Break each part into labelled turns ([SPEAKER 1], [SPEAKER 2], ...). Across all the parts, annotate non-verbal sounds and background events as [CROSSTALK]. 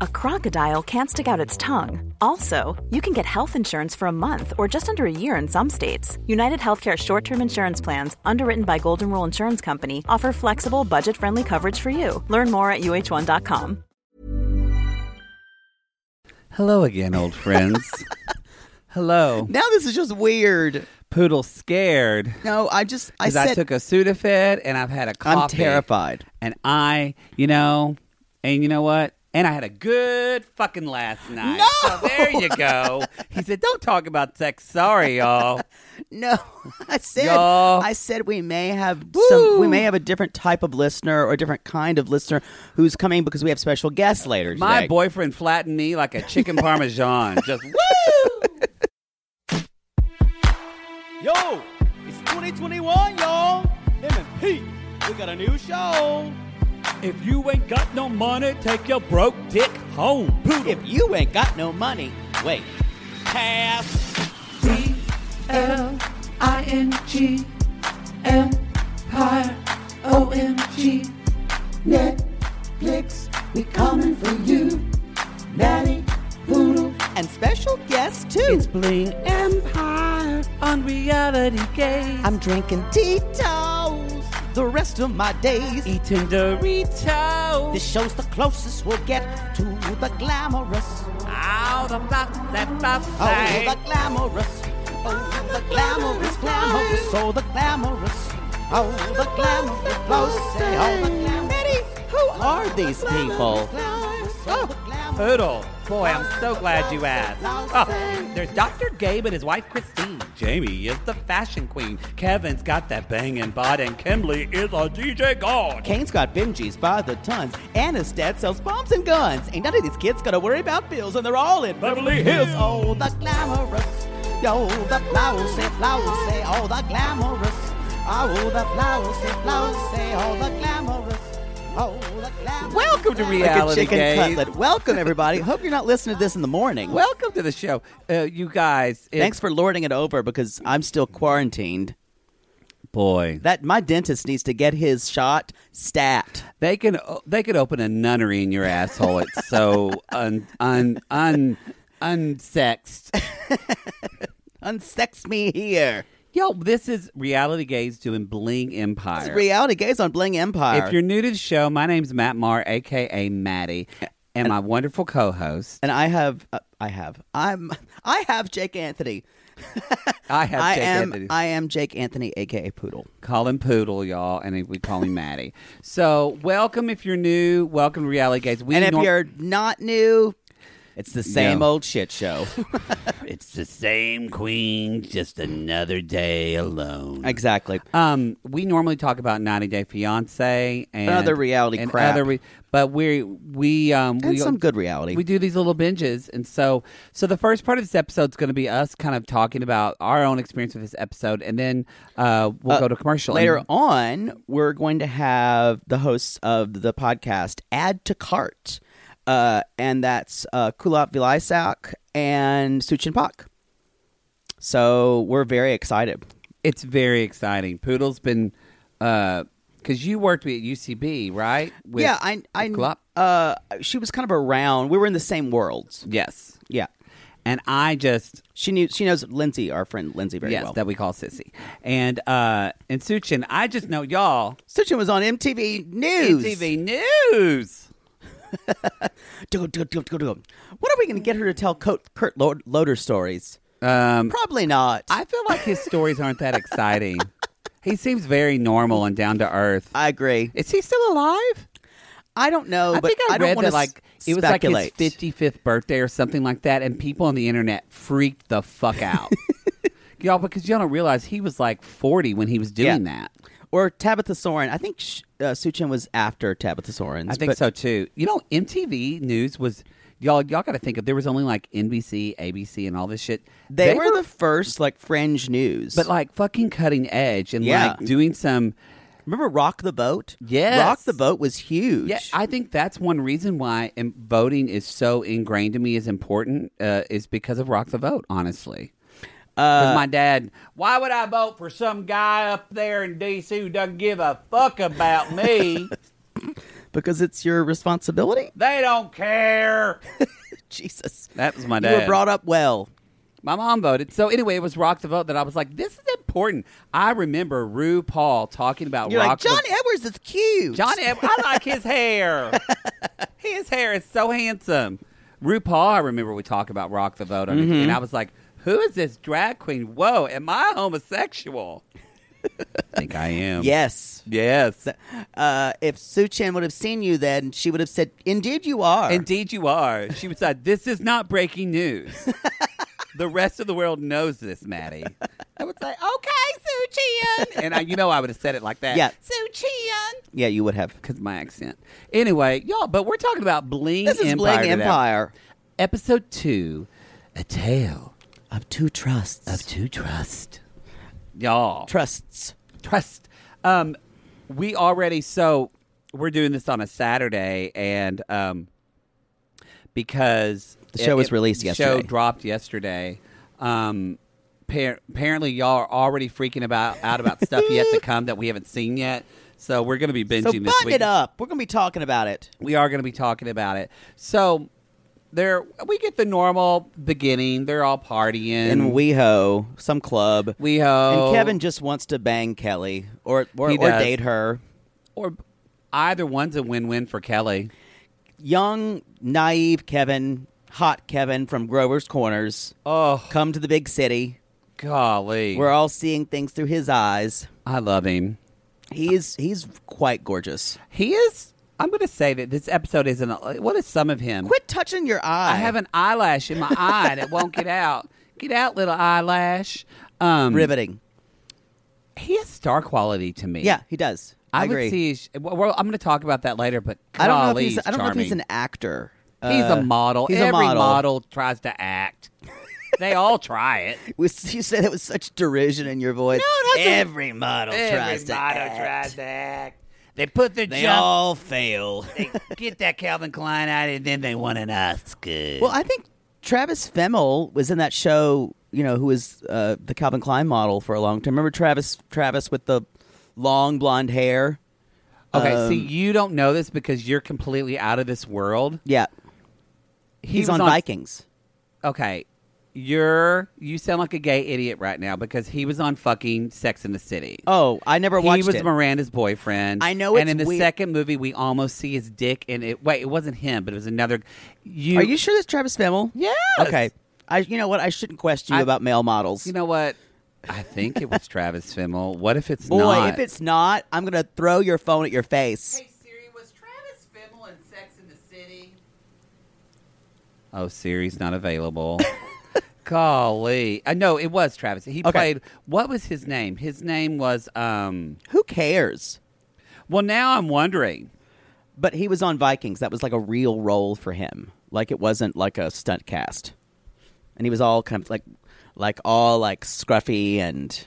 [SPEAKER 1] a crocodile can't stick out its tongue. Also, you can get health insurance for a month or just under a year in some states. United Healthcare short term insurance plans, underwritten by Golden Rule Insurance Company, offer flexible, budget friendly coverage for you. Learn more at uh1.com.
[SPEAKER 2] Hello again,
[SPEAKER 3] [LAUGHS]
[SPEAKER 2] old friends. Hello.
[SPEAKER 3] Now this is just weird.
[SPEAKER 2] Poodle scared.
[SPEAKER 3] No, I just I
[SPEAKER 2] Because
[SPEAKER 3] said
[SPEAKER 2] I took a Sudafed and I've had a coffee.
[SPEAKER 3] I'm terrified.
[SPEAKER 2] And I, you know, and you know what? And I had a good fucking last night.
[SPEAKER 3] No!
[SPEAKER 2] So there you go. he said, don't talk about sex. Sorry, y'all.
[SPEAKER 3] No, [LAUGHS] I said
[SPEAKER 2] Y'all.
[SPEAKER 3] I said we may have some we may have a different type of listener or a different kind of listener who's coming because we have special guests later.
[SPEAKER 2] My
[SPEAKER 3] today.
[SPEAKER 2] boyfriend flattened me like a
[SPEAKER 3] [LAUGHS]
[SPEAKER 2] chicken parmesan. Just woo!
[SPEAKER 4] Yo, it's 2021, y'all. M&P, we got a new show.
[SPEAKER 2] If you ain't got no money, take your broke dick home. Poodle.
[SPEAKER 4] If you ain't got no money, wait. Pass.
[SPEAKER 5] D L I N G Empire O M G Netflix, we coming for you. Natty Poodle,
[SPEAKER 3] and special guest too.
[SPEAKER 2] It's Bling Empire on reality gaze.
[SPEAKER 3] I'm drinking Tito's the rest of my days.
[SPEAKER 2] eating Doritos.
[SPEAKER 3] This show's the closest we'll get to the glamorous.
[SPEAKER 2] out of box that box
[SPEAKER 3] Oh, the glamorous. Oh, the glamorous, glamorous. Oh, the glamorous. Oh, the glamorous. Oh, say, oh, the glamorous. Who are these people? Oh.
[SPEAKER 2] Poodle. Boy, I'm so glad you asked. Oh, there's Dr. Gabe and his wife Christine. Jamie is the fashion queen. Kevin's got that banging bod, and Kimberly is a DJ god.
[SPEAKER 3] Kane's got Benji's by the tons. Anna's dad sells bombs and guns. Ain't none of these kids gotta worry about bills, and they're all in
[SPEAKER 2] Beverly Hills.
[SPEAKER 3] Oh, the glamorous. Yo, the flousy, flousy. Oh, the glamorous. Oh, the flousy, flousy. Oh, the glamorous. Oh, the glamorous.
[SPEAKER 2] Welcome to
[SPEAKER 3] Like a
[SPEAKER 2] Reality
[SPEAKER 3] chicken
[SPEAKER 2] Gaze.
[SPEAKER 3] cutlet. Welcome, everybody. Hope you're not listening to this in the morning.
[SPEAKER 2] Welcome to the show, uh, you guys. It-
[SPEAKER 3] Thanks for lording it over because I'm still quarantined.
[SPEAKER 2] boy.
[SPEAKER 3] That my dentist needs to get his shot stat.
[SPEAKER 2] They can they could open a nunnery in your asshole. It's so un un un unsexed.
[SPEAKER 3] Unsex me here.
[SPEAKER 2] Yo, this is Reality Gaze doing Bling Empire.
[SPEAKER 3] This is reality gaze on Bling Empire.
[SPEAKER 2] If you're new to the show, my name's Matt Marr, aka Maddie, and my wonderful co-host.
[SPEAKER 3] and I have, uh, I have, I'm, I have Jake Anthony.
[SPEAKER 2] [LAUGHS] I have
[SPEAKER 3] I
[SPEAKER 2] Jake
[SPEAKER 3] am,
[SPEAKER 2] Anthony.
[SPEAKER 3] I am Jake Anthony, aka Poodle.
[SPEAKER 2] Call him Poodle, y'all, and we call him Maddie. So, welcome if you're new. Welcome to Reality Gaze. We
[SPEAKER 3] and if
[SPEAKER 2] norm-
[SPEAKER 3] you're not new, it's the same
[SPEAKER 2] No.
[SPEAKER 3] old shit show.
[SPEAKER 2] [LAUGHS] it's the same queen, just another day alone.
[SPEAKER 3] exactly.
[SPEAKER 2] Um, we normally talk about 90 Day Fiance and
[SPEAKER 3] Other reality
[SPEAKER 2] and
[SPEAKER 3] crap.
[SPEAKER 2] other re- but we we um
[SPEAKER 3] And
[SPEAKER 2] we
[SPEAKER 3] some good reality.
[SPEAKER 2] We do these little binges, and so so the first part of this episode is going to be us kind of talking about our own experience with this episode, and then uh, we'll
[SPEAKER 3] Uh,
[SPEAKER 2] go to commercial
[SPEAKER 3] Later
[SPEAKER 2] And-
[SPEAKER 3] on, we're going to have the hosts of the podcast add to cart, uh, and that's uh, Kulap Vilaysack and Suchin Pak. So we're very excited.
[SPEAKER 2] It's very exciting. Poodle's been because you worked with UCB, right? With,
[SPEAKER 3] yeah, I, I,
[SPEAKER 2] with Glop?
[SPEAKER 3] uh, she was kind of around. We were in the same worlds.
[SPEAKER 2] yes,
[SPEAKER 3] Yeah,
[SPEAKER 2] and I just
[SPEAKER 3] she knew. She knows Lindsay, our friend Lindsay, very
[SPEAKER 2] yes
[SPEAKER 3] well.
[SPEAKER 2] that we call sissy, and uh, and Suchin. I just know y'all
[SPEAKER 3] Suchin was on MTV News.
[SPEAKER 2] TV
[SPEAKER 3] [LAUGHS]
[SPEAKER 2] news.
[SPEAKER 3] Do, do, do, do, do. What are we going to get her to tell Kurt, Kurt Lo- Loder stories?
[SPEAKER 2] Um,
[SPEAKER 3] Probably not.
[SPEAKER 2] I feel like his stories aren't
[SPEAKER 3] [LAUGHS]
[SPEAKER 2] that exciting. he seems very normal and down to earth.
[SPEAKER 3] I agree.
[SPEAKER 2] Is he still alive?
[SPEAKER 3] I don't know,
[SPEAKER 2] I
[SPEAKER 3] but
[SPEAKER 2] think I,
[SPEAKER 3] don't
[SPEAKER 2] read
[SPEAKER 3] want to
[SPEAKER 2] that like it was like his fifty fifth birthday or something like that, and people on the internet freaked the
[SPEAKER 3] [LAUGHS]
[SPEAKER 2] fuck out, y'all, because y'all don't realize he was like forty when he was doing
[SPEAKER 3] Yeah.
[SPEAKER 2] that.
[SPEAKER 3] Or Tabitha Soren. I think sh uh, Suchin was after Tabitha Sorens.
[SPEAKER 2] I think
[SPEAKER 3] but
[SPEAKER 2] so too. You know, MTV News was y'all. Y'all got to think of there was only like NBC, ABC, and all this shit.
[SPEAKER 3] They, were, the first like fringe news.
[SPEAKER 2] but like fucking cutting edge and
[SPEAKER 3] Yeah.
[SPEAKER 2] like doing some.
[SPEAKER 3] remember Rock the Boat?
[SPEAKER 2] Yes.
[SPEAKER 3] Rock the Boat was huge.
[SPEAKER 2] Yeah, I think that's one reason why um, voting is so ingrained to me is important uh, is because of Rock the Vote. Honestly.
[SPEAKER 3] Uh,
[SPEAKER 2] Because my dad, why would I vote for some guy up there in D.C. who doesn't give a fuck about
[SPEAKER 3] [LAUGHS]
[SPEAKER 2] me?
[SPEAKER 3] because it's your responsibility.
[SPEAKER 2] they don't care.
[SPEAKER 3] [LAUGHS] Jesus.
[SPEAKER 2] That was my
[SPEAKER 3] You
[SPEAKER 2] dad.
[SPEAKER 3] were brought up well.
[SPEAKER 2] My mom voted. So anyway, it was Rock the Vote that I was like, this is important. I remember RuPaul talking about
[SPEAKER 3] You're
[SPEAKER 2] Rock
[SPEAKER 3] like John
[SPEAKER 2] the
[SPEAKER 3] Edwards is cute.
[SPEAKER 2] John Ed- I like
[SPEAKER 3] [LAUGHS]
[SPEAKER 2] his hair. his hair is so handsome. RuPaul, I remember we talked about Rock the Vote on
[SPEAKER 3] Mm-hmm.
[SPEAKER 2] it, and I was like, who is this drag queen? Whoa, am I homosexual? I think I am.
[SPEAKER 3] Yes.
[SPEAKER 2] Yes.
[SPEAKER 3] Uh, if Su Chen would have seen you then, she would have said, Indeed you are.
[SPEAKER 2] Indeed, you are. She was like, This is not breaking news.
[SPEAKER 3] [LAUGHS]
[SPEAKER 2] the rest of the world knows this, Maddie. I would say, Okay, Soo Chien. And I, you know, I would have said it like that.
[SPEAKER 3] Yeah.
[SPEAKER 2] Soo Chien.
[SPEAKER 3] yeah, you would have.
[SPEAKER 2] Because my accent. Anyway, y'all, but we're talking about Bling
[SPEAKER 3] This is
[SPEAKER 2] Empire.
[SPEAKER 3] Bling
[SPEAKER 2] today.
[SPEAKER 3] Empire
[SPEAKER 2] Episode two A Tale
[SPEAKER 3] of Two Trusts.
[SPEAKER 2] of Two Trust. Y'all.
[SPEAKER 3] trusts.
[SPEAKER 2] trust. Um, we already so we're doing this on a Saturday, and um, because
[SPEAKER 3] The show was released
[SPEAKER 2] the Show
[SPEAKER 3] yesterday.
[SPEAKER 2] dropped yesterday. Um, par- apparently, y'all are already freaking about out about stuff yet to come that we haven't seen yet. So we're gonna be binging
[SPEAKER 3] So
[SPEAKER 2] this
[SPEAKER 3] button
[SPEAKER 2] week.
[SPEAKER 3] it up. We're going to be talking about it.
[SPEAKER 2] We are gonna be talking about it. So. There, we get the normal beginning. They're all partying.
[SPEAKER 3] In WeHo, some club.
[SPEAKER 2] WeHo.
[SPEAKER 3] And Kevin just wants to bang Kelly or or,
[SPEAKER 2] He
[SPEAKER 3] or
[SPEAKER 2] does.
[SPEAKER 3] date her.
[SPEAKER 2] or either one's a win-win for Kelly.
[SPEAKER 3] Young, naive Kevin, hot Kevin from Grover's Corners.
[SPEAKER 2] Oh,
[SPEAKER 3] Come to the big city.
[SPEAKER 2] golly!
[SPEAKER 3] We're all seeing things through his eyes.
[SPEAKER 2] I love him.
[SPEAKER 3] He's he's quite gorgeous.
[SPEAKER 2] He is. I'm going to say that this episode isn't. a- What is some of him?
[SPEAKER 3] Quit touching your eye.
[SPEAKER 2] I have an eyelash in my eye and it won't get out. Get out, little eyelash. Um,
[SPEAKER 3] riveting.
[SPEAKER 2] He has star quality to me.
[SPEAKER 3] Yeah, he does. I,
[SPEAKER 2] I,
[SPEAKER 3] agree.
[SPEAKER 2] would see. his- Well, well, I'm going to talk about that later. But
[SPEAKER 3] I don't know if
[SPEAKER 2] golly,
[SPEAKER 3] he's. I don't know if he's
[SPEAKER 2] charming.
[SPEAKER 3] an actor.
[SPEAKER 2] He's
[SPEAKER 3] Uh,
[SPEAKER 2] a model.
[SPEAKER 3] He's
[SPEAKER 2] Every
[SPEAKER 3] a model.
[SPEAKER 2] tries to act. they all
[SPEAKER 3] [LAUGHS]
[SPEAKER 2] try it.
[SPEAKER 3] We, you said it with such derision in your voice.
[SPEAKER 2] No, that's a-
[SPEAKER 3] every model tries
[SPEAKER 2] Every
[SPEAKER 3] to
[SPEAKER 2] model
[SPEAKER 3] act.
[SPEAKER 2] tries to act. They put their
[SPEAKER 3] They
[SPEAKER 2] jump.
[SPEAKER 3] all fail.
[SPEAKER 2] they get that Calvin Klein out, and then they want an Oscar.
[SPEAKER 3] well, I think Travis Fimmel was in that show. You know, who was uh, the Calvin Klein model for a long time. Remember Travis? Travis with the long blonde hair.
[SPEAKER 2] Okay,
[SPEAKER 3] Um,
[SPEAKER 2] see, you don't know this because you're completely out of this world.
[SPEAKER 3] Yeah,
[SPEAKER 2] He
[SPEAKER 3] he's
[SPEAKER 2] was
[SPEAKER 3] on, Vikings.
[SPEAKER 2] Okay, you're you sound like a gay idiot right now because he was on fucking Sex in the City.
[SPEAKER 3] Oh, I never
[SPEAKER 2] he
[SPEAKER 3] watched
[SPEAKER 2] was
[SPEAKER 3] it.
[SPEAKER 2] Miranda's boyfriend.
[SPEAKER 3] I know it's
[SPEAKER 2] And in the
[SPEAKER 3] weird-
[SPEAKER 2] second movie, we almost see his dick, and it wait, it wasn't him, but it was another. You
[SPEAKER 3] Are you sure that's Travis Fimmel?
[SPEAKER 2] Yes.
[SPEAKER 3] Okay. I. You know what? I shouldn't question you
[SPEAKER 2] I-
[SPEAKER 3] about male models.
[SPEAKER 2] You know what? I think it
[SPEAKER 3] [LAUGHS]
[SPEAKER 2] was Travis Fimmel. What if it's
[SPEAKER 3] Boy,
[SPEAKER 2] not?
[SPEAKER 3] if it's not, I'm gonna throw your phone at your face.
[SPEAKER 2] Siri, was Travis Fimmel in Sex in the City? Oh, Siri's not available. [LAUGHS] Golly, uh, no, it was Travis. He
[SPEAKER 3] Okay.
[SPEAKER 2] played. What was his name? His name was. um
[SPEAKER 3] Who cares?
[SPEAKER 2] Well, now I'm wondering.
[SPEAKER 3] But he was on Vikings. That was like a real role for him. Like it wasn't like a stunt cast. And he was all kind of like, like all like scruffy and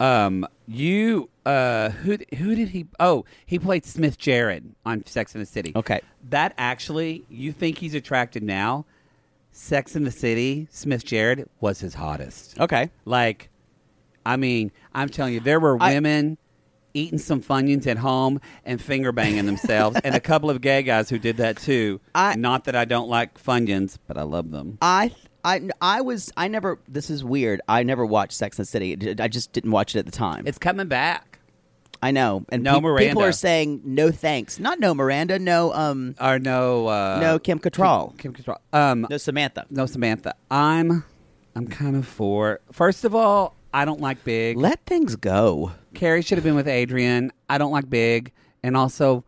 [SPEAKER 2] Um, you uh, who who did he? Oh, he played Smith Jared on Sex in the City.
[SPEAKER 3] Okay.
[SPEAKER 2] that actually, you think he's attractive now? Sex in the City, Smith Jared was his hottest.
[SPEAKER 3] okay.
[SPEAKER 2] Like, I mean, I'm telling you, there were
[SPEAKER 3] I-
[SPEAKER 2] women eating some Funyuns at home and finger banging themselves,
[SPEAKER 3] [LAUGHS]
[SPEAKER 2] and a couple of gay guys who did that too.
[SPEAKER 3] I-
[SPEAKER 2] Not that I don't like Funyuns, but I love them.
[SPEAKER 3] I I I was I never. This is weird. I never watched Sex and the City. I just didn't watch it at the time.
[SPEAKER 2] It's coming back.
[SPEAKER 3] I know. And
[SPEAKER 2] No
[SPEAKER 3] people
[SPEAKER 2] Miranda.
[SPEAKER 3] are saying no thanks. Not no Miranda. No um.
[SPEAKER 2] Or no, uh,
[SPEAKER 3] No Kim Cattrall.
[SPEAKER 2] Kim, Kim Cattrall. Um,
[SPEAKER 3] No Samantha.
[SPEAKER 2] no Samantha. I'm, I'm kind of for. First of all, I don't like big.
[SPEAKER 3] Let things go.
[SPEAKER 2] Carrie should have been with Adrian. I don't like Big. And also,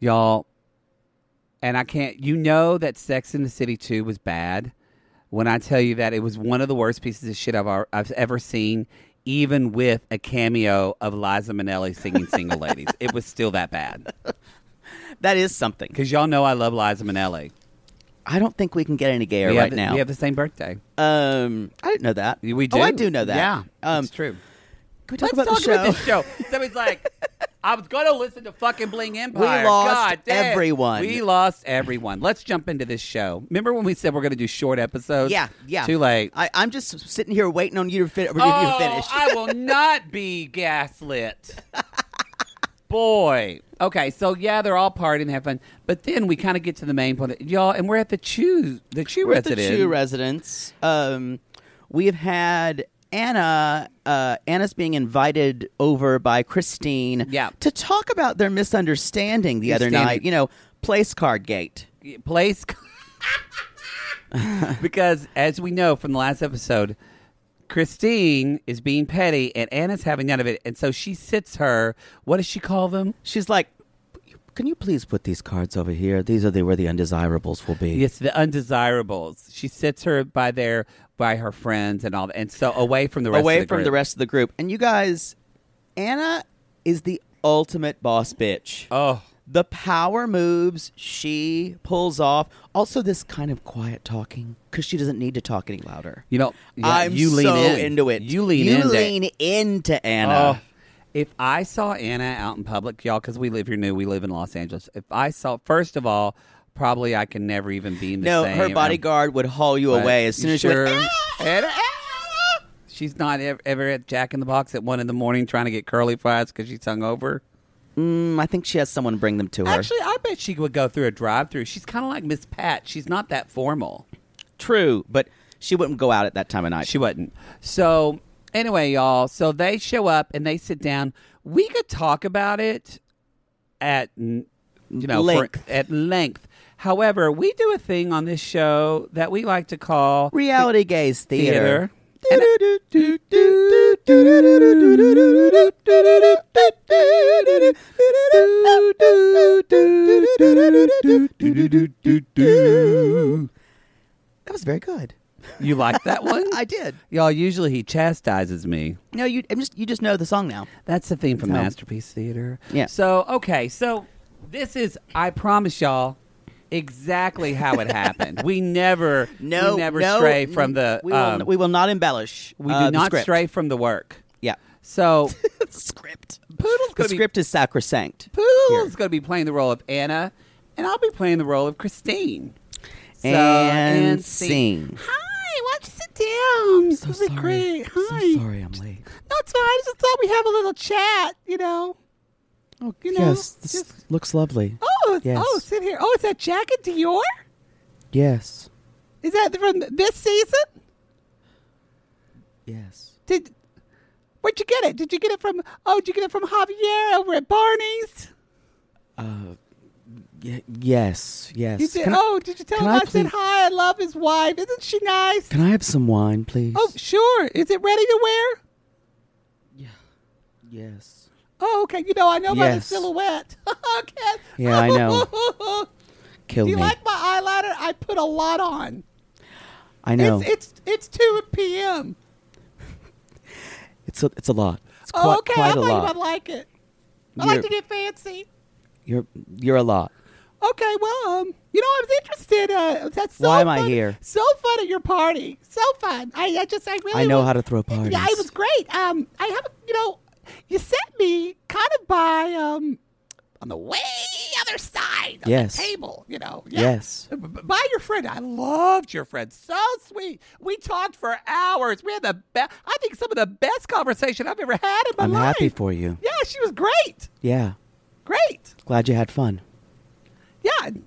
[SPEAKER 2] y'all, and I can't, you know that Sex in the City 2 was bad. When I tell you that, it was one of the worst pieces of shit I've, ar- I've ever seen. even with a cameo of Liza Minnelli singing Single Ladies. It was still that bad.
[SPEAKER 3] [LAUGHS] That is something.
[SPEAKER 2] Because y'all know I love Liza Minnelli.
[SPEAKER 3] I don't think we can get any gayer
[SPEAKER 2] We
[SPEAKER 3] right
[SPEAKER 2] have the,
[SPEAKER 3] now.
[SPEAKER 2] We have the same birthday.
[SPEAKER 3] um, I didn't know that.
[SPEAKER 2] We do.
[SPEAKER 3] Oh, I do know that.
[SPEAKER 2] Yeah,
[SPEAKER 3] um,
[SPEAKER 2] it's true.
[SPEAKER 3] Can we talk about
[SPEAKER 2] Let's talk
[SPEAKER 3] the show?
[SPEAKER 2] about this show. [LAUGHS] So
[SPEAKER 3] [LAUGHS]
[SPEAKER 2] he's like, I was going to listen to fucking Bling Empire.
[SPEAKER 3] lost
[SPEAKER 2] God damn.
[SPEAKER 3] everyone.
[SPEAKER 2] We lost everyone. Let's jump into this show. Remember when we said we're going to do short episodes?
[SPEAKER 3] yeah, yeah.
[SPEAKER 2] Too late.
[SPEAKER 3] I, I'm just sitting here waiting on you to, fin- for
[SPEAKER 2] oh,
[SPEAKER 3] you to finish.
[SPEAKER 2] I will not
[SPEAKER 3] [LAUGHS]
[SPEAKER 2] be gaslit. Boy. Okay, so yeah, they're all partying, and have fun, but then we kind of get to the main point, y'all, and we're at the Chew, the Chew
[SPEAKER 3] We're at
[SPEAKER 2] resident.
[SPEAKER 3] the two residents. Um, we have had Anna. Uh, Anna's being invited over by Christine.
[SPEAKER 2] Yeah.
[SPEAKER 3] To talk about their misunderstanding the other
[SPEAKER 2] Understanding.
[SPEAKER 3] night. You know, place card gate.
[SPEAKER 2] place [LAUGHS] because as we know from the last episode christine is being petty and anna's having none of it and so she sits her what does she call them
[SPEAKER 3] She's like, "Can you please put these cards over here? These are the where the undesirables will be."
[SPEAKER 2] yes the undesirables she sits her by their by her friends and all that and so away from the rest
[SPEAKER 3] away
[SPEAKER 2] of the
[SPEAKER 3] from the
[SPEAKER 2] group.
[SPEAKER 3] rest of the group. And you guys, Anna is the ultimate boss bitch.
[SPEAKER 2] oh
[SPEAKER 3] the power moves she pulls off. Also, this kind of quiet talking because she doesn't need to talk any louder.
[SPEAKER 2] you know yeah,
[SPEAKER 3] I'm
[SPEAKER 2] you lean
[SPEAKER 3] so
[SPEAKER 2] in.
[SPEAKER 3] into it.
[SPEAKER 2] you lean in that-
[SPEAKER 3] lean into Anna.
[SPEAKER 2] Oh, if I saw Anna out in public, y'all, because we live here new, we live in Los Angeles. If I saw, first of all, probably I can never even be in the
[SPEAKER 3] no,
[SPEAKER 2] same.
[SPEAKER 3] her bodyguard would haul you
[SPEAKER 2] but-
[SPEAKER 3] away as "Ah!" soon
[SPEAKER 2] You
[SPEAKER 3] as you're.
[SPEAKER 2] sure? Anna, Anna! She's not ever, ever at Jack in the Box at one in the morning trying to get curly fries because she's hungover.
[SPEAKER 3] Mm, I think she has someone bring them to her.
[SPEAKER 2] Oh. Actually, I bet she would go through a drive-through. She's kind of like Miss Pat. She's not that formal.
[SPEAKER 3] True, but she wouldn't go out at that time of night.
[SPEAKER 2] She wasn't. So anyway, y'all. So they show up and they sit down. We could talk about it at n- you know for-
[SPEAKER 3] Length.
[SPEAKER 2] at length. However, we do a thing on this show that we like to call
[SPEAKER 3] Reality gaze theater.
[SPEAKER 2] theater. [LAUGHS]
[SPEAKER 3] That was very good.
[SPEAKER 2] You like that
[SPEAKER 3] [LAUGHS]
[SPEAKER 2] one?
[SPEAKER 3] I did.
[SPEAKER 2] Y'all, usually he chastises me.
[SPEAKER 3] No, you I'm just you just know the song now.
[SPEAKER 2] That's the theme from
[SPEAKER 3] So-
[SPEAKER 2] Masterpiece Theater.
[SPEAKER 3] Yeah.
[SPEAKER 2] So okay, so this is I promise y'all exactly how it happened.
[SPEAKER 3] [LAUGHS]
[SPEAKER 2] we never
[SPEAKER 3] No,
[SPEAKER 2] we never
[SPEAKER 3] no,
[SPEAKER 2] stray
[SPEAKER 3] n-
[SPEAKER 2] from the
[SPEAKER 3] We will,
[SPEAKER 2] um,
[SPEAKER 3] we will not embellish.
[SPEAKER 2] we
[SPEAKER 3] uh,
[SPEAKER 2] do
[SPEAKER 3] the
[SPEAKER 2] not
[SPEAKER 3] script.
[SPEAKER 2] stray from the work.
[SPEAKER 3] Yeah, [LAUGHS]
[SPEAKER 2] So
[SPEAKER 3] script.
[SPEAKER 2] Poodle's
[SPEAKER 3] The
[SPEAKER 2] gonna be
[SPEAKER 3] script is sacrosanct.
[SPEAKER 2] Poodle's gonna be playing the role of Anna, and I'll be playing the role of Christine. So,
[SPEAKER 3] And sing.
[SPEAKER 2] Hi, why don't you sit down?
[SPEAKER 3] So
[SPEAKER 2] this is
[SPEAKER 3] sorry.
[SPEAKER 2] great.
[SPEAKER 3] So
[SPEAKER 2] Hi.
[SPEAKER 3] sorry, I'm late.
[SPEAKER 2] No, it's fine. I just thought we'd have a little chat, you know.
[SPEAKER 3] Oh,
[SPEAKER 2] You know,
[SPEAKER 3] yes, this
[SPEAKER 2] just-
[SPEAKER 3] looks lovely.
[SPEAKER 2] Oh, it's-
[SPEAKER 3] Yes.
[SPEAKER 2] oh, sit here. Oh, is that jacket Dior?
[SPEAKER 3] Yes,
[SPEAKER 2] Is that from this season?
[SPEAKER 3] yes.
[SPEAKER 2] Did where'd you get it? Did you get it from? Oh, did you get it from Javier over at Barney's?
[SPEAKER 3] Uh, Y- yes, yes.
[SPEAKER 2] You did,
[SPEAKER 3] Can I-
[SPEAKER 2] oh, did you tell
[SPEAKER 3] can
[SPEAKER 2] him
[SPEAKER 3] I
[SPEAKER 2] I, said
[SPEAKER 3] please-
[SPEAKER 2] hi? I love his wife. Isn't she nice?
[SPEAKER 3] Can I have some wine, please?
[SPEAKER 2] Oh, sure. Is it ready to wear?
[SPEAKER 3] yes.
[SPEAKER 2] Oh, okay. You know, I know by the
[SPEAKER 3] Yes.
[SPEAKER 2] silhouette. [LAUGHS] okay.
[SPEAKER 3] Yeah, I know. Kill
[SPEAKER 2] Do you
[SPEAKER 3] me.
[SPEAKER 2] [LAUGHS] like my eyeliner? I put a lot on.
[SPEAKER 3] I know. It's,
[SPEAKER 2] It's it's it's two p.m.
[SPEAKER 3] a, it's a lot. It's
[SPEAKER 2] Oh,
[SPEAKER 3] quite,
[SPEAKER 2] okay. I
[SPEAKER 3] quite a
[SPEAKER 2] thought you
[SPEAKER 3] lot.
[SPEAKER 2] might like it. I
[SPEAKER 3] You're-
[SPEAKER 2] like to get fancy.
[SPEAKER 3] You're you're a lot.
[SPEAKER 2] Okay, well, um, you know, I was interested. Uh, that's so
[SPEAKER 3] Why am I
[SPEAKER 2] fun-
[SPEAKER 3] here?
[SPEAKER 2] So fun at your party. So fun. I, I just, I really.
[SPEAKER 3] I know
[SPEAKER 2] was-
[SPEAKER 3] how to throw parties.
[SPEAKER 2] Yeah, it was great. Um, I have, you know, you sent me kind of by um, on the way other side of
[SPEAKER 3] Yes.
[SPEAKER 2] the table. You know. Yeah.
[SPEAKER 3] Yes.
[SPEAKER 2] B- b- By your friend, I loved your friend. So sweet. We talked for hours. We had the best. I think some of the best conversation I've ever had in my
[SPEAKER 3] I'm
[SPEAKER 2] life.
[SPEAKER 3] happy for you.
[SPEAKER 2] Yeah, she was great.
[SPEAKER 3] Yeah.
[SPEAKER 2] Great.
[SPEAKER 3] Glad you had fun.
[SPEAKER 2] Yeah. Who knew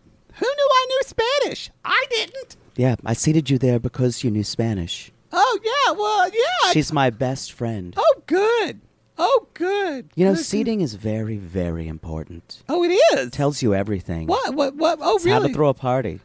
[SPEAKER 2] I knew Spanish? I didn't.
[SPEAKER 3] Yeah, I seated you there because you knew Spanish.
[SPEAKER 2] Oh, yeah. Well, yeah.
[SPEAKER 3] She's my best friend.
[SPEAKER 2] oh, good. Oh, good.
[SPEAKER 3] You know,
[SPEAKER 2] Good, good.
[SPEAKER 3] seating is very, very important.
[SPEAKER 2] Oh, it is.
[SPEAKER 3] Tells you everything.
[SPEAKER 2] What? What? What? Oh,
[SPEAKER 3] It's how
[SPEAKER 2] really?
[SPEAKER 3] to throw a party.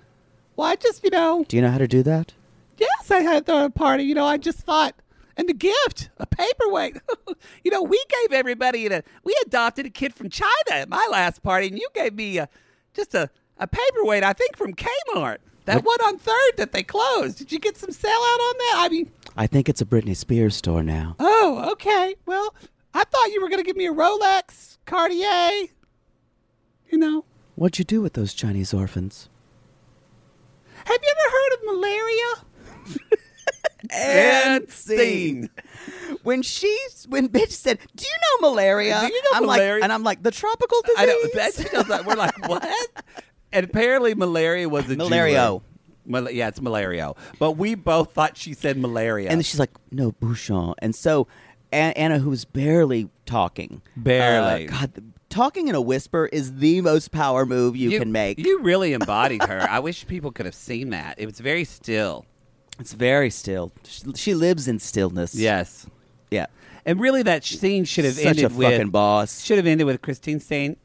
[SPEAKER 2] well, I just, you know,
[SPEAKER 3] Do you know how to do that?
[SPEAKER 2] yes, I had thrown a party. You know, I just thought, and the gift, a paperweight. [LAUGHS] you know, we gave everybody a. We adopted a kid from China at my last party, and you gave me a, just a, a paperweight, I think, from Kmart. That one on third that they closed. Did you get some sellout on that? I mean,
[SPEAKER 3] I think it's a Britney Spears store now.
[SPEAKER 2] oh, okay. Well, I thought you were going to give me a Rolex, Cartier, you know.
[SPEAKER 3] What'd you do with those Chinese orphans?
[SPEAKER 2] Have you ever heard of malaria? [LAUGHS] and
[SPEAKER 3] scene. When she, when bitch said, "Do you know malaria?"
[SPEAKER 2] Do you know
[SPEAKER 3] I'm
[SPEAKER 2] malaria? "Uh,
[SPEAKER 3] like, and I'm like, the tropical disease.
[SPEAKER 2] I know. That she knows that.
[SPEAKER 3] [LAUGHS]
[SPEAKER 2] We're like, what? And apparently, malaria was a Jew
[SPEAKER 3] Malario.
[SPEAKER 2] word. Mal- yeah, it's malario. But we both thought she said malaria.
[SPEAKER 3] And then she's like, "No, Bouchon." And so A- Anna, who's barely talking,
[SPEAKER 2] Barely.
[SPEAKER 3] uh, God, th- talking in a whisper is the most power move you, can make.
[SPEAKER 2] You really embodied her. I wish people could have seen that. It was very still.
[SPEAKER 3] it's very still. She, she lives in stillness.
[SPEAKER 2] Yes.
[SPEAKER 3] yeah.
[SPEAKER 2] And really, that scene should have
[SPEAKER 3] Such
[SPEAKER 2] ended
[SPEAKER 3] a
[SPEAKER 2] with
[SPEAKER 3] fucking boss.
[SPEAKER 2] Should have ended with Christine saying,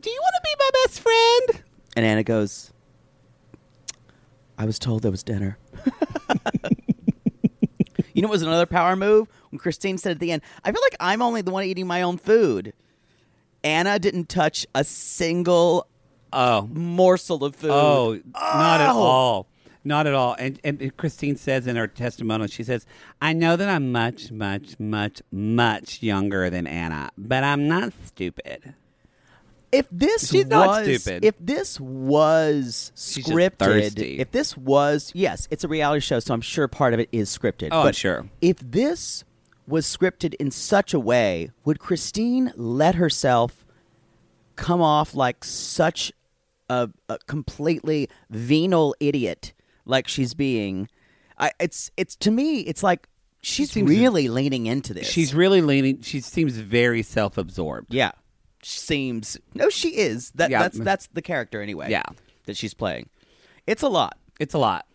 [SPEAKER 2] "Do you want to be my best [LAUGHS] friend?"
[SPEAKER 3] And Anna goes, I was told there was dinner. you know what was another power move? When Christine said at the end, I feel like I'm only the one eating my own food. Anna didn't touch a single uh,
[SPEAKER 2] Oh,
[SPEAKER 3] morsel of food.
[SPEAKER 2] Oh, not at
[SPEAKER 3] Oh.
[SPEAKER 2] all. Not at all. And, and Christine says in her testimonial, she says, I know that I'm much, much, much, much younger than Anna, but I'm not stupid.
[SPEAKER 3] If this
[SPEAKER 2] She's
[SPEAKER 3] was
[SPEAKER 2] not stupid.
[SPEAKER 3] if this was
[SPEAKER 2] just thirsty.
[SPEAKER 3] scripted, if this was yes, it's a reality show, so I'm sure part of it is scripted.
[SPEAKER 2] Oh, I'm
[SPEAKER 3] but
[SPEAKER 2] sure.
[SPEAKER 3] If this was scripted in such a way, would Christine let herself come off like such a, a completely venal idiot, like she's being? I, it's it's to me, it's like she's
[SPEAKER 2] seems-
[SPEAKER 3] really leaning into this.
[SPEAKER 2] She's really leaning, she seems very self absorbed.
[SPEAKER 3] Yeah. Seems no, she is. That
[SPEAKER 2] Yeah.
[SPEAKER 3] that's that's the character anyway.
[SPEAKER 2] Yeah.
[SPEAKER 3] That she's playing. It's a lot.
[SPEAKER 2] It's a lot.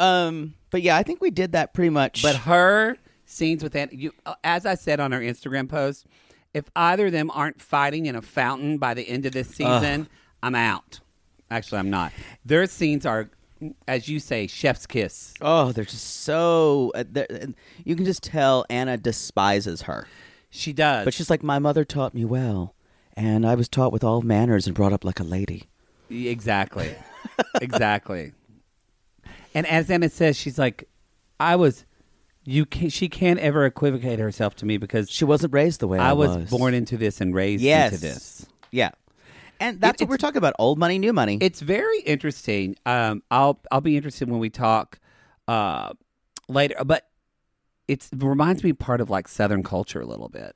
[SPEAKER 3] Um but yeah, I think we did that pretty much.
[SPEAKER 2] But her scenes with Anna, you, uh, as I said on her Instagram post, if either of them aren't fighting in a fountain by the end of this season, I'm out. Actually, I'm not. Their scenes are, as you say, chef's kiss.
[SPEAKER 3] oh, they're just so uh, they're- and you can just tell Anna despises her.
[SPEAKER 2] She does.
[SPEAKER 3] But she's like my mother taught me well and I was taught with all manners and brought up like a lady.
[SPEAKER 2] Exactly. exactly. And as Emma says, she's like, I was, you can, she can't ever equivocate herself to me because
[SPEAKER 3] She wasn't raised the way I,
[SPEAKER 2] I was, born into this and raised
[SPEAKER 3] yes.
[SPEAKER 2] into this.
[SPEAKER 3] Yeah. And that's what
[SPEAKER 2] it's-
[SPEAKER 3] we're talking about, old money, new money.
[SPEAKER 2] It's very interesting. Um, I'll, I'll be interested when we talk, uh, later, but it's it reminds me part of like Southern culture a little bit.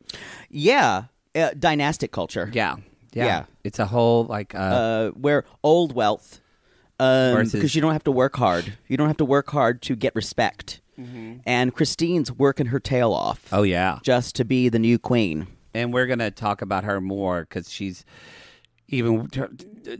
[SPEAKER 3] yeah. Uh, dynastic culture.
[SPEAKER 2] Yeah. Yeah.
[SPEAKER 3] Yeah.
[SPEAKER 2] It's a whole like, uh,
[SPEAKER 3] uh, where old wealth um,
[SPEAKER 2] Versus-
[SPEAKER 3] because you don't have to work hard. You don't have to work hard to get respect.
[SPEAKER 2] Mm-hmm.
[SPEAKER 3] And Christine's working her tail off
[SPEAKER 2] oh yeah.
[SPEAKER 3] just to be the new queen.
[SPEAKER 2] and we're going to talk about her more because she's even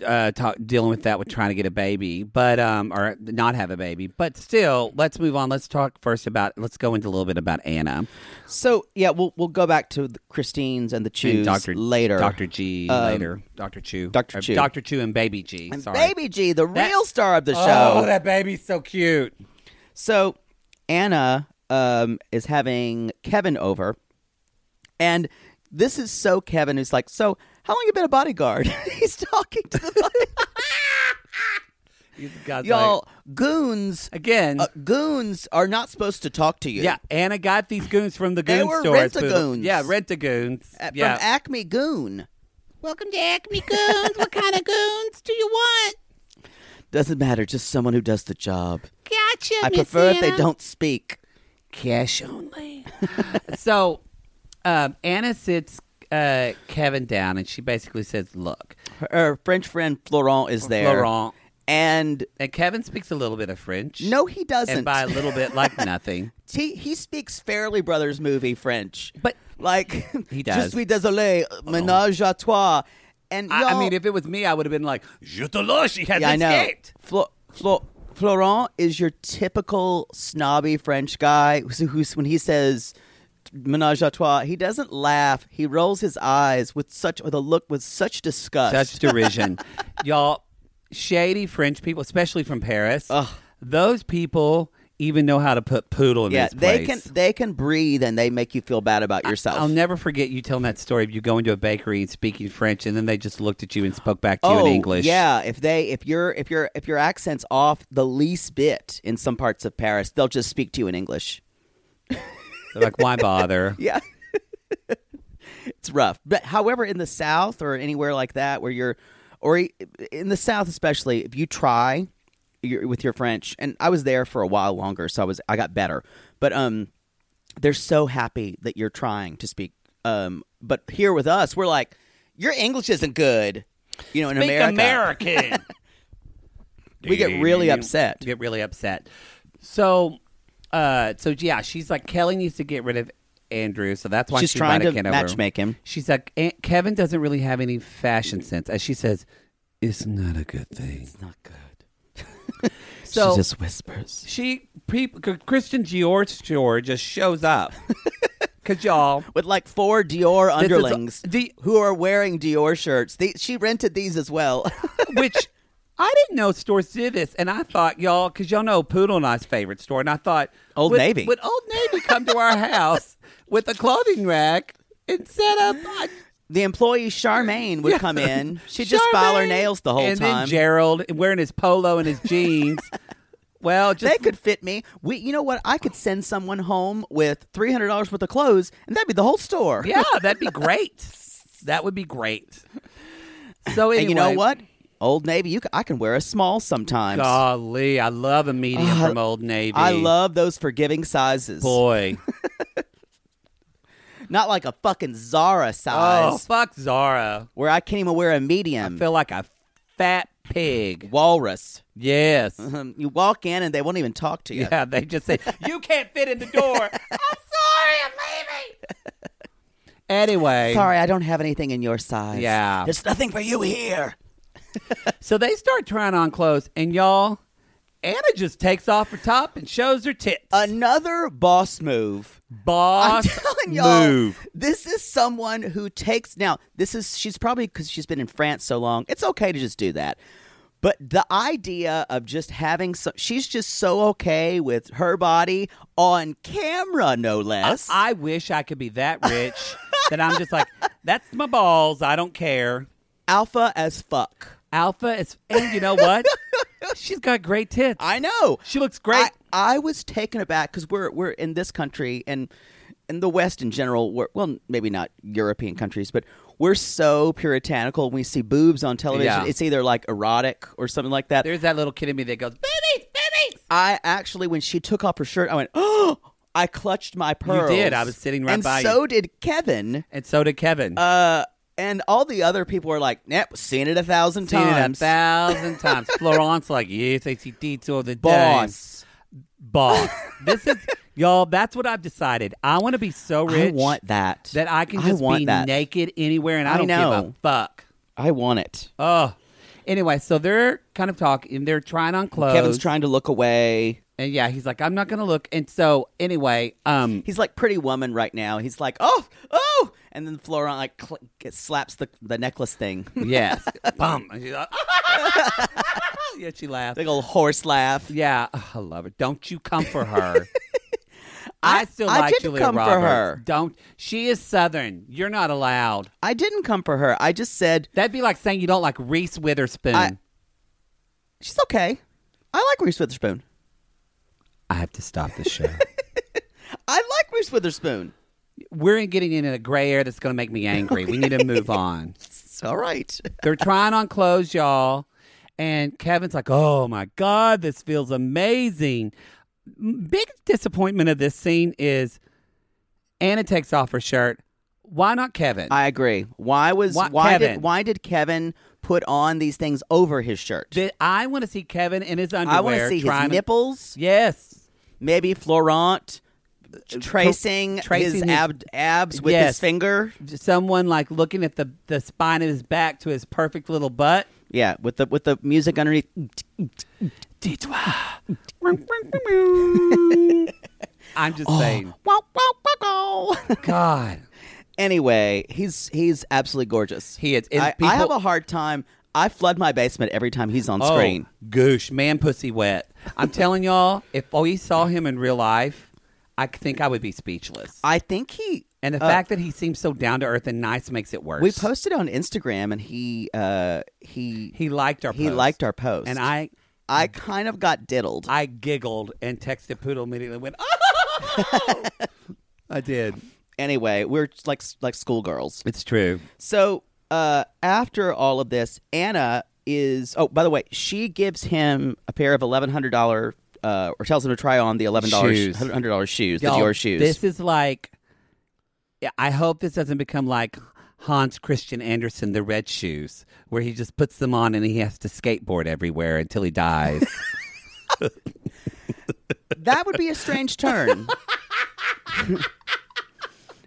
[SPEAKER 2] uh, talk, dealing with that with trying to get a baby, but um, or not have a baby. But still, let's move on. Let's talk first about. Let's go into a little bit about Anna
[SPEAKER 3] So yeah, we'll we'll go back to the Christine's and the
[SPEAKER 2] and
[SPEAKER 3] Chews
[SPEAKER 2] Doctor
[SPEAKER 3] later.
[SPEAKER 2] Doctor G
[SPEAKER 3] Um,
[SPEAKER 2] later, Doctor Chu,
[SPEAKER 3] Dr. Chu.
[SPEAKER 2] Doctor Chu, and Baby G.
[SPEAKER 3] and
[SPEAKER 2] sorry.
[SPEAKER 3] Baby G, the
[SPEAKER 2] That-
[SPEAKER 3] real star of the
[SPEAKER 2] Oh,
[SPEAKER 3] show.
[SPEAKER 2] that baby's so cute.
[SPEAKER 3] So Anna um, is having Kevin over, and this is so Kevin who's like, "So how long you been a bodyguard?" [LAUGHS] He's talking to the
[SPEAKER 2] These guys
[SPEAKER 3] y'all
[SPEAKER 2] like-
[SPEAKER 3] goons
[SPEAKER 2] again.
[SPEAKER 3] uh, goons are not supposed to talk to you
[SPEAKER 2] yeah, Anna got these goons from the
[SPEAKER 3] They
[SPEAKER 2] goon
[SPEAKER 3] were
[SPEAKER 2] store.
[SPEAKER 3] rent-a-goons.
[SPEAKER 2] Yeah, rent-a-goons.
[SPEAKER 3] Uh, from
[SPEAKER 2] yeah.
[SPEAKER 3] acme goon
[SPEAKER 2] Welcome to Acme Goons. what kind of goons do you want?
[SPEAKER 3] doesn't matter just someone who does the job
[SPEAKER 2] Gotcha.
[SPEAKER 3] i prefer if they don't speak
[SPEAKER 2] Cash only. so um, Anna sits uh, Kevin down and she basically says, Look.
[SPEAKER 3] her, her french friend florent is there
[SPEAKER 2] Florent.
[SPEAKER 3] and
[SPEAKER 2] And Kevin speaks a little bit of French.
[SPEAKER 3] no he doesn't
[SPEAKER 2] And by a little bit, like
[SPEAKER 3] [LAUGHS]
[SPEAKER 2] nothing.
[SPEAKER 3] he, he speaks fairly brothers movie french
[SPEAKER 2] But
[SPEAKER 3] like
[SPEAKER 2] [LAUGHS] He does.
[SPEAKER 3] [LAUGHS] je suis désolé ménage à toi and
[SPEAKER 2] I, I
[SPEAKER 3] y'all-
[SPEAKER 2] mean, if it was me, I would have been like, Je te lâche, she has
[SPEAKER 3] yeah, I know.
[SPEAKER 2] escaped.
[SPEAKER 3] Flo- Flo- Florent is your typical snobby French guy who's, who's when he says "ménage à toi," he doesn't laugh. He rolls his eyes with such with a look with such disgust. [LAUGHS]
[SPEAKER 2] Such derision. Y'all, shady French people, especially from Paris, those people even know how to put poodle in
[SPEAKER 3] Yeah,
[SPEAKER 2] this
[SPEAKER 3] they
[SPEAKER 2] place.
[SPEAKER 3] can they can breathe and they make you feel bad about yourself.
[SPEAKER 2] I'll never forget you telling that story of you going to a bakery and speaking French, and then they just looked at you and spoke back to you
[SPEAKER 3] oh,
[SPEAKER 2] in English.
[SPEAKER 3] Yeah, if they if your if your if your accent's off the least bit in some parts of Paris, they'll just speak to you in [LAUGHS] English.
[SPEAKER 2] They're like, why bother?
[SPEAKER 3] Yeah. it's rough. But however in the south or anywhere like that where you're or e- in the south especially if you try your, with your French and I was there for a while longer so I was I got better. But um they're so happy that you're trying to speak um but here with us we're like your English isn't good. You know, in America,
[SPEAKER 2] American.
[SPEAKER 3] [LAUGHS] we get
[SPEAKER 2] [LAUGHS]
[SPEAKER 3] really upset.
[SPEAKER 2] Get really upset. So, uh, so yeah, she's like Kelly needs to get rid of Andrew, so that's why
[SPEAKER 3] She's
[SPEAKER 2] she
[SPEAKER 3] trying to
[SPEAKER 2] invited Ken over.
[SPEAKER 3] matchmake him.
[SPEAKER 2] She's like "Aunt Kevin doesn't really have any fashion sense, as she says. It's not a good thing. It's not good. so [LAUGHS]
[SPEAKER 3] she just whispers.
[SPEAKER 2] she people, Christian George George just shows
[SPEAKER 3] [LAUGHS]
[SPEAKER 2] up because y'all.
[SPEAKER 3] with like four Dior
[SPEAKER 2] is-
[SPEAKER 3] underlings
[SPEAKER 2] the-
[SPEAKER 3] who are wearing Dior shirts. They, she rented these as well. [LAUGHS]
[SPEAKER 2] which I didn't know stores did this, and I thought y'all because y'all know Poodle and I's favorite store, and I thought
[SPEAKER 3] Old
[SPEAKER 2] would-
[SPEAKER 3] Navy.
[SPEAKER 2] would Old Navy come to our house with a clothing rack and set up? I,
[SPEAKER 3] the employee Charmaine would come in. She'd just file her
[SPEAKER 2] Charmaine!
[SPEAKER 3] nails the whole
[SPEAKER 2] and
[SPEAKER 3] time.
[SPEAKER 2] Then Gerald wearing his polo and his
[SPEAKER 3] [LAUGHS]
[SPEAKER 2] jeans. well, just
[SPEAKER 3] they could fit me. We, you know what? I could send someone home with three hundred dollars worth of clothes, and that'd be the whole store.
[SPEAKER 2] yeah, that'd be
[SPEAKER 3] [LAUGHS]
[SPEAKER 2] great. That would be great. So anyway,
[SPEAKER 3] and you know what? Old Navy, you ca I can wear a small sometimes.
[SPEAKER 2] Golly, I love a medium
[SPEAKER 3] Oh, I-
[SPEAKER 2] from Old Navy.
[SPEAKER 3] I love those forgiving sizes.
[SPEAKER 2] boy.
[SPEAKER 3] [LAUGHS] Not like a fucking Zara
[SPEAKER 2] Oh,
[SPEAKER 3] size
[SPEAKER 2] fuck Zara.
[SPEAKER 3] where I can't even wear a medium.
[SPEAKER 2] feel like a fat pig.
[SPEAKER 3] Walrus.
[SPEAKER 2] Yes.
[SPEAKER 3] Um, [LAUGHS] you walk in and they won't even talk to you.
[SPEAKER 2] Yeah, they just say, you can't fit in the [LAUGHS] door. I'm sorry, I'm leaving.
[SPEAKER 3] [LAUGHS]
[SPEAKER 2] Anyway.
[SPEAKER 3] Sorry, I don't have anything in your size.
[SPEAKER 2] Yeah.
[SPEAKER 3] There's nothing for you here.
[SPEAKER 2] So they start trying on clothes, and y'all, Anna just takes off her top and shows her tits.
[SPEAKER 3] Another boss move.
[SPEAKER 2] Boss
[SPEAKER 3] I'm [LAUGHS] telling y'all,
[SPEAKER 2] move.
[SPEAKER 3] this is someone who takes. Now, this is she's probably because she's been in France so long. It's okay to just do that. But the idea of just having some, she's just so okay with her body on camera, no less.
[SPEAKER 2] I wish I could be that rich [LAUGHS] that I'm just like, that's my balls. I don't care.
[SPEAKER 3] Alpha as fuck.
[SPEAKER 2] Alpha is, and you know [LAUGHS] what? She's got great tits.
[SPEAKER 3] I know.
[SPEAKER 2] She looks great.
[SPEAKER 3] I, I was taken aback because we're we're in this country and in the West in general. We're, well, maybe not European countries, but we're so puritanical. When we see boobs on television,
[SPEAKER 2] Yeah.
[SPEAKER 3] it's either like erotic or something like that.
[SPEAKER 2] There's that little kid in me that goes, boobies, boobies.
[SPEAKER 3] I actually, when she took off her shirt, I went, [GASPS] oh! I clutched my pearls.
[SPEAKER 2] did. I was sitting right
[SPEAKER 3] and
[SPEAKER 2] by you.
[SPEAKER 3] so did Kevin.
[SPEAKER 2] And so did Kevin.
[SPEAKER 3] Uh, and all the other people were like, "Yep, seen it a thousand
[SPEAKER 2] Seen
[SPEAKER 3] times."
[SPEAKER 2] it
[SPEAKER 3] [LAUGHS]
[SPEAKER 2] a thousand times. Florence, like, yes, I see deets all the day.
[SPEAKER 3] Boss,
[SPEAKER 2] Boss. This is, y'all, that's what I've decided. I want to be so rich
[SPEAKER 3] I want that.
[SPEAKER 2] that I can just
[SPEAKER 3] want
[SPEAKER 2] be
[SPEAKER 3] that.
[SPEAKER 2] naked anywhere and I,
[SPEAKER 3] I
[SPEAKER 2] don't
[SPEAKER 3] know.
[SPEAKER 2] give a fuck.
[SPEAKER 3] I want it.
[SPEAKER 2] Oh. Anyway, so they're kind of talking. They're trying on clothes.
[SPEAKER 3] Kevin's trying to look away.
[SPEAKER 2] And yeah, he's like, I'm not going to look. And so,
[SPEAKER 3] [LAUGHS]
[SPEAKER 2] anyway, um,
[SPEAKER 3] He's like pretty woman right now. He's like, oh, oh, and then Florent like cl- gets- slaps the the necklace
[SPEAKER 2] [LAUGHS]
[SPEAKER 3] thing.
[SPEAKER 2] yes. Bum.
[SPEAKER 3] [LAUGHS]
[SPEAKER 2] And she's like, [LAUGHS] yeah, she laughed.
[SPEAKER 3] Big old horse laugh.
[SPEAKER 2] Yeah, oh, I love her. Don't you come for her.
[SPEAKER 3] [LAUGHS]
[SPEAKER 2] I,
[SPEAKER 3] I-
[SPEAKER 2] still
[SPEAKER 3] I
[SPEAKER 2] like
[SPEAKER 3] didn't
[SPEAKER 2] Julia
[SPEAKER 3] come for
[SPEAKER 2] Roberts.
[SPEAKER 3] her.
[SPEAKER 2] Don't. She is Southern. You're not allowed.
[SPEAKER 3] I didn't come for her. I just said
[SPEAKER 2] That'd be like saying you don't like Reese Witherspoon. I,
[SPEAKER 3] I- she's okay. I like Reese Witherspoon.
[SPEAKER 2] have to stop the show.
[SPEAKER 3] I like Reese Witherspoon.
[SPEAKER 2] We're getting into a gray area that's going to make me angry. We need to move on.
[SPEAKER 3] [LAUGHS] It's all right.
[SPEAKER 2] They're trying on clothes, y'all. And Kevin's like, oh my God, this feels amazing. M- Big disappointment of this scene is Anna takes off her shirt. Why not Kevin?
[SPEAKER 3] I agree. Why was
[SPEAKER 2] Why-
[SPEAKER 3] why,
[SPEAKER 2] Kevin.
[SPEAKER 3] did why did Kevin put on these things over his shirt?
[SPEAKER 2] Did, I want to see Kevin in his underwear.
[SPEAKER 3] I want to see his
[SPEAKER 2] trying to-
[SPEAKER 3] nipples.
[SPEAKER 2] Yes.
[SPEAKER 3] Maybe Florent uh, tracing,
[SPEAKER 2] tracing
[SPEAKER 3] his,
[SPEAKER 2] his-
[SPEAKER 3] ab- abs with
[SPEAKER 2] Yes.
[SPEAKER 3] his finger.
[SPEAKER 2] Someone like looking at the, the spine of his back to his perfect little butt.
[SPEAKER 3] Yeah, with the with the music underneath. [LAUGHS]
[SPEAKER 2] I'm just
[SPEAKER 3] Oh.
[SPEAKER 2] saying.
[SPEAKER 3] Wow, wow, wow, wow.
[SPEAKER 2] God.
[SPEAKER 3] anyway, he's he's absolutely gorgeous.
[SPEAKER 2] He is. And
[SPEAKER 3] I,
[SPEAKER 2] people-
[SPEAKER 3] I have a hard time. I flood my basement every time he's on screen.
[SPEAKER 2] Oh, goosh, man, pussy wet. I'm telling y'all, if we saw him in real life, I think I would be speechless.
[SPEAKER 3] I think he
[SPEAKER 2] and the
[SPEAKER 3] uh,
[SPEAKER 2] fact that he seems so down to earth and nice makes it worse.
[SPEAKER 3] we posted on Instagram and he uh he
[SPEAKER 2] He liked our
[SPEAKER 3] he
[SPEAKER 2] post.
[SPEAKER 3] liked our post
[SPEAKER 2] and I,
[SPEAKER 3] I kind of got diddled.
[SPEAKER 2] I giggled and texted Poodle immediately. and Went, [LAUGHS] I did.
[SPEAKER 3] anyway, we're just like like schoolgirls.
[SPEAKER 2] It's true.
[SPEAKER 3] So uh, after all of this, Anna is. Oh, by the way, she gives him a pair of eleven hundred dollar, uh, or tells him to try on the eleven dollars
[SPEAKER 2] Shoes.
[SPEAKER 3] hundred dollar shoes, the
[SPEAKER 2] Y'all,
[SPEAKER 3] Dior shoes.
[SPEAKER 2] This is like. Yeah, I hope this doesn't become like Hans Christian Andersen, the red shoes, where he just puts them on and he has to skateboard everywhere until
[SPEAKER 3] [LAUGHS]
[SPEAKER 2] he dies.
[SPEAKER 3] that would be a [LAUGHS] strange turn. [LAUGHS]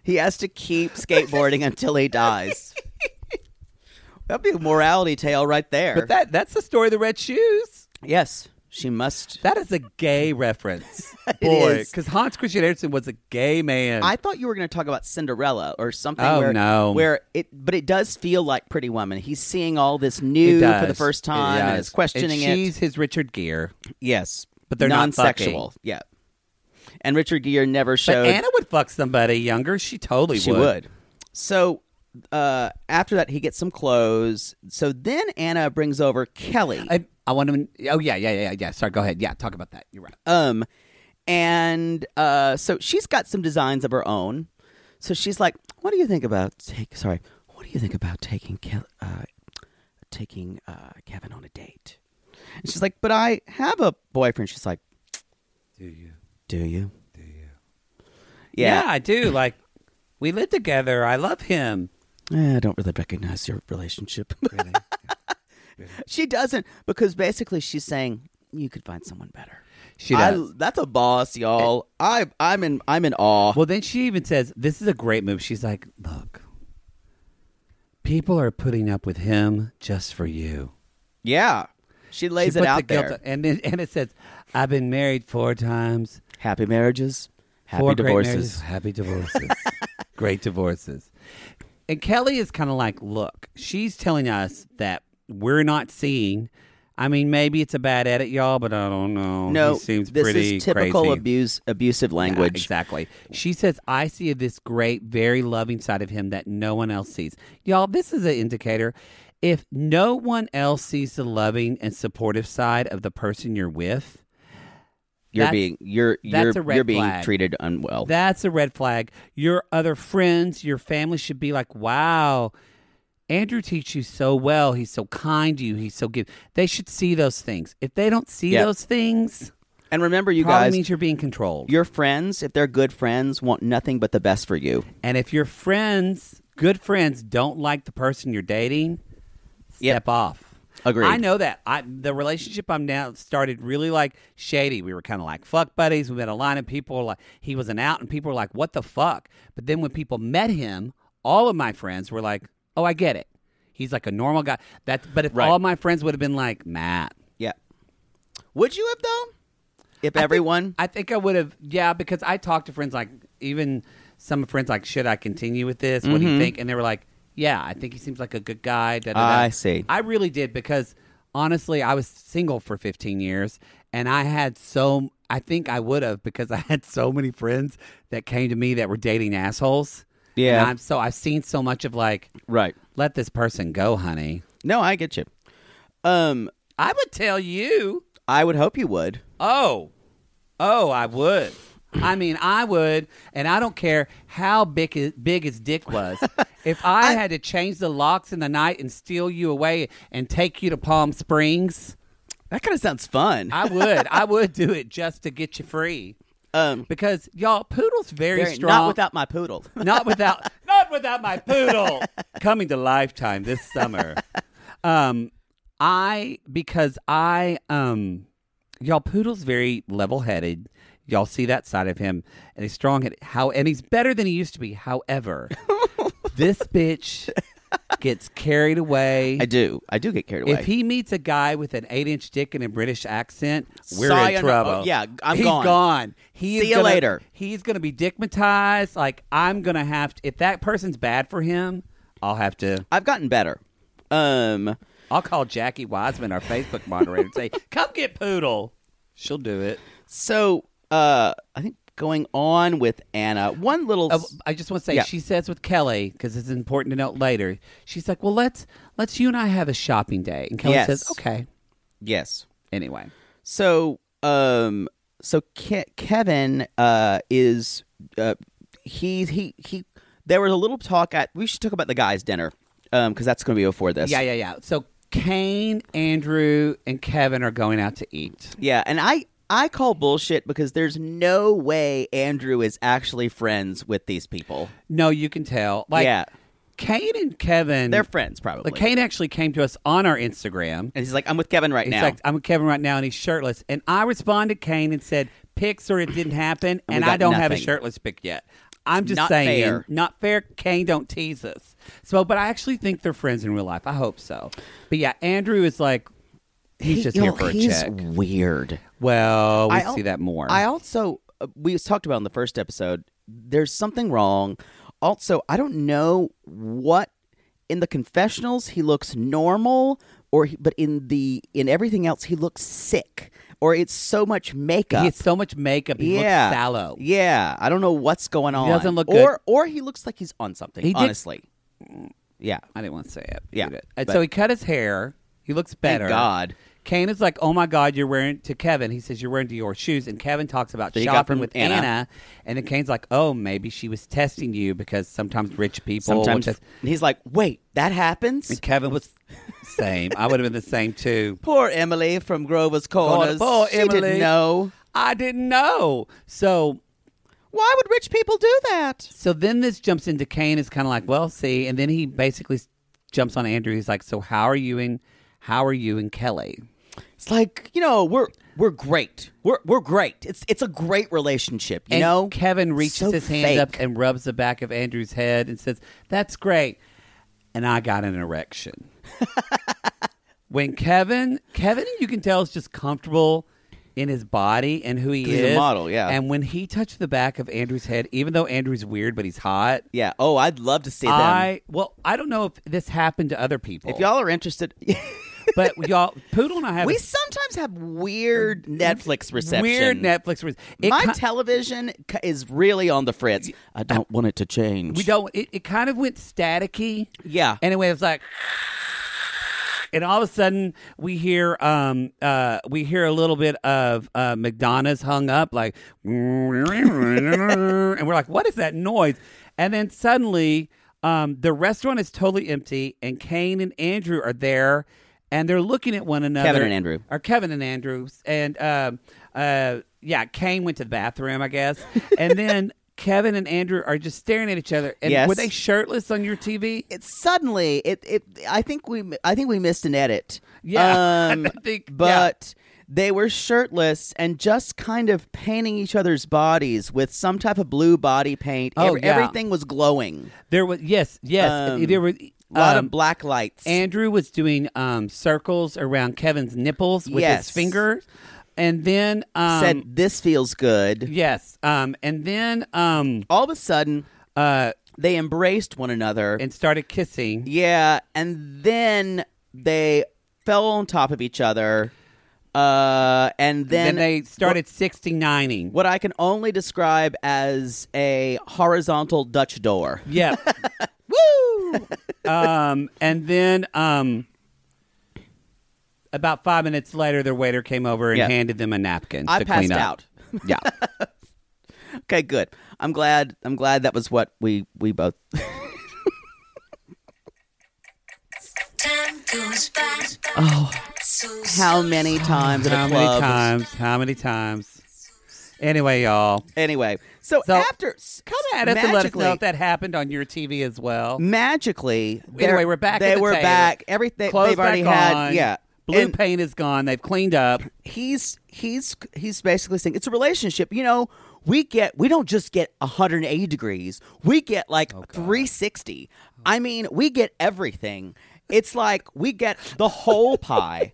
[SPEAKER 3] he has to keep skateboarding until he
[SPEAKER 2] [LAUGHS]
[SPEAKER 3] dies. That'd be a morality tale right there.
[SPEAKER 2] but that that's the story of the red shoes.
[SPEAKER 3] yes, she must.
[SPEAKER 2] That is a
[SPEAKER 3] [LAUGHS]
[SPEAKER 2] gay reference.
[SPEAKER 3] It
[SPEAKER 2] Boy,
[SPEAKER 3] is.
[SPEAKER 2] because Hans Christian Andersen was a gay man.
[SPEAKER 3] I thought you were going to talk about Cinderella or something.
[SPEAKER 2] Oh,
[SPEAKER 3] where,
[SPEAKER 2] no.
[SPEAKER 3] Where it, but it does feel like Pretty Woman. He's seeing all this new
[SPEAKER 2] It
[SPEAKER 3] for the
[SPEAKER 2] does.
[SPEAKER 3] first
[SPEAKER 2] It
[SPEAKER 3] time and
[SPEAKER 2] does.
[SPEAKER 3] is questioning
[SPEAKER 2] and she's
[SPEAKER 3] it.
[SPEAKER 2] his Richard Gere.
[SPEAKER 3] Yes,
[SPEAKER 2] but they're not
[SPEAKER 3] non-sexual.
[SPEAKER 2] fucking.
[SPEAKER 3] yeah, and Richard Gere never
[SPEAKER 2] But
[SPEAKER 3] showed.
[SPEAKER 2] Anna would fuck somebody younger. She totally
[SPEAKER 3] she
[SPEAKER 2] would.
[SPEAKER 3] would. So uh, after that, he gets some clothes. So then Anna brings over Kelly.
[SPEAKER 2] I, I want to. Oh yeah, yeah, yeah, yeah. Sorry, go ahead. Yeah, talk about that. You're right.
[SPEAKER 3] Um, and uh, so she's got some designs of her own. So she's like, "What do you think about take? Sorry, what do you think about taking Ke- uh, taking uh, Kevin on a date?" And she's like, "But I have a boyfriend." She's like, "Do you? Do you? Do you?"
[SPEAKER 2] Yeah.
[SPEAKER 3] Yeah,
[SPEAKER 2] I do. Like we live together. I love him.
[SPEAKER 3] Eh, I don't really recognize your relationship. [LAUGHS]
[SPEAKER 2] [LAUGHS]
[SPEAKER 3] she doesn't because basically she's saying you could find someone better.
[SPEAKER 2] She
[SPEAKER 3] I-
[SPEAKER 2] does.
[SPEAKER 3] that's a boss, y'all. Oh, I I'm in I'm in awe.
[SPEAKER 2] Well, then she even says, "This is a great move." She's like, "Look, people are putting up with him just for you."
[SPEAKER 3] Yeah. She
[SPEAKER 2] She
[SPEAKER 3] lays it
[SPEAKER 2] puts
[SPEAKER 3] out
[SPEAKER 2] the guilt-
[SPEAKER 3] there.
[SPEAKER 2] and then and it says, "I've been married four times,
[SPEAKER 3] Happy marriages, happy
[SPEAKER 2] four great marriages,
[SPEAKER 3] divorces. [LAUGHS]
[SPEAKER 2] happy divorces, great divorces." And Kelly is kind of like, "Look, she's telling us that we're not seeing." I mean, maybe it's a bad edit, y'all, but I don't know.
[SPEAKER 3] No,
[SPEAKER 2] he seems
[SPEAKER 3] this
[SPEAKER 2] pretty
[SPEAKER 3] is typical
[SPEAKER 2] crazy.
[SPEAKER 3] abuse abusive
[SPEAKER 2] Yeah,
[SPEAKER 3] language.
[SPEAKER 2] exactly. She says, I see this great, very loving side of him that no one else sees. Y'all, this is an indicator. If no one else sees the loving and supportive side of the person you're with,
[SPEAKER 3] You're
[SPEAKER 2] That's-
[SPEAKER 3] being you're
[SPEAKER 2] that's
[SPEAKER 3] you're
[SPEAKER 2] a red
[SPEAKER 3] you're being
[SPEAKER 2] flag.
[SPEAKER 3] treated unwell.
[SPEAKER 2] that's a red flag. Your other friends, your family should be like, wow, Andrew teaches you so well. He's so kind to you. He's so good. They should see those things. If they don't see
[SPEAKER 3] Yeah.
[SPEAKER 2] those things,
[SPEAKER 3] and remember you
[SPEAKER 2] probably
[SPEAKER 3] guys
[SPEAKER 2] means you're being controlled.
[SPEAKER 3] your friends, if they're good friends, want nothing but the best for you.
[SPEAKER 2] And if your friends, good friends, don't like the person you're dating, step
[SPEAKER 3] Yep.
[SPEAKER 2] off.
[SPEAKER 3] Agreed.
[SPEAKER 2] I know that. I the relationship I'm now started really like shady. We were kind of like fuck buddies. We met online and people were like he was an out and people were like what the fuck. But then when people met him, all of my friends were like, "Oh, I get it. He's like a normal guy." That but if
[SPEAKER 3] Right.
[SPEAKER 2] all my friends would have been like, "Matt,
[SPEAKER 3] Yeah. Would you have though? If
[SPEAKER 2] I think-
[SPEAKER 3] everyone
[SPEAKER 2] I think I would have, yeah, because I talked to friends like even some friends like, should I continue with this? What do
[SPEAKER 3] Mm-hmm.
[SPEAKER 2] you think? And they were like, yeah, I think he seems like a good guy. Da, da, da.
[SPEAKER 3] I see.
[SPEAKER 2] I really did because honestly, I was single for 15 years and I had so. I think I would have because I had so many friends that came to me that were dating assholes.
[SPEAKER 3] Yeah.
[SPEAKER 2] and I'm so I've seen so much of like,
[SPEAKER 3] Right.
[SPEAKER 2] let this person go, honey.
[SPEAKER 3] No, I get you. Um
[SPEAKER 2] I would tell you.
[SPEAKER 3] I would hope you would.
[SPEAKER 2] Oh, oh, I would. I mean, I would, and I don't care how big his, big his dick
[SPEAKER 3] [LAUGHS]
[SPEAKER 2] was. if I, had to change the locks in the night and steal you away and take you to Palm Springs,
[SPEAKER 3] That kind of sounds fun.
[SPEAKER 2] I would. I
[SPEAKER 3] [LAUGHS]
[SPEAKER 2] would do it just to get you free.
[SPEAKER 3] um
[SPEAKER 2] Because y'all, poodle's very,
[SPEAKER 3] very-
[SPEAKER 2] strong.
[SPEAKER 3] not without my poodle.
[SPEAKER 2] not without, not without my poodle coming to Lifetime this summer. Um, I because I um, y'all poodle's very level headed. Y'all see that side of him, and he's strong. And how and he's better than he used to be. However, this bitch gets carried away.
[SPEAKER 3] I do. I do get [LAUGHS] carried away.
[SPEAKER 2] If he meets a guy with an eight-inch dick and a British accent, we're in
[SPEAKER 3] Sayonara.
[SPEAKER 2] trouble.
[SPEAKER 3] Oh, yeah, I'm
[SPEAKER 2] He's
[SPEAKER 3] gone.
[SPEAKER 2] gone. He is
[SPEAKER 3] See you
[SPEAKER 2] gonna-
[SPEAKER 3] later.
[SPEAKER 2] He's gonna be dickmatized. Like I'm gonna have to. If that person's bad for him, I'll have to.
[SPEAKER 3] I've gotten better. Um,
[SPEAKER 2] I'll call Jackie Wiseman, our Facebook
[SPEAKER 3] [LAUGHS]
[SPEAKER 2] moderator, and say, "Come get Poodle." She'll do it.
[SPEAKER 3] So uh, I think going on with Anna, one little
[SPEAKER 2] Oh, I just want to say,
[SPEAKER 3] Yeah.
[SPEAKER 2] she says with Kelly because it's important to note later. She's like, "Well, let's let's you and I have a shopping day," and Kelly
[SPEAKER 3] Yes.
[SPEAKER 2] says, "Okay."
[SPEAKER 3] yes.
[SPEAKER 2] Anyway,
[SPEAKER 3] So um, so Ke- Kevin uh is uh he he he. There was a little talk at we should talk about the guys' dinner um because that's going to be before this.
[SPEAKER 2] yeah, yeah, yeah. So Kane, Andrew, and Kevin are going out to eat.
[SPEAKER 3] Yeah, and I I call bullshit because there's no way Andrew is actually friends with these people.
[SPEAKER 2] No, you can tell. Like,
[SPEAKER 3] Yeah.
[SPEAKER 2] Kane and Kevin,
[SPEAKER 3] They're friends probably.
[SPEAKER 2] Like Kane actually came to us on our Instagram.
[SPEAKER 3] and he's like, I'm with Kevin right
[SPEAKER 2] He's
[SPEAKER 3] now.
[SPEAKER 2] like, I'm with Kevin right now, and he's shirtless. And I responded Kane and said, "Pics or it didn't happen."
[SPEAKER 3] we
[SPEAKER 2] And I
[SPEAKER 3] got
[SPEAKER 2] don't have a
[SPEAKER 3] nothing.
[SPEAKER 2] shirtless pic yet. I'm just
[SPEAKER 3] Not
[SPEAKER 2] saying,
[SPEAKER 3] fair.
[SPEAKER 2] not fair. Kane, don't tease us. So, but I actually think they're friends in real life. I hope so. But yeah, Andrew is like, he's
[SPEAKER 3] He-
[SPEAKER 2] just
[SPEAKER 3] yo,
[SPEAKER 2] here for a
[SPEAKER 3] he's
[SPEAKER 2] check.
[SPEAKER 3] Weird.
[SPEAKER 2] Well, we
[SPEAKER 3] al-
[SPEAKER 2] see that more.
[SPEAKER 3] I also uh, we talked about in the first episode. There's something wrong. Also, I don't know what in the confessionals he looks normal, or he, but in the in everything else he looks sick, or it's so much makeup.
[SPEAKER 2] he has so much makeup. He
[SPEAKER 3] yeah,
[SPEAKER 2] looks sallow.
[SPEAKER 3] Yeah, I don't know what's going on.
[SPEAKER 2] doesn't look
[SPEAKER 3] or or he looks like he's on something.
[SPEAKER 2] He did-
[SPEAKER 3] honestly, yeah.
[SPEAKER 2] I didn't want to say it.
[SPEAKER 3] Yeah,
[SPEAKER 2] Leave it. And
[SPEAKER 3] but-
[SPEAKER 2] so he cut his hair. He looks better.
[SPEAKER 3] God.
[SPEAKER 2] Kane is like, "Oh my God, you're wearing." To Kevin, he says, "You're wearing Dior shoes." And Kevin talks about
[SPEAKER 3] That he got
[SPEAKER 2] shopping
[SPEAKER 3] from
[SPEAKER 2] with
[SPEAKER 3] Anna.
[SPEAKER 2] Anna. And then Kane's like, "Oh, maybe she was testing you because sometimes rich people." will
[SPEAKER 3] Sometimes
[SPEAKER 2] test-
[SPEAKER 3] and he's like, "Wait, that happens."
[SPEAKER 2] and Kevin was same. I would have been the same too.
[SPEAKER 3] Poor Emily from Grover's Corners.
[SPEAKER 2] poor
[SPEAKER 3] she
[SPEAKER 2] Emily.
[SPEAKER 3] didn't know.
[SPEAKER 2] I didn't know. So
[SPEAKER 3] Why would rich people do that?
[SPEAKER 2] So then this jumps into Kane is kind of like, well, see, and then he basically s- jumps on Andrew. He's like, so how are you and how are you and Kelly?
[SPEAKER 3] It's like you know we're we're great. We're we're great. It's it's a great relationship. You
[SPEAKER 2] and
[SPEAKER 3] know,
[SPEAKER 2] Kevin reaches
[SPEAKER 3] So
[SPEAKER 2] his hand up
[SPEAKER 3] fake.
[SPEAKER 2] and rubs the back of Andrew's head and says, "That's great," and I got
[SPEAKER 3] [LAUGHS]
[SPEAKER 2] an erection. when Kevin, Kevin, you can tell is just comfortable in his body and who he
[SPEAKER 3] He's
[SPEAKER 2] is.
[SPEAKER 3] a model, yeah.
[SPEAKER 2] And when he touched the back of Andrew's head, even though Andrew's weird but he's hot,
[SPEAKER 3] yeah. Oh, I'd love to see them.
[SPEAKER 2] I well, I don't know if this happened to other people.
[SPEAKER 3] if y'all are interested,
[SPEAKER 2] but y'all, Poodle and I have
[SPEAKER 3] [LAUGHS] we
[SPEAKER 2] a
[SPEAKER 3] sometimes have weird Netflix reception.
[SPEAKER 2] weird Netflix. res- It
[SPEAKER 3] My
[SPEAKER 2] ki-
[SPEAKER 3] television ca- is really on the fritz. I don't want it to change.
[SPEAKER 2] we don't. It, it kind of went staticky.
[SPEAKER 3] Yeah.
[SPEAKER 2] Anyway, it was like, and all of a sudden we hear um uh we hear a little bit of uh Madonna's hung up like, [LAUGHS] and we're like, what is that noise? And then suddenly, um, the restaurant is totally empty, and Kane and Andrew are there. And they're looking at one another.
[SPEAKER 3] Kevin and Andrew.
[SPEAKER 2] Or Kevin and Andrew. And um, uh, yeah, Kane went to the bathroom, I guess. And then [LAUGHS] Kevin and Andrew are just staring at each other. And
[SPEAKER 3] Yes.
[SPEAKER 2] were they shirtless on your TV?
[SPEAKER 3] It suddenly it it. I think we I think we missed an edit.
[SPEAKER 2] Yeah, [LAUGHS]
[SPEAKER 3] Um,
[SPEAKER 2] I think- yeah.
[SPEAKER 3] but. They were shirtless and just kind of painting each other's bodies with some type of blue body paint.
[SPEAKER 2] Oh, yeah.
[SPEAKER 3] Everything was glowing.
[SPEAKER 2] There was yes, yes.
[SPEAKER 3] Um,
[SPEAKER 2] there was
[SPEAKER 3] A lot
[SPEAKER 2] um,
[SPEAKER 3] of black lights.
[SPEAKER 2] Andrew was doing um, circles around Kevin's nipples with
[SPEAKER 3] Yes.
[SPEAKER 2] his finger, and then um,
[SPEAKER 3] said, "This feels good."
[SPEAKER 2] yes, um, and then um,
[SPEAKER 3] All of a sudden,
[SPEAKER 2] uh,
[SPEAKER 3] they embraced one another.
[SPEAKER 2] and started kissing.
[SPEAKER 3] yeah, and then they fell on top of each other. Uh, and then,
[SPEAKER 2] Then, they started sixty nining.
[SPEAKER 3] what I can only describe as a horizontal Dutch door. [LAUGHS]
[SPEAKER 2] Yeah. Woo. Um, and then um, about five minutes later, their waiter came over and
[SPEAKER 3] Yeah.
[SPEAKER 2] handed them a napkin.
[SPEAKER 3] I
[SPEAKER 2] to
[SPEAKER 3] passed
[SPEAKER 2] clean up.
[SPEAKER 3] out.
[SPEAKER 2] [LAUGHS] Yeah.
[SPEAKER 3] Okay, good. I'm glad. I'm glad that was what we we both. [LAUGHS]
[SPEAKER 6] Time goes by. So
[SPEAKER 3] Oh, How many times at
[SPEAKER 2] How
[SPEAKER 3] a
[SPEAKER 2] many
[SPEAKER 3] club?
[SPEAKER 2] times? How many times? Anyway, y'all.
[SPEAKER 3] Anyway, so,
[SPEAKER 2] So,
[SPEAKER 3] after
[SPEAKER 2] Come at us and let us
[SPEAKER 3] magically-
[SPEAKER 2] know if that happened on your TV as well.
[SPEAKER 3] magically. they're-
[SPEAKER 2] Anyway, we're back.
[SPEAKER 3] They
[SPEAKER 2] at the
[SPEAKER 3] were
[SPEAKER 2] table.
[SPEAKER 3] back. Everything
[SPEAKER 2] Clothes
[SPEAKER 3] they've already
[SPEAKER 2] back
[SPEAKER 3] had.
[SPEAKER 2] on.
[SPEAKER 3] Yeah,
[SPEAKER 2] Blue
[SPEAKER 3] And
[SPEAKER 2] paint is gone. They've cleaned up.
[SPEAKER 3] he's he's he's basically saying it's a relationship. You know, we get we don't just get 180 degrees. We get like 360. I mean, we get everything. It's like we get the whole pie,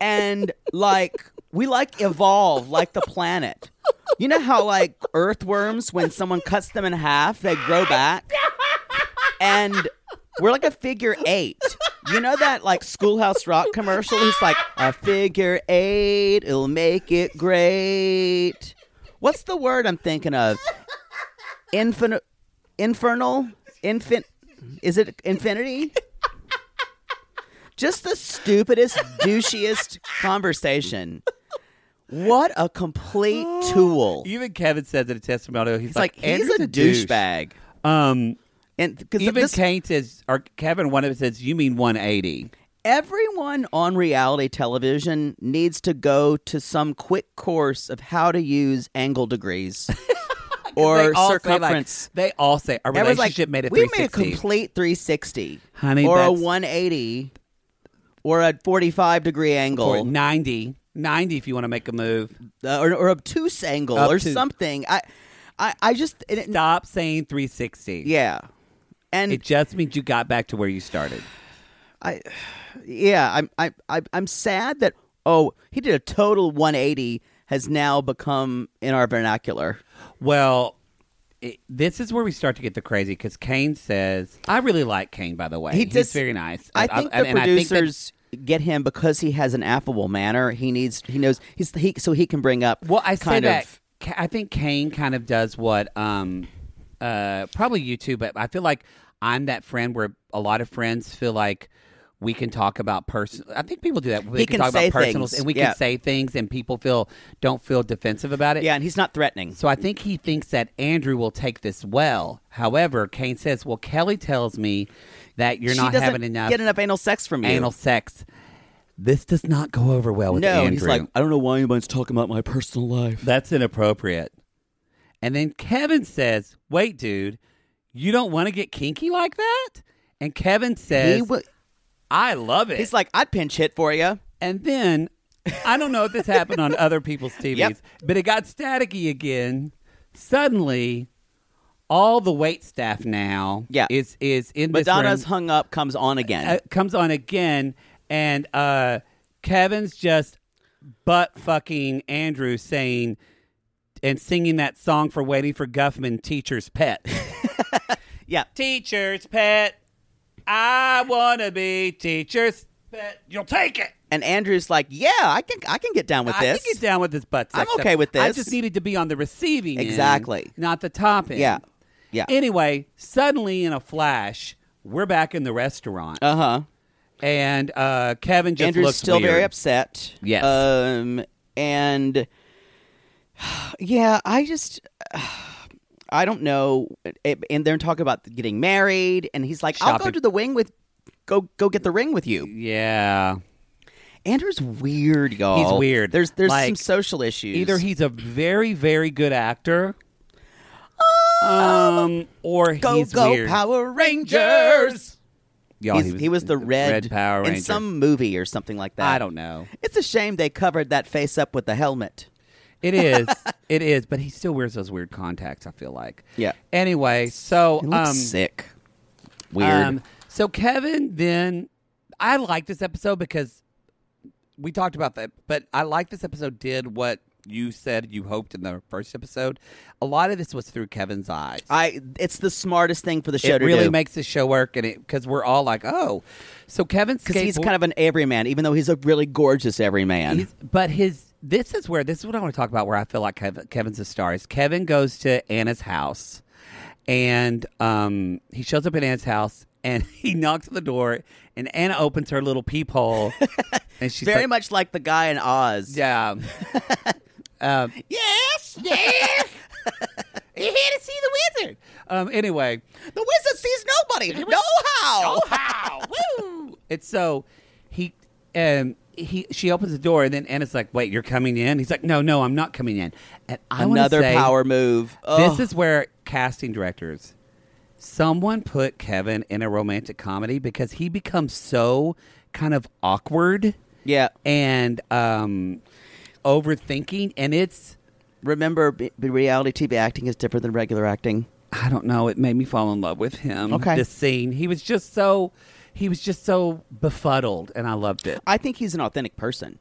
[SPEAKER 3] and like we like evolve like the planet. You know how like earthworms, when someone cuts them in half, they grow back and we're like a figure eight. You know that like Schoolhouse Rock commercial? He's like, a figure eight, it'll make it great. What's the word I'm thinking of? Infin- infernal? Infin- is it infinity? Just the stupidest, douchiest conversation. What a
[SPEAKER 2] [GASPS]
[SPEAKER 3] complete tool.
[SPEAKER 2] Even Kevin says in a testimonial, he's,
[SPEAKER 3] It's like, he's
[SPEAKER 2] Andrew's
[SPEAKER 3] a douchebag.
[SPEAKER 2] douche. Um,
[SPEAKER 3] And because
[SPEAKER 2] even Kane says, or Kevin, one of them says, "You mean 180?"
[SPEAKER 3] everyone on reality television needs to go to some quick course of how to use angle
[SPEAKER 2] [LAUGHS]
[SPEAKER 3] degrees or
[SPEAKER 2] They all say, like-
[SPEAKER 3] circumference.
[SPEAKER 2] they all say our
[SPEAKER 3] Everyone's like,
[SPEAKER 2] relationship made a
[SPEAKER 3] we made a
[SPEAKER 2] 360."
[SPEAKER 3] complete 360,
[SPEAKER 2] Honey,
[SPEAKER 3] or a
[SPEAKER 2] that's-
[SPEAKER 3] 180, or a 45 degree
[SPEAKER 2] or
[SPEAKER 3] angle,
[SPEAKER 2] 90, 90 if you want to make a move.
[SPEAKER 3] uh, or, or obtuse angle, or
[SPEAKER 2] Obtuse.
[SPEAKER 3] something. I, I, I just it- it-
[SPEAKER 2] Stop saying 360.
[SPEAKER 3] yeah, and
[SPEAKER 2] It just means you got back to where you started.
[SPEAKER 3] I, yeah, I'm I, I I'm sad that oh he did a total 180 has now become in our vernacular.
[SPEAKER 2] Well, it, this is where we start to get the crazy because Kane says, I really like Kane, by the way. He's
[SPEAKER 3] just-
[SPEAKER 2] very nice.
[SPEAKER 3] I think the
[SPEAKER 2] and I think that-
[SPEAKER 3] producers get him because he has an affable manner. He needs he knows he's he so he can bring up.
[SPEAKER 2] well, I say
[SPEAKER 3] kind
[SPEAKER 2] that.
[SPEAKER 3] of,
[SPEAKER 2] Ka- I think Kane kind of does what um, uh, probably you too, but I feel like I'm that friend where a lot of friends feel like we can talk about personal. I think people do that. We
[SPEAKER 3] He can
[SPEAKER 2] talk
[SPEAKER 3] say
[SPEAKER 2] about personals
[SPEAKER 3] things,
[SPEAKER 2] and we
[SPEAKER 3] yeah.
[SPEAKER 2] can say things, and people feel don't feel defensive about it.
[SPEAKER 3] yeah, and he's not threatening.
[SPEAKER 2] So I think he thinks that Andrew will take this well. However, Kane says, "Well, Kelly tells me that you're
[SPEAKER 3] she
[SPEAKER 2] not
[SPEAKER 3] doesn't
[SPEAKER 2] having enough
[SPEAKER 3] get enough anal sex from you.
[SPEAKER 2] anal sex. This does not go over well with
[SPEAKER 3] no,
[SPEAKER 2] Andrew.
[SPEAKER 3] and he's like I don't know why anybody's talking about my personal life.
[SPEAKER 2] That's inappropriate." And then Kevin says, "Wait, dude, you don't want to get kinky like that?" And Kevin says,
[SPEAKER 3] He w-
[SPEAKER 2] "I love it."
[SPEAKER 3] he's like I'd pinch hit for you.
[SPEAKER 2] and then I don't know if this
[SPEAKER 3] [LAUGHS]
[SPEAKER 2] happened on other people's TVs,
[SPEAKER 3] Yep.
[SPEAKER 2] but it got staticky again. Suddenly, all the wait staff now
[SPEAKER 3] Yeah.
[SPEAKER 2] is is in
[SPEAKER 3] Madonna's
[SPEAKER 2] this room,
[SPEAKER 3] hung up comes on again.
[SPEAKER 2] uh, comes on again, and uh, Kevin's just butt fucking Andrew saying and singing that song for waiting for Guffman, teacher's pet.
[SPEAKER 3] yeah,
[SPEAKER 2] teacher's pet, I wanna be teacher's pet. You'll take it.
[SPEAKER 3] and Andrew's like yeah I can I can get down with
[SPEAKER 2] I
[SPEAKER 3] this.
[SPEAKER 2] can get down with this butt sex.
[SPEAKER 3] I'm
[SPEAKER 2] stuff.
[SPEAKER 3] okay with
[SPEAKER 2] I
[SPEAKER 3] this.
[SPEAKER 2] just needed to be on the receiving end,
[SPEAKER 3] Exactly.
[SPEAKER 2] not the top end.
[SPEAKER 3] Yeah. Yeah.
[SPEAKER 2] Anyway, suddenly in a flash, we're back in the restaurant,
[SPEAKER 3] Uh huh.
[SPEAKER 2] and uh, Kevin just
[SPEAKER 3] Andrew's
[SPEAKER 2] looks
[SPEAKER 3] still
[SPEAKER 2] weird.
[SPEAKER 3] very upset.
[SPEAKER 2] Yes.
[SPEAKER 3] Um, and yeah, I just. I don't know, It- and they're talking about getting married, and he's like, "I'll go
[SPEAKER 2] Shopping.
[SPEAKER 3] to the wing with, go go get the ring with you."
[SPEAKER 2] Yeah.
[SPEAKER 3] Andrew's weird, y'all.
[SPEAKER 2] He's weird.
[SPEAKER 3] There's there's some
[SPEAKER 2] Like,
[SPEAKER 3] social issues.
[SPEAKER 2] Either he's a very very good actor, um, or
[SPEAKER 3] go
[SPEAKER 2] he's
[SPEAKER 3] go
[SPEAKER 2] weird.
[SPEAKER 3] Power Rangers.
[SPEAKER 2] Y'all,
[SPEAKER 3] He's- he was the red,
[SPEAKER 2] Power Ranger.
[SPEAKER 3] in some movie or something like that.
[SPEAKER 2] I don't know.
[SPEAKER 3] It's a shame they covered that face up with the helmet. [LAUGHS]
[SPEAKER 2] It is. it is. But he still wears those weird contacts. I feel like.
[SPEAKER 3] Yeah.
[SPEAKER 2] Anyway, so
[SPEAKER 3] It looks
[SPEAKER 2] um,
[SPEAKER 3] sick. Weird.
[SPEAKER 2] Um, so Kevin, then I like this episode because we talked about that, but I like this episode. Did what you said you hoped in the first episode. A lot of this was through Kevin's eyes.
[SPEAKER 3] I it's the smartest thing for the show
[SPEAKER 2] it
[SPEAKER 3] to
[SPEAKER 2] really
[SPEAKER 3] do
[SPEAKER 2] makes the show work, and it because we're all like, oh, so Kevin's
[SPEAKER 3] because he's kind of an everyman, even though he's a really gorgeous everyman.
[SPEAKER 2] He's, but his this is where this is what I want to talk about. Where I feel like Kev Kevin's a star is Kevin goes to Anna's house, and um, he shows up at Anna's house and [LAUGHS] he knocks on the door, and Anna opens her
[SPEAKER 3] [LAUGHS]
[SPEAKER 2] little peephole, and she's
[SPEAKER 3] very
[SPEAKER 2] like,
[SPEAKER 3] much like the guy in Oz. [LAUGHS]
[SPEAKER 2] yeah. um,
[SPEAKER 3] Yes,
[SPEAKER 2] [LAUGHS] yeah. [LAUGHS] You're here to see the wizard. Um, anyway,
[SPEAKER 3] the wizard sees nobody. No how.
[SPEAKER 2] how? Woo! And so he um he she opens the door and then Anna's like, "Wait, you're coming in?" He's like, "No, no, I'm not coming in." And I wanna
[SPEAKER 3] Another
[SPEAKER 2] say,
[SPEAKER 3] power move.
[SPEAKER 2] This
[SPEAKER 3] Ugh.
[SPEAKER 2] is where casting directors, someone put Kevin in a romantic comedy because he becomes so kind of awkward
[SPEAKER 3] yeah.
[SPEAKER 2] and um overthinking, and it's
[SPEAKER 3] Remember, b- b- reality TV acting is different than regular acting.
[SPEAKER 2] I don't know. It made me fall in love with him.
[SPEAKER 3] Okay.
[SPEAKER 2] this scene. He was just so. He was just so befuddled, and I loved it.
[SPEAKER 3] I think he's an authentic person.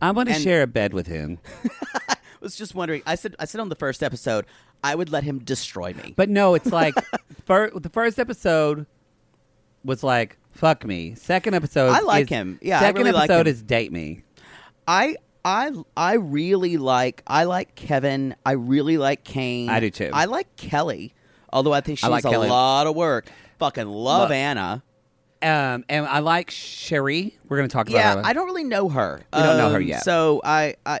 [SPEAKER 2] I want to
[SPEAKER 3] And-
[SPEAKER 2] share a bed with him.
[SPEAKER 3] [LAUGHS] I was just wondering. I said I said on the first episode, I would let him destroy me. [LAUGHS]
[SPEAKER 2] But no, it's like fir- the first episode was like Fuck me. Second episode.
[SPEAKER 3] I like
[SPEAKER 2] is-
[SPEAKER 3] him. Yeah, I
[SPEAKER 2] Second
[SPEAKER 3] really like
[SPEAKER 2] episode
[SPEAKER 3] him.
[SPEAKER 2] is date me.
[SPEAKER 3] I I I really like I like Kevin. I really like Kane.
[SPEAKER 2] I do too.
[SPEAKER 3] I like Kelly, although I think she's
[SPEAKER 2] I like
[SPEAKER 3] a
[SPEAKER 2] Kelly.
[SPEAKER 3] lot of work. Fucking love
[SPEAKER 2] Lo-
[SPEAKER 3] Anna.
[SPEAKER 2] Um, and I like Sherry. We're gonna talk about.
[SPEAKER 3] Yeah,
[SPEAKER 2] her.
[SPEAKER 3] I don't really know her. Um,
[SPEAKER 2] We don't know her yet.
[SPEAKER 3] So I I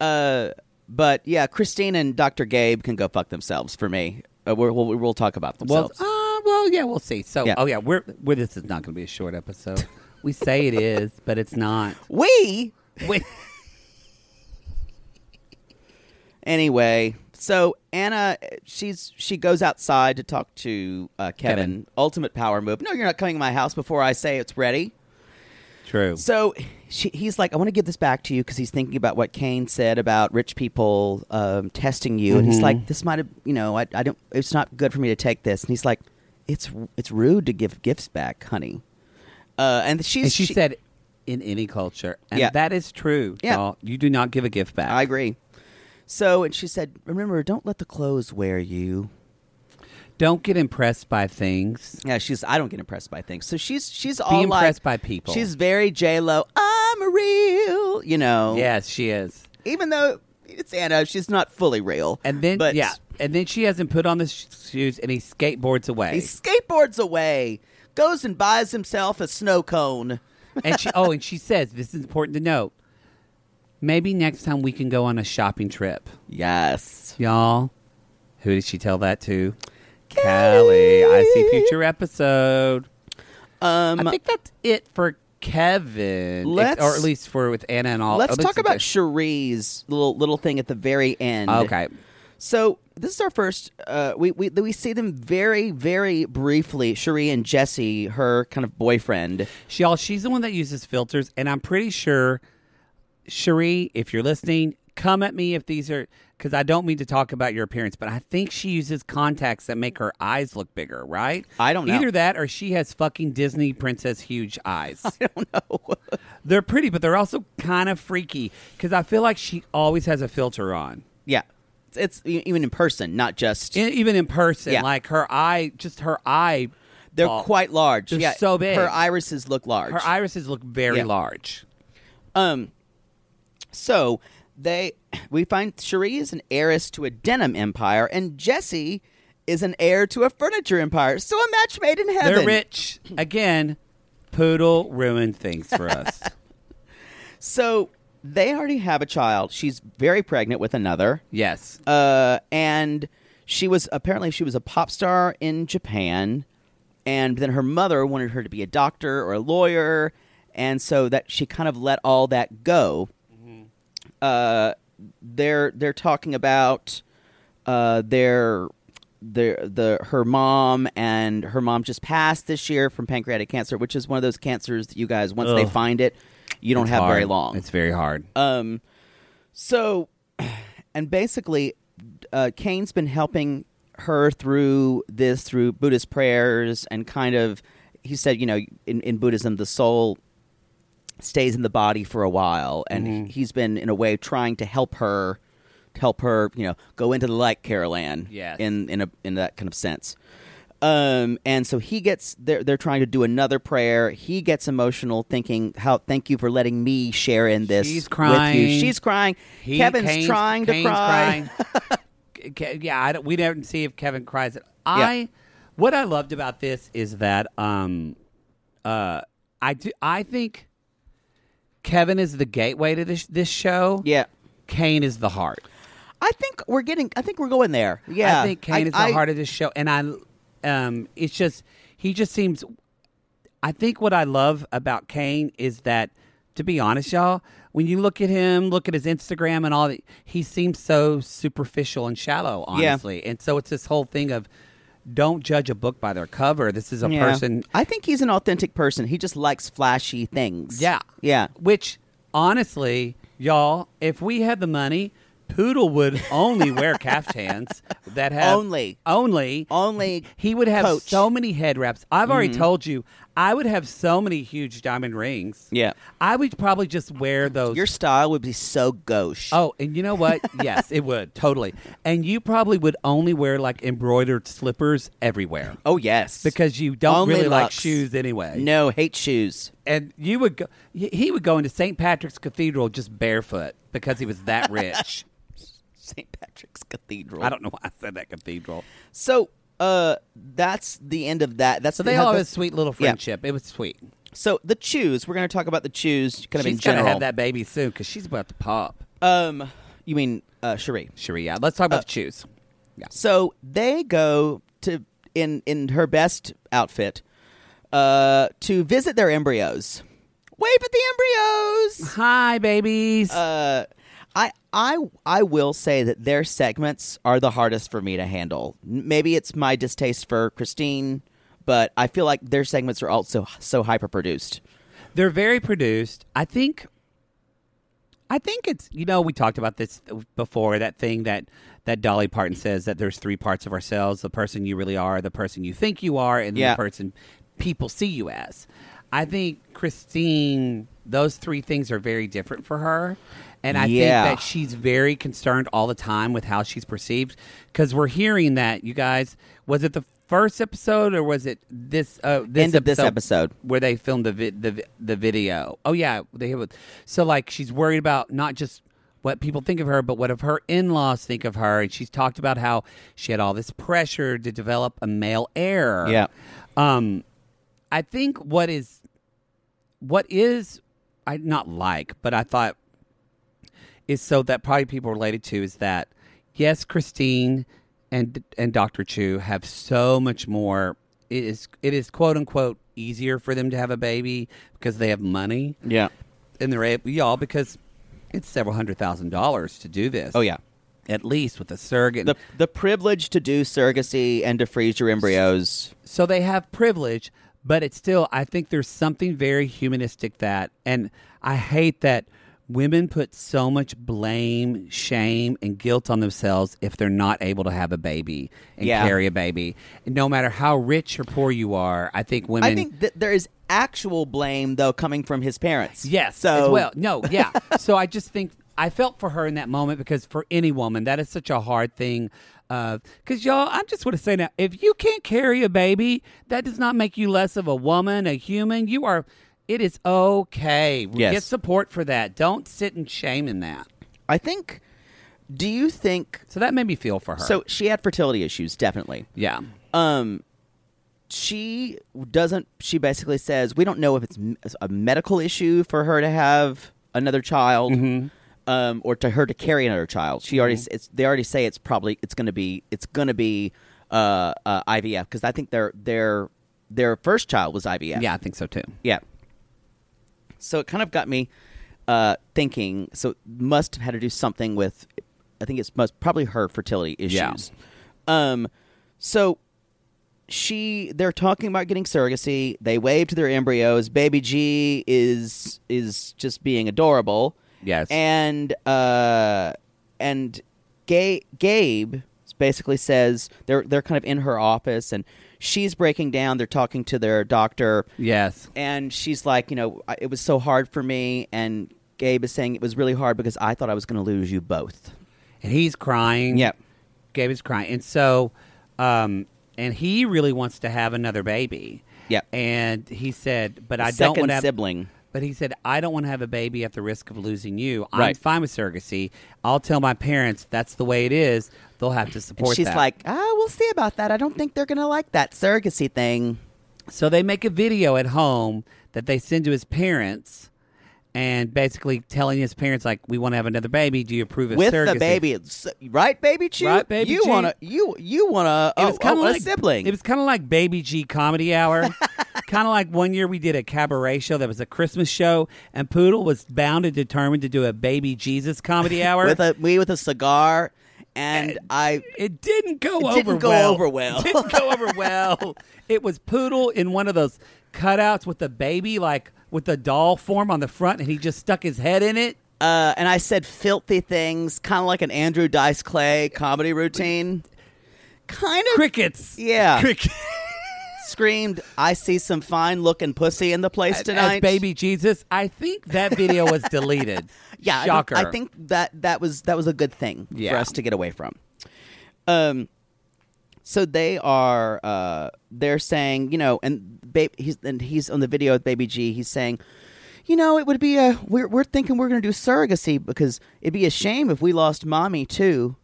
[SPEAKER 3] uh but yeah, Christine and Dr. Gabe can go fuck themselves for me. Uh, we're, we'll we'll talk about
[SPEAKER 2] Well,
[SPEAKER 3] themselves.
[SPEAKER 2] uh, well, yeah, we'll see. So,
[SPEAKER 3] Yeah.
[SPEAKER 2] oh yeah, we're, we're this is not going to be a
[SPEAKER 3] [LAUGHS]
[SPEAKER 2] short episode. we say it is, but it's not.
[SPEAKER 3] we
[SPEAKER 2] Wait.
[SPEAKER 3] Anyway, so Anna, she's she goes outside to talk to uh, Kevin.
[SPEAKER 2] Kevin.
[SPEAKER 3] Ultimate power move. No, you're not coming to my house before I say it's ready.
[SPEAKER 2] True.
[SPEAKER 3] So she, he's like, I want to give this back to you because he's thinking about what Kane said about rich people um, testing you,
[SPEAKER 2] Mm-hmm.
[SPEAKER 3] and he's like, this might have, you know, I, I don't, it's not good for me to take this, and he's like, it's it's rude to give gifts back, honey. Uh, and she's
[SPEAKER 2] and she, said, in any culture, and
[SPEAKER 3] Yeah.
[SPEAKER 2] that is true.
[SPEAKER 3] Yeah.
[SPEAKER 2] y'all. you do not give a gift back.
[SPEAKER 3] I agree. So and she said, remember, don't let the clothes wear you.
[SPEAKER 2] don't get impressed by things.
[SPEAKER 3] Yeah, she's. I don't get impressed by things. So she's she's all
[SPEAKER 2] impressed
[SPEAKER 3] like-
[SPEAKER 2] by people.
[SPEAKER 3] She's very J Lo. I'm a real, you know.
[SPEAKER 2] Yes, she is.
[SPEAKER 3] Even though it's Anna, she's not fully real.
[SPEAKER 2] And then,
[SPEAKER 3] but
[SPEAKER 2] yeah, and then she has him put on the sh- shoes, and he skateboards away.
[SPEAKER 3] he skateboards away, goes and buys himself a snow cone.
[SPEAKER 2] and she, oh, and she says, this is important to note. Maybe next time we can go on a shopping trip.
[SPEAKER 3] Yes.
[SPEAKER 2] Y'all, who did she tell that to? Kelly. I see future episode.
[SPEAKER 3] Um.
[SPEAKER 2] I think that's it for Kevin.
[SPEAKER 3] Let's-
[SPEAKER 2] or at least for with Anna and all.
[SPEAKER 3] Let's
[SPEAKER 2] at least
[SPEAKER 3] talk
[SPEAKER 2] with
[SPEAKER 3] about
[SPEAKER 2] this-
[SPEAKER 3] Cherie's little little thing at the very end.
[SPEAKER 2] Okay.
[SPEAKER 3] So this is our first. Uh, we we we see them very very briefly. Cherie and Jesse, her kind of boyfriend.
[SPEAKER 2] She, y'all, she's the one that uses filters, and I'm pretty sure, Cherie, if you're listening, come at me if these are because I don't mean to talk about your appearance, but I think she uses contacts that make her eyes look bigger, right?
[SPEAKER 3] I don't know.
[SPEAKER 2] Either that or she has fucking Disney princess huge
[SPEAKER 3] [LAUGHS]
[SPEAKER 2] eyes. I don't know. they're pretty, but they're also kind of freaky because I feel like she always has a filter on.
[SPEAKER 3] Yeah. It's, it's e- even in person, not just.
[SPEAKER 2] E- even in person,
[SPEAKER 3] Yeah.
[SPEAKER 2] like her eye, just her eye.
[SPEAKER 3] they're
[SPEAKER 2] ball-
[SPEAKER 3] quite large.
[SPEAKER 2] They're
[SPEAKER 3] yeah,
[SPEAKER 2] so big.
[SPEAKER 3] Her irises look large.
[SPEAKER 2] Her irises look very
[SPEAKER 3] Yeah.
[SPEAKER 2] large.
[SPEAKER 3] um, so they we find Cherie is an heiress to a denim empire, and Jesse is an heir to a furniture empire. So a match made in heaven.
[SPEAKER 2] They're rich. Again, poodle ruined things for us.
[SPEAKER 3] [LAUGHS] So they already have a child. She's very pregnant with another.
[SPEAKER 2] yes.
[SPEAKER 3] uh, and she was apparently she was a pop star in Japan, and then her mother wanted her to be a doctor or a lawyer, and so that she kind of let all that go. Uh, they're they're talking about uh, their their the her mom and her mom just passed this year from pancreatic cancer, which is one of those cancers that you guys once they
[SPEAKER 2] Ugh.
[SPEAKER 3] find it, you don't
[SPEAKER 2] It's
[SPEAKER 3] have very
[SPEAKER 2] hard.
[SPEAKER 3] long.
[SPEAKER 2] It's very hard.
[SPEAKER 3] Um, so, [CLEARS THROAT] and basically, uh, Kane's been helping her through this through Buddhist prayers and kind of, he said, you know, in, in Buddhism, the soul stays in the body for a while, and
[SPEAKER 2] Mm-hmm.
[SPEAKER 3] he- he's been in a way trying to help her, help her, you know, go into the light, Carol Ann,
[SPEAKER 2] Yes.
[SPEAKER 3] in in a in that kind of sense. Um, and so he gets they're they're trying to do another prayer. He gets emotional, thinking, "How thank you for letting me share in this." With
[SPEAKER 2] She's
[SPEAKER 3] you.
[SPEAKER 2] crying.
[SPEAKER 3] She's crying.
[SPEAKER 2] He-
[SPEAKER 3] Kevin's
[SPEAKER 2] Kane's-
[SPEAKER 3] trying to
[SPEAKER 2] Kane's
[SPEAKER 3] cry. [LAUGHS]
[SPEAKER 2] crying. Ke- yeah, I don't, we didn't see if Kevin cries. I what I loved about this is that um, uh, I do I think Kevin is the gateway to this this show.
[SPEAKER 3] yeah.
[SPEAKER 2] Kane is the heart.
[SPEAKER 3] I think we're getting. I think we're going there. Yeah,
[SPEAKER 2] I think Kane is the
[SPEAKER 3] I-
[SPEAKER 2] heart of this show, and I, um, it's just he just seems. I think what I love about Kane is that, to be honest, y'all, when you look at him, look at his Instagram and all that, he seems so superficial and shallow,
[SPEAKER 3] Yeah.
[SPEAKER 2] honestly. And so it's this whole thing of don't judge a book by their cover. This is a
[SPEAKER 3] yeah.
[SPEAKER 2] person
[SPEAKER 3] I think he's an authentic person. He just likes flashy things.
[SPEAKER 2] yeah.
[SPEAKER 3] Yeah.
[SPEAKER 2] Which, honestly, y'all, if we had the money, Poodle would only wear
[SPEAKER 3] [LAUGHS]
[SPEAKER 2] caftans that have
[SPEAKER 3] Only.
[SPEAKER 2] only
[SPEAKER 3] Only
[SPEAKER 2] He would have
[SPEAKER 3] coach. Mm-hmm.
[SPEAKER 2] so many head wraps. I've already told you, I would have so many huge diamond rings.
[SPEAKER 3] Yeah.
[SPEAKER 2] I would probably just wear those.
[SPEAKER 3] Your style would be so gauche.
[SPEAKER 2] oh, and you know what? yes, it would totally. And you probably would only wear like embroidered slippers everywhere
[SPEAKER 3] oh yes.
[SPEAKER 2] because you don't
[SPEAKER 3] Only
[SPEAKER 2] really like
[SPEAKER 3] Lux.
[SPEAKER 2] shoes anyway.
[SPEAKER 3] no, hate shoes.
[SPEAKER 2] And you would go. he- He would go into St. Patrick's Cathedral just barefoot because he was that rich.
[SPEAKER 3] [LAUGHS] St. Patrick's Cathedral.
[SPEAKER 2] I don't know why I said that cathedral.
[SPEAKER 3] So uh, that's the end of that. That's
[SPEAKER 2] So
[SPEAKER 3] the,
[SPEAKER 2] they all have a
[SPEAKER 3] that's-
[SPEAKER 2] sweet little
[SPEAKER 3] Yeah.
[SPEAKER 2] friendship. It was sweet.
[SPEAKER 3] So the chews. We're going to talk about the chews kind of in
[SPEAKER 2] She's gonna
[SPEAKER 3] general.
[SPEAKER 2] have that baby soon because she's about to pop.
[SPEAKER 3] Um, you mean uh, Cherie? Uh,
[SPEAKER 2] Sharia. Let's talk about the shoes.
[SPEAKER 3] So they go to in in her best outfit uh, to visit their embryos. Wave at the embryos.
[SPEAKER 2] Hi, babies.
[SPEAKER 3] Uh, I I I will say that their segments are the hardest for me to handle. N- Maybe it's my distaste for Christine, but I feel like their segments are also so hyper produced.
[SPEAKER 2] They're very produced. I think. I think it's you know we talked about this before that thing that that Dolly Parton says that there's three parts of ourselves: the person you really are, the person you think you are, and
[SPEAKER 3] Yeah.
[SPEAKER 2] the person people see you as. I think Christine, those three things are very different for her, and I
[SPEAKER 3] Yeah.
[SPEAKER 2] think that she's very concerned all the time with how she's perceived because we're hearing that you guys was it the first episode or was it this uh, this
[SPEAKER 3] End of this episode.
[SPEAKER 2] where they filmed the vi- the vi- the video. Oh yeah, they have. a- So like she's worried about not just what people think of her, but what of her in laws think of her, and she's talked about how she had all this pressure to develop a male heir.
[SPEAKER 3] Yeah.
[SPEAKER 2] Um, I think what is what is I not like, but I thought is so that probably people related to is that yes, Christine and and Dr. Chu have so much more. It is it is quote unquote easier for them to have a baby because they have money
[SPEAKER 3] Yeah.
[SPEAKER 2] and they're able y'all because it's several hundred thousand dollars to do this.
[SPEAKER 3] Oh yeah.
[SPEAKER 2] at least with a surrogate.
[SPEAKER 3] The the privilege to do surrogacy and to freeze your embryos.
[SPEAKER 2] so they have privilege but it's still i think there's something very humanistic that and i hate that women put so much blame shame and guilt on themselves if they're not able to have a baby and
[SPEAKER 3] Yeah.
[SPEAKER 2] carry a baby no matter how rich or poor you are i think women
[SPEAKER 3] I think that there is actual blame though coming from his parents.
[SPEAKER 2] Yes.
[SPEAKER 3] So
[SPEAKER 2] as well,
[SPEAKER 3] [LAUGHS]
[SPEAKER 2] no, yeah. so I just think I felt for her in that moment because for any woman that is such a hard thing. Because y'all, I just want to say now, if you can't carry a baby, that does not make you less of a woman, a human. You are. It is okay.
[SPEAKER 3] Yes.
[SPEAKER 2] Get support for that. Don't sit in shame in that.
[SPEAKER 3] I think. Do you think?
[SPEAKER 2] So that made me feel for her.
[SPEAKER 3] So she had fertility issues, definitely.
[SPEAKER 2] yeah.
[SPEAKER 3] Um, she doesn't. She basically says we don't know if it's m- a medical issue for her to have another child,
[SPEAKER 2] Mm-hmm.
[SPEAKER 3] um, or to her to carry another child. She already. s- It's, they already say it's probably it's going to be it's going to be uh, uh, IVF because I think their their their first child was IVF.
[SPEAKER 2] Yeah, I think so too.
[SPEAKER 3] Yeah. So it kind of got me uh, thinking. So it must have had to do something with, I think it's must probably her fertility
[SPEAKER 2] Yeah.
[SPEAKER 3] issues. Um, so she they're talking about getting surrogacy. They wave to their embryos. Baby G is is just being adorable.
[SPEAKER 2] Yes.
[SPEAKER 3] and uh, and Ga- Gabe basically says they're they're kind of in her office and she's breaking down. They're talking to their doctor
[SPEAKER 2] Yes.
[SPEAKER 3] and she's like, you know, I- it was so hard for me. And Gabe is saying it was really hard because I thought I was going to lose you both.
[SPEAKER 2] and he's crying.
[SPEAKER 3] Yep.
[SPEAKER 2] Gabe is crying, and so, um, and he really wants to have another baby.
[SPEAKER 3] Yep.
[SPEAKER 2] And he said, "But I don't
[SPEAKER 3] Second
[SPEAKER 2] want to have
[SPEAKER 3] sibling.
[SPEAKER 2] But he said, "I don't want to have a baby at the risk of losing you. I'm
[SPEAKER 3] Right.
[SPEAKER 2] fine with surrogacy. I'll tell my parents that's the way it is. They'll have to
[SPEAKER 3] And
[SPEAKER 2] support."
[SPEAKER 3] she's
[SPEAKER 2] that.
[SPEAKER 3] like, ah, we'll see about that. I don't think they're going to like that surrogacy thing.
[SPEAKER 2] So they make a video at home that they send to his parents and basically telling his parents, like, we want to have another baby. Do you approve of
[SPEAKER 3] With
[SPEAKER 2] surrogacy?
[SPEAKER 3] the baby, It's- right, baby? Chew?
[SPEAKER 2] Right, Baby
[SPEAKER 3] you
[SPEAKER 2] Chew?
[SPEAKER 3] wanna, you you wanna,
[SPEAKER 2] It
[SPEAKER 3] oh,
[SPEAKER 2] was kind
[SPEAKER 3] oh,
[SPEAKER 2] of
[SPEAKER 3] a
[SPEAKER 2] like
[SPEAKER 3] sibling.
[SPEAKER 2] It was kind of like Baby G
[SPEAKER 3] [LAUGHS]
[SPEAKER 2] Comedy Hour. kind of like one year we did a cabaret show that was a Christmas show, and Poodle was bound and determined to do a Baby
[SPEAKER 3] [LAUGHS]
[SPEAKER 2] Jesus Comedy Hour.
[SPEAKER 3] with a me with a cigar, and I
[SPEAKER 2] it didn't go
[SPEAKER 3] It
[SPEAKER 2] over.
[SPEAKER 3] didn't go
[SPEAKER 2] well.
[SPEAKER 3] over well.
[SPEAKER 2] It didn't
[SPEAKER 3] [LAUGHS]
[SPEAKER 2] go over well. It was Poodle in one of those cutouts with the baby, like with the doll form on the front, and he just stuck his head in it.
[SPEAKER 3] uh, and I said filthy things, kind of like an Andrew Dice Clay comedy routine. Kind of
[SPEAKER 2] Crickets. [LAUGHS]
[SPEAKER 3] Yeah.
[SPEAKER 2] Cricket.
[SPEAKER 3] screamed, "I see some fine looking pussy in the place tonight."
[SPEAKER 2] As baby Jesus. I think that
[SPEAKER 3] [LAUGHS]
[SPEAKER 2] video was deleted.
[SPEAKER 3] yeah, I don't-
[SPEAKER 2] shocker.
[SPEAKER 3] I, think that that was that was a good thing for
[SPEAKER 2] Yeah.
[SPEAKER 3] us to get away from. Um, so they are uh, they're saying you know, and babe, he's and he's on the video with Baby G. He's saying. You know, it would be a we're we're thinking we're going to do surrogacy because it'd be a shame if we lost mommy too.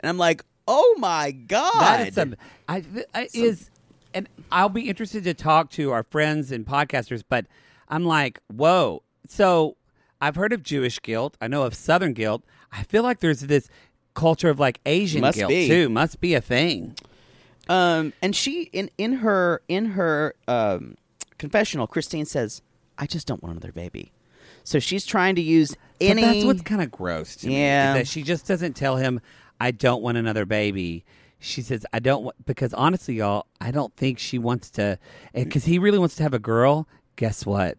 [SPEAKER 3] And I'm like, "Oh my god."
[SPEAKER 2] that is some. I, I is, and I'll be interested to talk to our friends and podcasters. But I'm like, whoa. So I've heard of Jewish guilt. I know of Southern guilt. I feel like there's this culture of like Asian
[SPEAKER 3] Must
[SPEAKER 2] guilt
[SPEAKER 3] be.
[SPEAKER 2] too. Must be a thing.
[SPEAKER 3] Um, and she in in her in her um, confessional, Christine says, "I just don't want another baby." So she's trying to use any.
[SPEAKER 2] But that's what's kind of gross to me. is
[SPEAKER 3] Yeah.
[SPEAKER 2] that she just doesn't tell him, I don't want another baby. She says, I don't want, because honestly, y'all, I don't think she wants to, because he really wants to have a girl. Guess what?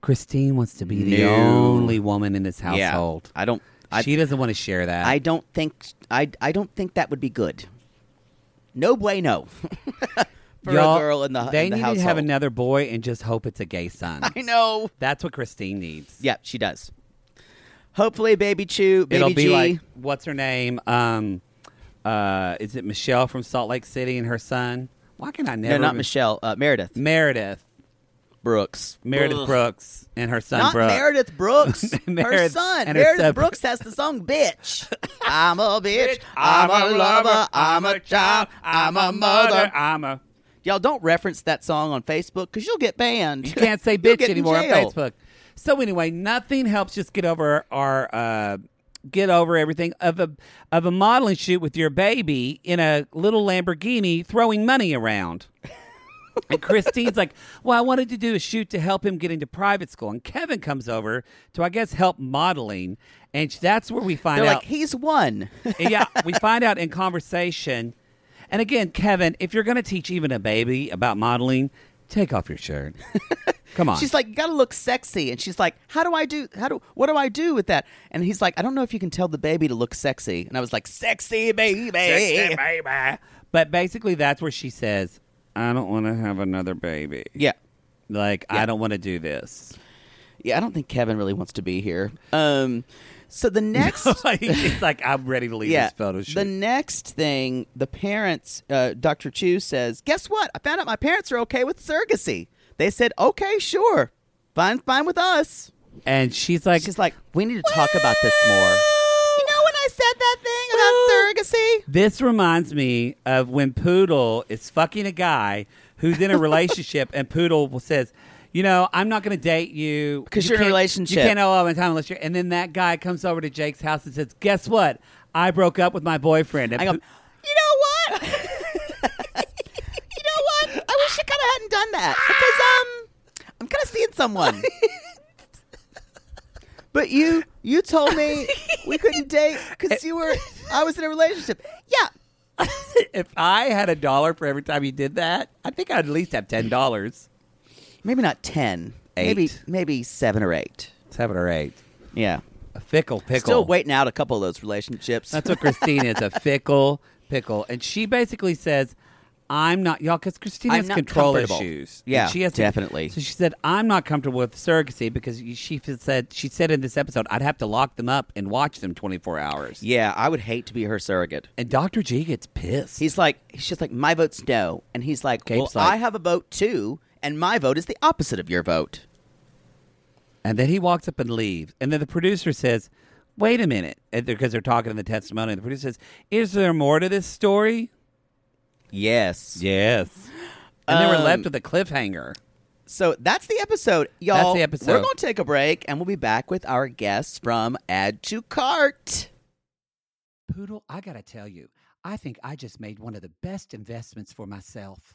[SPEAKER 2] Christine wants to be the
[SPEAKER 3] No.
[SPEAKER 2] only woman in this
[SPEAKER 3] yeah.
[SPEAKER 2] household.
[SPEAKER 3] I don't. I,
[SPEAKER 2] she doesn't want to share that.
[SPEAKER 3] I don't think I I don't think that would be good. No bueno. For
[SPEAKER 2] Y'all,
[SPEAKER 3] a girl in the
[SPEAKER 2] They
[SPEAKER 3] in the
[SPEAKER 2] need
[SPEAKER 3] household.
[SPEAKER 2] to have another boy and just hope it's a
[SPEAKER 3] [LAUGHS]
[SPEAKER 2] gay son.
[SPEAKER 3] I know.
[SPEAKER 2] That's what Christine needs.
[SPEAKER 3] Yeah, she does. Hopefully, baby Chew, baby
[SPEAKER 2] It'll be
[SPEAKER 3] G.
[SPEAKER 2] like what's her name? Um, uh, is it Michelle from Salt Lake City and her son? Why can I never?
[SPEAKER 3] no, not
[SPEAKER 2] rem-
[SPEAKER 3] Michelle. Uh, Meredith
[SPEAKER 2] Meredith,
[SPEAKER 3] Brooks.
[SPEAKER 2] Meredith Brooks, and her son.
[SPEAKER 3] Not
[SPEAKER 2] Brooks.
[SPEAKER 3] Meredith Brooks.
[SPEAKER 2] [LAUGHS]
[SPEAKER 3] her
[SPEAKER 2] Meredith-
[SPEAKER 3] son.
[SPEAKER 2] and her
[SPEAKER 3] Meredith
[SPEAKER 2] son-
[SPEAKER 3] Brooks has the song Bitch. I'm
[SPEAKER 2] [LAUGHS]
[SPEAKER 3] a bitch. I'm a lover. I'm a child. I'm a mother.
[SPEAKER 2] I'm a.
[SPEAKER 3] Y'all don't reference that song on Facebook because you'll get banned.
[SPEAKER 2] You can't
[SPEAKER 3] [LAUGHS]
[SPEAKER 2] say
[SPEAKER 3] You'll
[SPEAKER 2] bitch
[SPEAKER 3] get in
[SPEAKER 2] anymore on
[SPEAKER 3] jail.
[SPEAKER 2] Facebook. So anyway, nothing helps just get over our uh, get over everything of a of a modeling shoot with your baby in a little Lamborghini throwing
[SPEAKER 3] [LAUGHS]
[SPEAKER 2] money around. And Christine's like, "Well, I wanted to do a shoot to help him get into private school." And Kevin comes over to, I guess, help modeling, and that's where we find
[SPEAKER 3] They're
[SPEAKER 2] out
[SPEAKER 3] like, he's one.
[SPEAKER 2] and [LAUGHS] yeah,
[SPEAKER 3] [LAUGHS]
[SPEAKER 2] we find out in conversation. And again, Kevin, if you're going to teach even a baby about modeling, take off your shirt. [LAUGHS] Come on.
[SPEAKER 3] She's like, you gotta look sexy, and she's like, how do I do? How do? What do I do with that? And he's like, I don't know if you can tell the baby to look sexy. And I was like, sexy baby.
[SPEAKER 2] Sexy baby. But basically, that's where she says, I don't want to have another baby.
[SPEAKER 3] Yeah,
[SPEAKER 2] Like, I don't want to do this.
[SPEAKER 3] yeah. I don't think Kevin really wants to be here. Um, so
[SPEAKER 2] [LAUGHS]
[SPEAKER 3] the next.
[SPEAKER 2] Like, it's like, I'm ready to leave this photo shoot.
[SPEAKER 3] The next thing, the parents, uh, Dr. Chu says, guess what? I found out my parents are okay with surrogacy. They said, okay, sure. Fine, fine with us.
[SPEAKER 2] and she's like,
[SPEAKER 3] She's like, we need to talk about this more. [GASPS] You know when I said that thing about surrogacy?
[SPEAKER 2] This reminds me of when Poodle is fucking a guy
[SPEAKER 3] [LAUGHS]
[SPEAKER 2] who's in a relationship, and Poodle says, "You know, I'm not going to date you
[SPEAKER 3] 'Cause you're
[SPEAKER 2] You
[SPEAKER 3] in a
[SPEAKER 2] can't-
[SPEAKER 3] relationship."
[SPEAKER 2] You can't know all my time unless you're." And then that guy comes over to Jake's house and says, "Guess what? I broke up with my boyfriend." And
[SPEAKER 3] I go, you [LAUGHS]
[SPEAKER 2] Poo-
[SPEAKER 3] know what? you know what? I wish I kind of hadn't done that because um, I'm kind of seeing
[SPEAKER 2] [LAUGHS]
[SPEAKER 3] someone. but you you told me
[SPEAKER 2] [LAUGHS]
[SPEAKER 3] we couldn't date because you were I was in a relationship. Yeah,
[SPEAKER 2] if I had a dollar for every time you did that, I think I'd at least have ten dollars.
[SPEAKER 3] maybe not ten, maybe
[SPEAKER 2] Eight.
[SPEAKER 3] maybe seven or eight.
[SPEAKER 2] Seven or eight.
[SPEAKER 3] Yeah,
[SPEAKER 2] A fickle pickle.
[SPEAKER 3] still waiting out a couple of those relationships.
[SPEAKER 2] That's what Christine is
[SPEAKER 3] [LAUGHS]
[SPEAKER 2] a fickle pickle. And she basically says, I'm not, y'all, because Christine
[SPEAKER 3] I'm
[SPEAKER 2] has
[SPEAKER 3] not
[SPEAKER 2] control
[SPEAKER 3] comfortable.
[SPEAKER 2] issues.
[SPEAKER 3] Yeah,
[SPEAKER 2] And she has to-
[SPEAKER 3] definitely.
[SPEAKER 2] so she said, I'm not comfortable with surrogacy because she f- said, she said in this episode, I'd have to lock them up and watch them 24 hours.
[SPEAKER 3] yeah, I would hate to be her surrogate.
[SPEAKER 2] And Dr. G gets pissed.
[SPEAKER 3] He's like, he's just like, my vote's no. And he's like,
[SPEAKER 2] Gabe's
[SPEAKER 3] well,
[SPEAKER 2] like-
[SPEAKER 3] I have a vote too, and my vote is the opposite of your vote.
[SPEAKER 2] and then he walks up and leaves. And then the producer says, Wait a minute. And they're- Because they're talking in the testimony. And the producer says, Is there more to this story?
[SPEAKER 3] Yes.
[SPEAKER 2] Yes. And then we're
[SPEAKER 3] Um,
[SPEAKER 2] left with a cliffhanger.
[SPEAKER 3] So that's the episode, y'all.
[SPEAKER 2] That's the episode.
[SPEAKER 3] We're going to take a break, and we'll be back with our guests from Add to Cart.
[SPEAKER 2] Poodle, I gotta tell you, I think I just made one of the best investments for myself.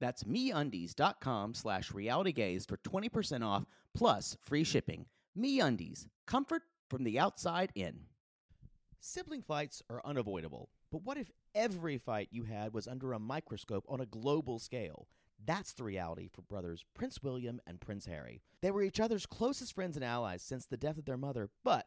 [SPEAKER 3] That's meundies.com slash realitygaze for 20% off plus free shipping. MeUndies, comfort from the outside in. Sibling fights are unavoidable, but what if every fight you had was under a microscope on a global scale? That's the reality for brothers Prince William and Prince Harry. They were each other's closest friends and allies since the death of their mother, but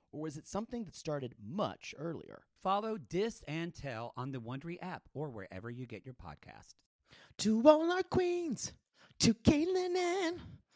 [SPEAKER 3] or was it something that started much earlier?
[SPEAKER 2] Follow Dis and Tell on the Wondery app or wherever you get your podcast.
[SPEAKER 3] To all our queens, to Caitlin and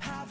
[SPEAKER 7] Have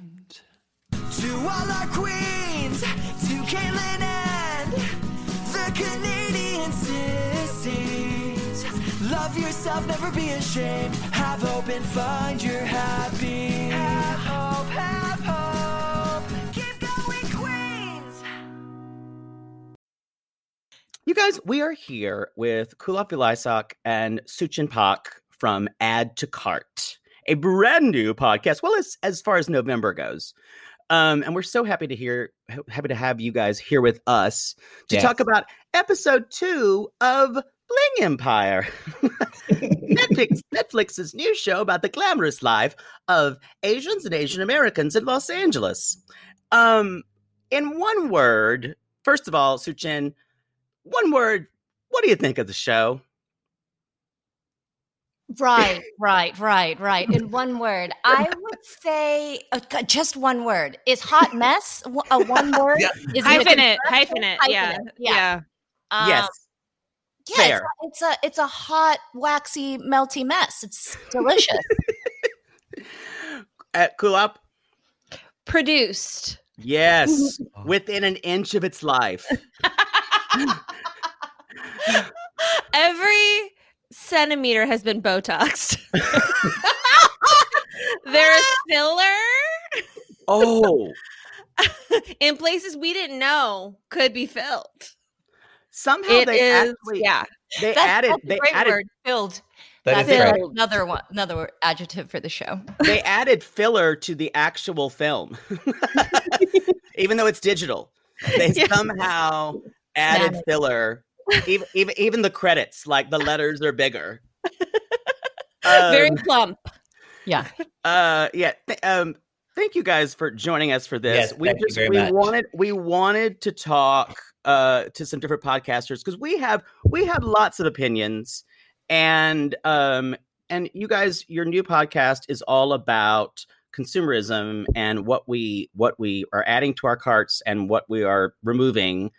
[SPEAKER 7] To all our queens, to Caitlin and the Canadian sissies. Love yourself, never be ashamed. Have hope and find your happy. Have hope, have hope. Keep going, queens.
[SPEAKER 3] You guys, we are here with Kulap Vilaysak and Suchin Pak from Add to Cart, a brand new podcast. Well, as as far as November goes, um, and we're so happy to hear, ha- happy to have you guys here with us to
[SPEAKER 4] Yes.
[SPEAKER 3] talk about episode two of Bling Empire, [LAUGHS] Netflix, Netflix's new show about the glamorous life of Asians and Asian Americans in Los Angeles. Um, in one word, first of all, Suchin, one word. What do you think of the show?
[SPEAKER 8] Right, right, right, right. In one word,
[SPEAKER 3] [LAUGHS]
[SPEAKER 8] I would say uh, c- just one word. Is hot mess w- a
[SPEAKER 3] [LAUGHS]
[SPEAKER 8] one word? Is
[SPEAKER 9] hyphen
[SPEAKER 8] a
[SPEAKER 9] it, hyphen
[SPEAKER 8] contraction? Hyphen
[SPEAKER 9] it, yeah,
[SPEAKER 8] it,
[SPEAKER 9] yeah.
[SPEAKER 8] Um,
[SPEAKER 3] yes.
[SPEAKER 8] Yeah,
[SPEAKER 3] fair.
[SPEAKER 8] it's, a, it's a it's a hot, waxy, melty mess. It's
[SPEAKER 3] [LAUGHS]
[SPEAKER 8] delicious.
[SPEAKER 3] At Kulop?
[SPEAKER 9] Produced.
[SPEAKER 3] Yes.
[SPEAKER 10] [LAUGHS]
[SPEAKER 3] Within an inch of its life.
[SPEAKER 9] Every centimeter has been
[SPEAKER 3] [LAUGHS]
[SPEAKER 9] Botoxed. there is filler [LAUGHS]
[SPEAKER 3] Oh,
[SPEAKER 9] in places we didn't know could be filled.
[SPEAKER 3] somehow
[SPEAKER 9] It
[SPEAKER 3] they
[SPEAKER 9] is,
[SPEAKER 3] actually
[SPEAKER 9] yeah.
[SPEAKER 3] they
[SPEAKER 8] That's,
[SPEAKER 3] added
[SPEAKER 8] that's a
[SPEAKER 3] they
[SPEAKER 8] great
[SPEAKER 3] added
[SPEAKER 8] word. Filled.
[SPEAKER 10] That is
[SPEAKER 8] Filled.
[SPEAKER 10] right.
[SPEAKER 8] Another one. Another word, adjective for the show. [LAUGHS]
[SPEAKER 3] they added filler to the actual film, [LAUGHS] even though it's digital. They
[SPEAKER 9] Yes.
[SPEAKER 3] somehow [LAUGHS] added
[SPEAKER 8] Managed.
[SPEAKER 3] filler. Even, even even the credits, like the letters
[SPEAKER 10] [LAUGHS]
[SPEAKER 3] are bigger.
[SPEAKER 9] Very
[SPEAKER 3] Um,
[SPEAKER 9] plump.
[SPEAKER 8] Yeah.
[SPEAKER 3] uh yeah th- um thank you guys for joining us for this
[SPEAKER 10] Yes,
[SPEAKER 3] we
[SPEAKER 10] thank you very
[SPEAKER 3] we
[SPEAKER 10] much.
[SPEAKER 3] wanted we wanted to talk uh to some different podcasters because we have we have lots of opinions and um and you guys your new podcast is all about consumerism and what we what we are adding to our carts and what we are removing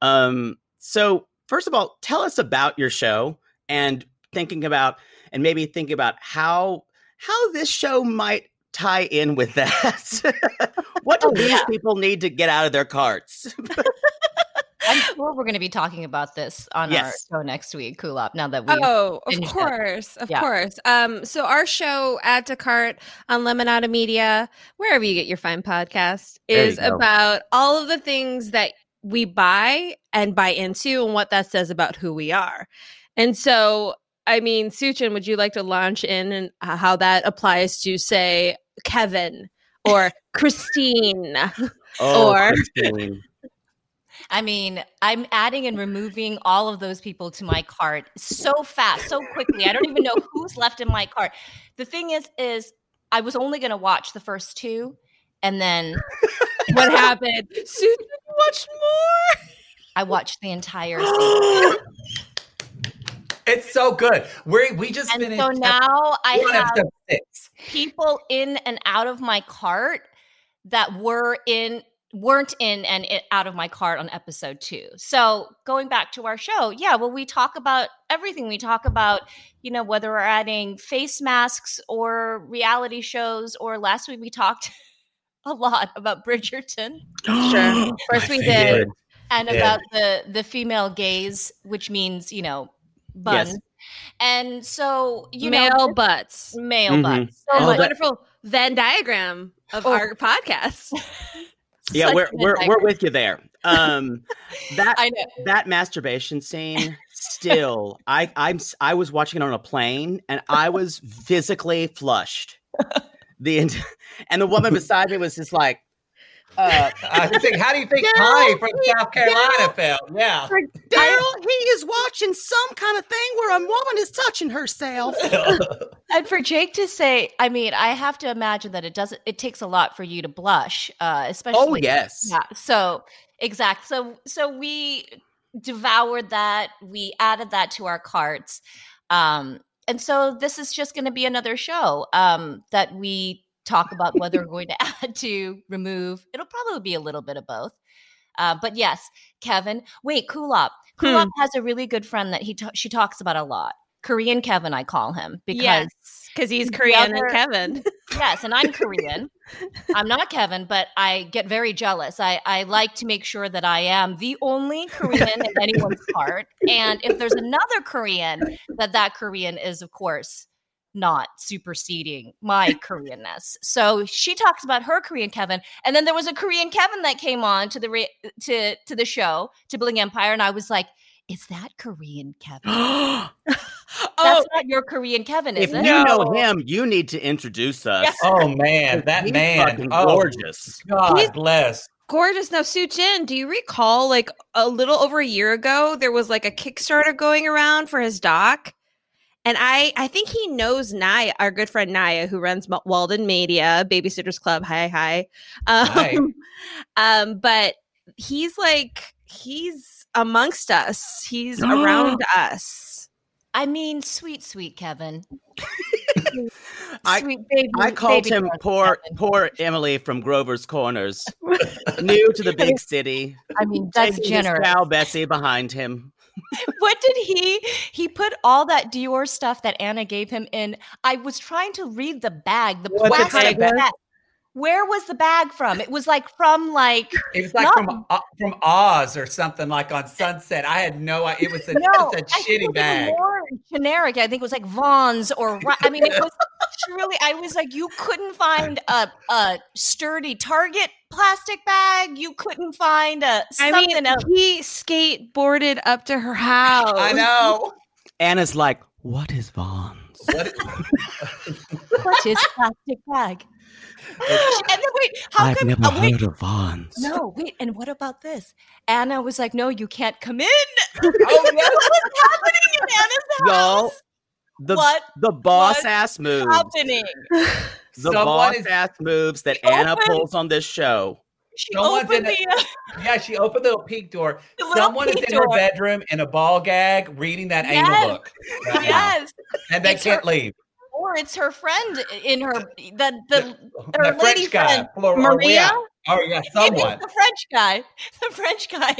[SPEAKER 3] um so first of all tell us about your show and thinking about and maybe think about how how this show might tie in with [LAUGHS] that. what do
[SPEAKER 8] Oh,
[SPEAKER 3] these
[SPEAKER 8] yeah.
[SPEAKER 3] people need to get out of
[SPEAKER 8] [LAUGHS]
[SPEAKER 3] their carts?
[SPEAKER 8] I'm sure we're going to be talking about this on
[SPEAKER 3] Yes.
[SPEAKER 8] our show next week, Kulop. Now that uh, we
[SPEAKER 9] Oh, of
[SPEAKER 8] finished it.
[SPEAKER 9] course. Of
[SPEAKER 8] Yeah.
[SPEAKER 9] course. Um, so our show, Add to Cart on Lemonada Media, wherever you get your fine podcast,
[SPEAKER 3] There you
[SPEAKER 9] is
[SPEAKER 3] go.
[SPEAKER 9] about all of the things that we buy and buy into and what that says about who we are. And so, I mean, Suchin, would you like to launch in and h- how that applies to say Kevin
[SPEAKER 8] [LAUGHS]
[SPEAKER 9] or Christine?
[SPEAKER 8] Oh,
[SPEAKER 9] Or-
[SPEAKER 3] Oh, Christine.
[SPEAKER 8] I mean, I'm adding and removing all of those people to my cart so fast, so quickly. I don't even know who's left in my cart. The thing is, is I was only going to watch the first two, and [LAUGHS] then
[SPEAKER 9] What happened? Suchin watched more.
[SPEAKER 8] I watched the [GASPS] entire. Season.
[SPEAKER 10] [LAUGHS] it's so good. We we just
[SPEAKER 8] And
[SPEAKER 10] finished
[SPEAKER 8] so now I
[SPEAKER 10] one
[SPEAKER 8] have
[SPEAKER 10] episode six.
[SPEAKER 8] people in and out of my cart that were in weren't in and i- out of my cart on episode 2. So, going back to our show, yeah, well we talk about everything. We talk about, you know, whether we're adding face masks or reality shows or last week we talked a lot about Bridgerton
[SPEAKER 9] Sure. First
[SPEAKER 10] My
[SPEAKER 9] we
[SPEAKER 10] favorite.
[SPEAKER 9] did.
[SPEAKER 8] and
[SPEAKER 10] Yeah.
[SPEAKER 8] about the the female gaze, which means, you know, buns. And so, you
[SPEAKER 9] male
[SPEAKER 8] know,
[SPEAKER 9] butts.
[SPEAKER 8] male
[SPEAKER 3] Mhm.
[SPEAKER 8] buns. So
[SPEAKER 3] Oh,
[SPEAKER 9] a
[SPEAKER 8] much-
[SPEAKER 3] that-
[SPEAKER 9] wonderful Venn diagram of
[SPEAKER 8] Oh.
[SPEAKER 9] our podcast.
[SPEAKER 3] Yeah,
[SPEAKER 8] such
[SPEAKER 3] we're
[SPEAKER 8] an
[SPEAKER 3] we're
[SPEAKER 8] insight.
[SPEAKER 3] we're with you there. Um, that that
[SPEAKER 8] [LAUGHS]
[SPEAKER 3] masturbation scene still. I I'm s- I was watching it on a plane and I was physically flushed. The ent- and
[SPEAKER 8] [LAUGHS]
[SPEAKER 3] the woman beside me was just like, uh,
[SPEAKER 2] I was thinking, how do you think Connie from South Carolina felt? Yeah.
[SPEAKER 3] Daryl, he is watching some kind of thing where a woman is touching herself.
[SPEAKER 8] and for Jake to say, I mean, I have to imagine that it doesn't. It takes a lot for you to blush, uh, especially.
[SPEAKER 3] yes.
[SPEAKER 8] Yeah. So exact. So so we devoured that. We added that to our carts, um, and so this is just going to be another show um, that we talk about whether we're going to [LAUGHS] add to remove. It'll probably be a little bit of both. Uh, but yes, Kevin. Wait, Kulop. Kulop
[SPEAKER 9] Hmm.
[SPEAKER 8] has a really good friend that he ta- she talks about a lot. Korean Kevin, I call him because
[SPEAKER 9] Yes, 'cause he's
[SPEAKER 8] the
[SPEAKER 9] Korean and Kevin.
[SPEAKER 8] [LAUGHS] yes, and I'm Korean. I'm not Kevin, but I get very jealous. I, I like to make sure that I am the only Korean in anyone's heart. And if there's another Korean, that that Korean is, of course, not superseding my Koreanness. So she talks about her Korean Kevin, and then there was a Korean Kevin that came on to the re- to to the show to Bling Empire, and I was like, "Is that Korean Kevin?
[SPEAKER 3] [GASPS]
[SPEAKER 8] That's not your Korean Kevin, is
[SPEAKER 3] Oh.
[SPEAKER 8] it?"
[SPEAKER 3] If you know him, you need to introduce us.
[SPEAKER 8] Yeah. Oh,
[SPEAKER 2] man, that
[SPEAKER 3] He's
[SPEAKER 2] man.
[SPEAKER 3] fucking
[SPEAKER 2] Oh,
[SPEAKER 3] gorgeous.
[SPEAKER 2] God bless.
[SPEAKER 9] Gorgeous. Now, Sue Jin, do you recall like a little over a year ago, there was like a Kickstarter going around for his doc? And I, I think he knows Naya, our good friend Naya, who runs Ma- Walden Media, Babysitters Club. Hi, hi. Um, [LAUGHS] um, but he's like, he's amongst us. He's around us.
[SPEAKER 8] I mean, sweet, sweet Kevin.
[SPEAKER 3] I,
[SPEAKER 8] Sweet baby.
[SPEAKER 3] I called
[SPEAKER 8] baby
[SPEAKER 3] him
[SPEAKER 8] Kevin.
[SPEAKER 3] poor, poor Emily from
[SPEAKER 8] [LAUGHS]
[SPEAKER 3] Grover's Corners, new to the big city.
[SPEAKER 8] I mean, that's
[SPEAKER 3] Taking his
[SPEAKER 8] generous.
[SPEAKER 3] cow Bessie behind him.
[SPEAKER 8] [LAUGHS] What did he? He put all that Dior stuff that Anna gave him in. I was trying to read the bag, the
[SPEAKER 2] What's it say,
[SPEAKER 8] plastic
[SPEAKER 2] Ben?
[SPEAKER 8] bag. Where was the bag from? It was like from like
[SPEAKER 2] It was like
[SPEAKER 8] not-
[SPEAKER 2] from O- from Oz or something like on Sunset. I had no idea. It was a, it
[SPEAKER 8] no,
[SPEAKER 2] was a
[SPEAKER 8] I think it
[SPEAKER 2] shitty
[SPEAKER 8] was
[SPEAKER 2] bag.
[SPEAKER 8] More generic. I think it was like Vons or Ri- I mean,
[SPEAKER 2] [LAUGHS]
[SPEAKER 8] it was really. I was like, you couldn't find a a sturdy Target plastic bag. You couldn't find a
[SPEAKER 9] I
[SPEAKER 8] something
[SPEAKER 9] mean,
[SPEAKER 8] else. [LAUGHS]
[SPEAKER 9] he skateboarded up to her
[SPEAKER 2] [LAUGHS]
[SPEAKER 9] house.
[SPEAKER 2] I know.
[SPEAKER 3] Anna's like, "What is Vaughn?"
[SPEAKER 8] what is plastic bag? and then wait, how
[SPEAKER 3] I've
[SPEAKER 8] come?
[SPEAKER 3] never
[SPEAKER 8] uh, wait,
[SPEAKER 3] heard of Vaughn.
[SPEAKER 8] No, wait, and what about this? Anna was like, "No, you can't come in."
[SPEAKER 2] oh no!
[SPEAKER 8] [LAUGHS] What's happening in Anna's house?
[SPEAKER 3] Y'all, the
[SPEAKER 8] What
[SPEAKER 3] the boss
[SPEAKER 8] was
[SPEAKER 3] ass moves,
[SPEAKER 8] Happening.
[SPEAKER 3] the
[SPEAKER 2] Someone
[SPEAKER 3] boss
[SPEAKER 2] is-
[SPEAKER 3] ass moves that Anna
[SPEAKER 2] opened-
[SPEAKER 3] pulls on this show.
[SPEAKER 8] She
[SPEAKER 2] Someone's
[SPEAKER 8] opened
[SPEAKER 2] in the,
[SPEAKER 8] the.
[SPEAKER 2] yeah, she opened the little peek door.
[SPEAKER 8] [LAUGHS] The little
[SPEAKER 2] Someone is
[SPEAKER 8] peek
[SPEAKER 2] in her
[SPEAKER 8] door.
[SPEAKER 2] bedroom in a ball gag reading that
[SPEAKER 8] Yes.
[SPEAKER 2] anal book, right now.
[SPEAKER 8] yes,
[SPEAKER 2] and they
[SPEAKER 8] It's her-
[SPEAKER 2] can't leave.
[SPEAKER 8] or it's her friend in her e, the the,
[SPEAKER 2] The
[SPEAKER 8] her lady
[SPEAKER 2] oh, French guy,
[SPEAKER 8] friend
[SPEAKER 2] Flor- oh, or
[SPEAKER 8] Maria.
[SPEAKER 2] Wea- or yeah,
[SPEAKER 8] It's
[SPEAKER 2] someone.
[SPEAKER 8] the French guy. [LAUGHS] The French
[SPEAKER 9] [LAUGHS]
[SPEAKER 8] guy.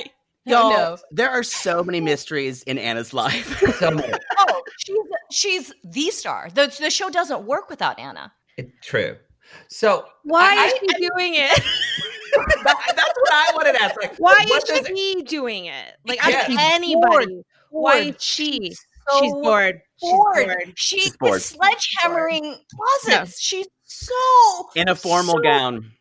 [SPEAKER 8] Oh,
[SPEAKER 3] Y'all,
[SPEAKER 8] no.
[SPEAKER 3] there are so many mysteries in Anna's life.
[SPEAKER 2] someone.
[SPEAKER 8] Oh, she's she's the star. The the show doesn't work without Anna.
[SPEAKER 2] True. So
[SPEAKER 9] Why
[SPEAKER 2] I-
[SPEAKER 9] is she doing it?
[SPEAKER 2] [LAUGHS] that- that's what I wanted to ask. Like,
[SPEAKER 9] Why
[SPEAKER 2] what
[SPEAKER 9] is
[SPEAKER 2] does-
[SPEAKER 9] he doing it? Like,
[SPEAKER 2] Yes.
[SPEAKER 9] I'm
[SPEAKER 2] She's
[SPEAKER 9] anybody.
[SPEAKER 8] bored.
[SPEAKER 9] Why
[SPEAKER 8] Bored.
[SPEAKER 9] is she?
[SPEAKER 8] so
[SPEAKER 9] she's bored. She's
[SPEAKER 8] bored.
[SPEAKER 9] bored.
[SPEAKER 8] She
[SPEAKER 3] She's bored.
[SPEAKER 8] is sledgehammering closets.
[SPEAKER 9] Yeah.
[SPEAKER 8] She's so
[SPEAKER 3] in a formal
[SPEAKER 8] so-
[SPEAKER 3] gown.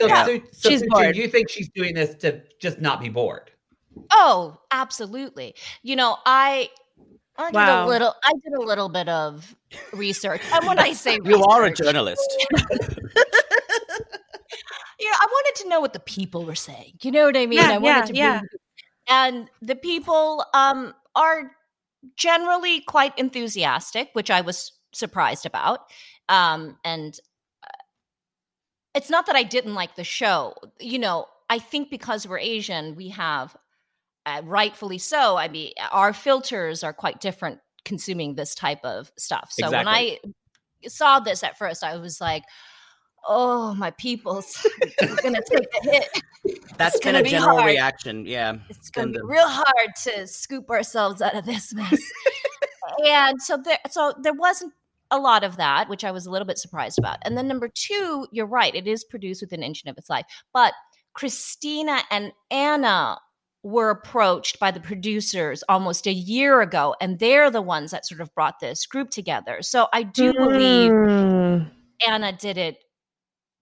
[SPEAKER 2] So,
[SPEAKER 3] Yeah.
[SPEAKER 2] Su- so
[SPEAKER 9] She's
[SPEAKER 2] Su-
[SPEAKER 9] bored.
[SPEAKER 2] you think she's doing this to just not be bored?
[SPEAKER 8] [LAUGHS] Oh, absolutely. You know, I I
[SPEAKER 9] Wow.
[SPEAKER 8] did a little I did a little bit of research. And when I say
[SPEAKER 3] [LAUGHS] You are a
[SPEAKER 8] research,
[SPEAKER 3] journalist.
[SPEAKER 8] you know, I wanted to know what the people were saying. You know what I mean?
[SPEAKER 9] Yeah,
[SPEAKER 8] I
[SPEAKER 9] yeah,
[SPEAKER 8] wanted to be,
[SPEAKER 9] yeah.
[SPEAKER 8] and the people um are generally quite enthusiastic, which I was surprised about. Um and uh, it's not that I didn't like the show. You know, I think because we're Asian, we have uh, rightfully so. I mean, our filters are quite different consuming this type of stuff. So when I
[SPEAKER 3] Exactly.
[SPEAKER 8] saw this at first, I was like, "Oh, my peoples, [LAUGHS] we're gonna take a hit.
[SPEAKER 3] That's
[SPEAKER 8] It's
[SPEAKER 3] been
[SPEAKER 8] gonna
[SPEAKER 3] a
[SPEAKER 8] be
[SPEAKER 3] general
[SPEAKER 8] hard.
[SPEAKER 3] reaction. Yeah.
[SPEAKER 8] It's gonna
[SPEAKER 3] been
[SPEAKER 8] be
[SPEAKER 3] the-
[SPEAKER 8] real hard to scoop ourselves out of this mess." and so there, so there wasn't a lot of that, which I was a little bit surprised about. And then number two, you're right; it is produced within an inch of its life, but Christina and Anna were approached by the producers almost a year ago, and they're the ones that sort of brought this group together. So I
[SPEAKER 9] Mm.
[SPEAKER 2] Mm.
[SPEAKER 9] [LAUGHS]
[SPEAKER 8] do believe Anna did it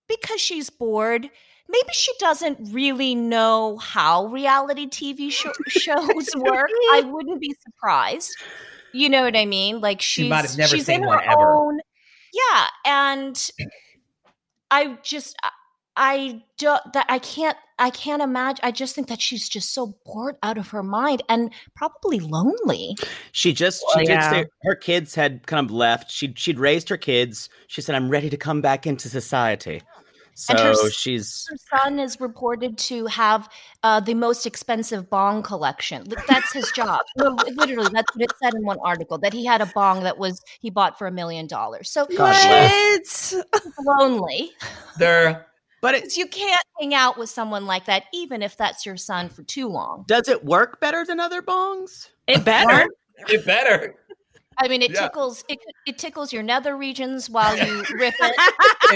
[SPEAKER 8] because she's bored. maybe she doesn't really know how reality TV
[SPEAKER 2] [LAUGHS]
[SPEAKER 8] sho- shows work. I wouldn't be surprised. You know what I mean? Like she's
[SPEAKER 2] She might have never
[SPEAKER 8] she's
[SPEAKER 2] seen
[SPEAKER 8] in
[SPEAKER 2] one
[SPEAKER 8] her
[SPEAKER 2] ever.
[SPEAKER 8] own. Yeah, and I just I- I don't that I can't I can't imagine. I just think that she's just so bored out of her mind and probably lonely.
[SPEAKER 3] She just she
[SPEAKER 8] Well,
[SPEAKER 3] did
[SPEAKER 8] yeah.
[SPEAKER 3] say her kids had kind of left. She she'd raised her kids. She said, "I'm ready to come back into society." So
[SPEAKER 8] And her s-
[SPEAKER 3] she's
[SPEAKER 8] Her son is reported to have uh, the most expensive bong collection. Li- That's his job. No, li- Literally, that's what it said in one article that he had a bong that was he bought for a million dollars. So
[SPEAKER 2] God
[SPEAKER 8] she's lonely.
[SPEAKER 2] There.
[SPEAKER 3] But
[SPEAKER 8] you can't hang out with someone like that, even if that's your son, for too long.
[SPEAKER 3] does it work better than other bongs?
[SPEAKER 9] It better.
[SPEAKER 2] It better.
[SPEAKER 8] I mean, it
[SPEAKER 3] Yeah.
[SPEAKER 8] tickles it, it tickles your nether regions while you riff it.
[SPEAKER 2] [LAUGHS]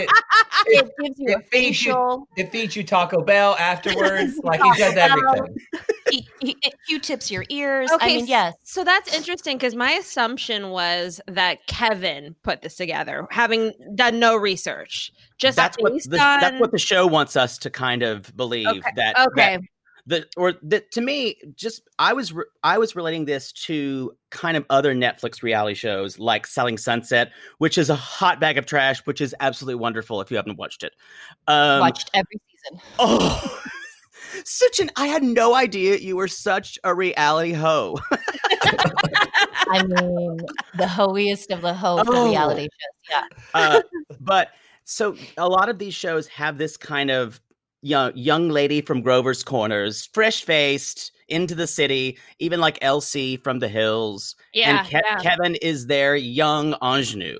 [SPEAKER 2] it,
[SPEAKER 8] gives you
[SPEAKER 2] it
[SPEAKER 8] a
[SPEAKER 2] feeds you.
[SPEAKER 8] facial.
[SPEAKER 2] It feeds you Taco Bell
[SPEAKER 8] [LAUGHS]
[SPEAKER 2] afterwards. like he does
[SPEAKER 8] Taco Bell.
[SPEAKER 2] everything.
[SPEAKER 8] He, he, it Q-tips your ears.
[SPEAKER 9] Okay,
[SPEAKER 8] I mean, yes.
[SPEAKER 9] So that's interesting because my assumption was that Kevin put this together, having done no research. Just
[SPEAKER 3] That's what
[SPEAKER 9] based
[SPEAKER 3] the,
[SPEAKER 9] on
[SPEAKER 3] that's what the show wants us to kind of believe
[SPEAKER 9] Okay,
[SPEAKER 3] that
[SPEAKER 9] okay.
[SPEAKER 3] that- the or that to me just I was re- I was relating this to kind of other Netflix reality shows like Selling Sunset, which is a hot bag of trash, which is absolutely wonderful if you haven't watched it. Um,
[SPEAKER 8] Watched every season.
[SPEAKER 3] Oh, [LAUGHS] such an I had no idea you were such a reality hoe.
[SPEAKER 8] I mean, the hoeiest of the hoe for
[SPEAKER 3] Oh.
[SPEAKER 8] reality shows. Yeah.
[SPEAKER 3] uh, but so a lot of these shows have this kind of young young lady from Grover's Corners, fresh faced into the city, even like Elsie from the hills.
[SPEAKER 9] Yeah,
[SPEAKER 3] and Ke-
[SPEAKER 9] yeah.
[SPEAKER 3] Kevin is their young ingenue,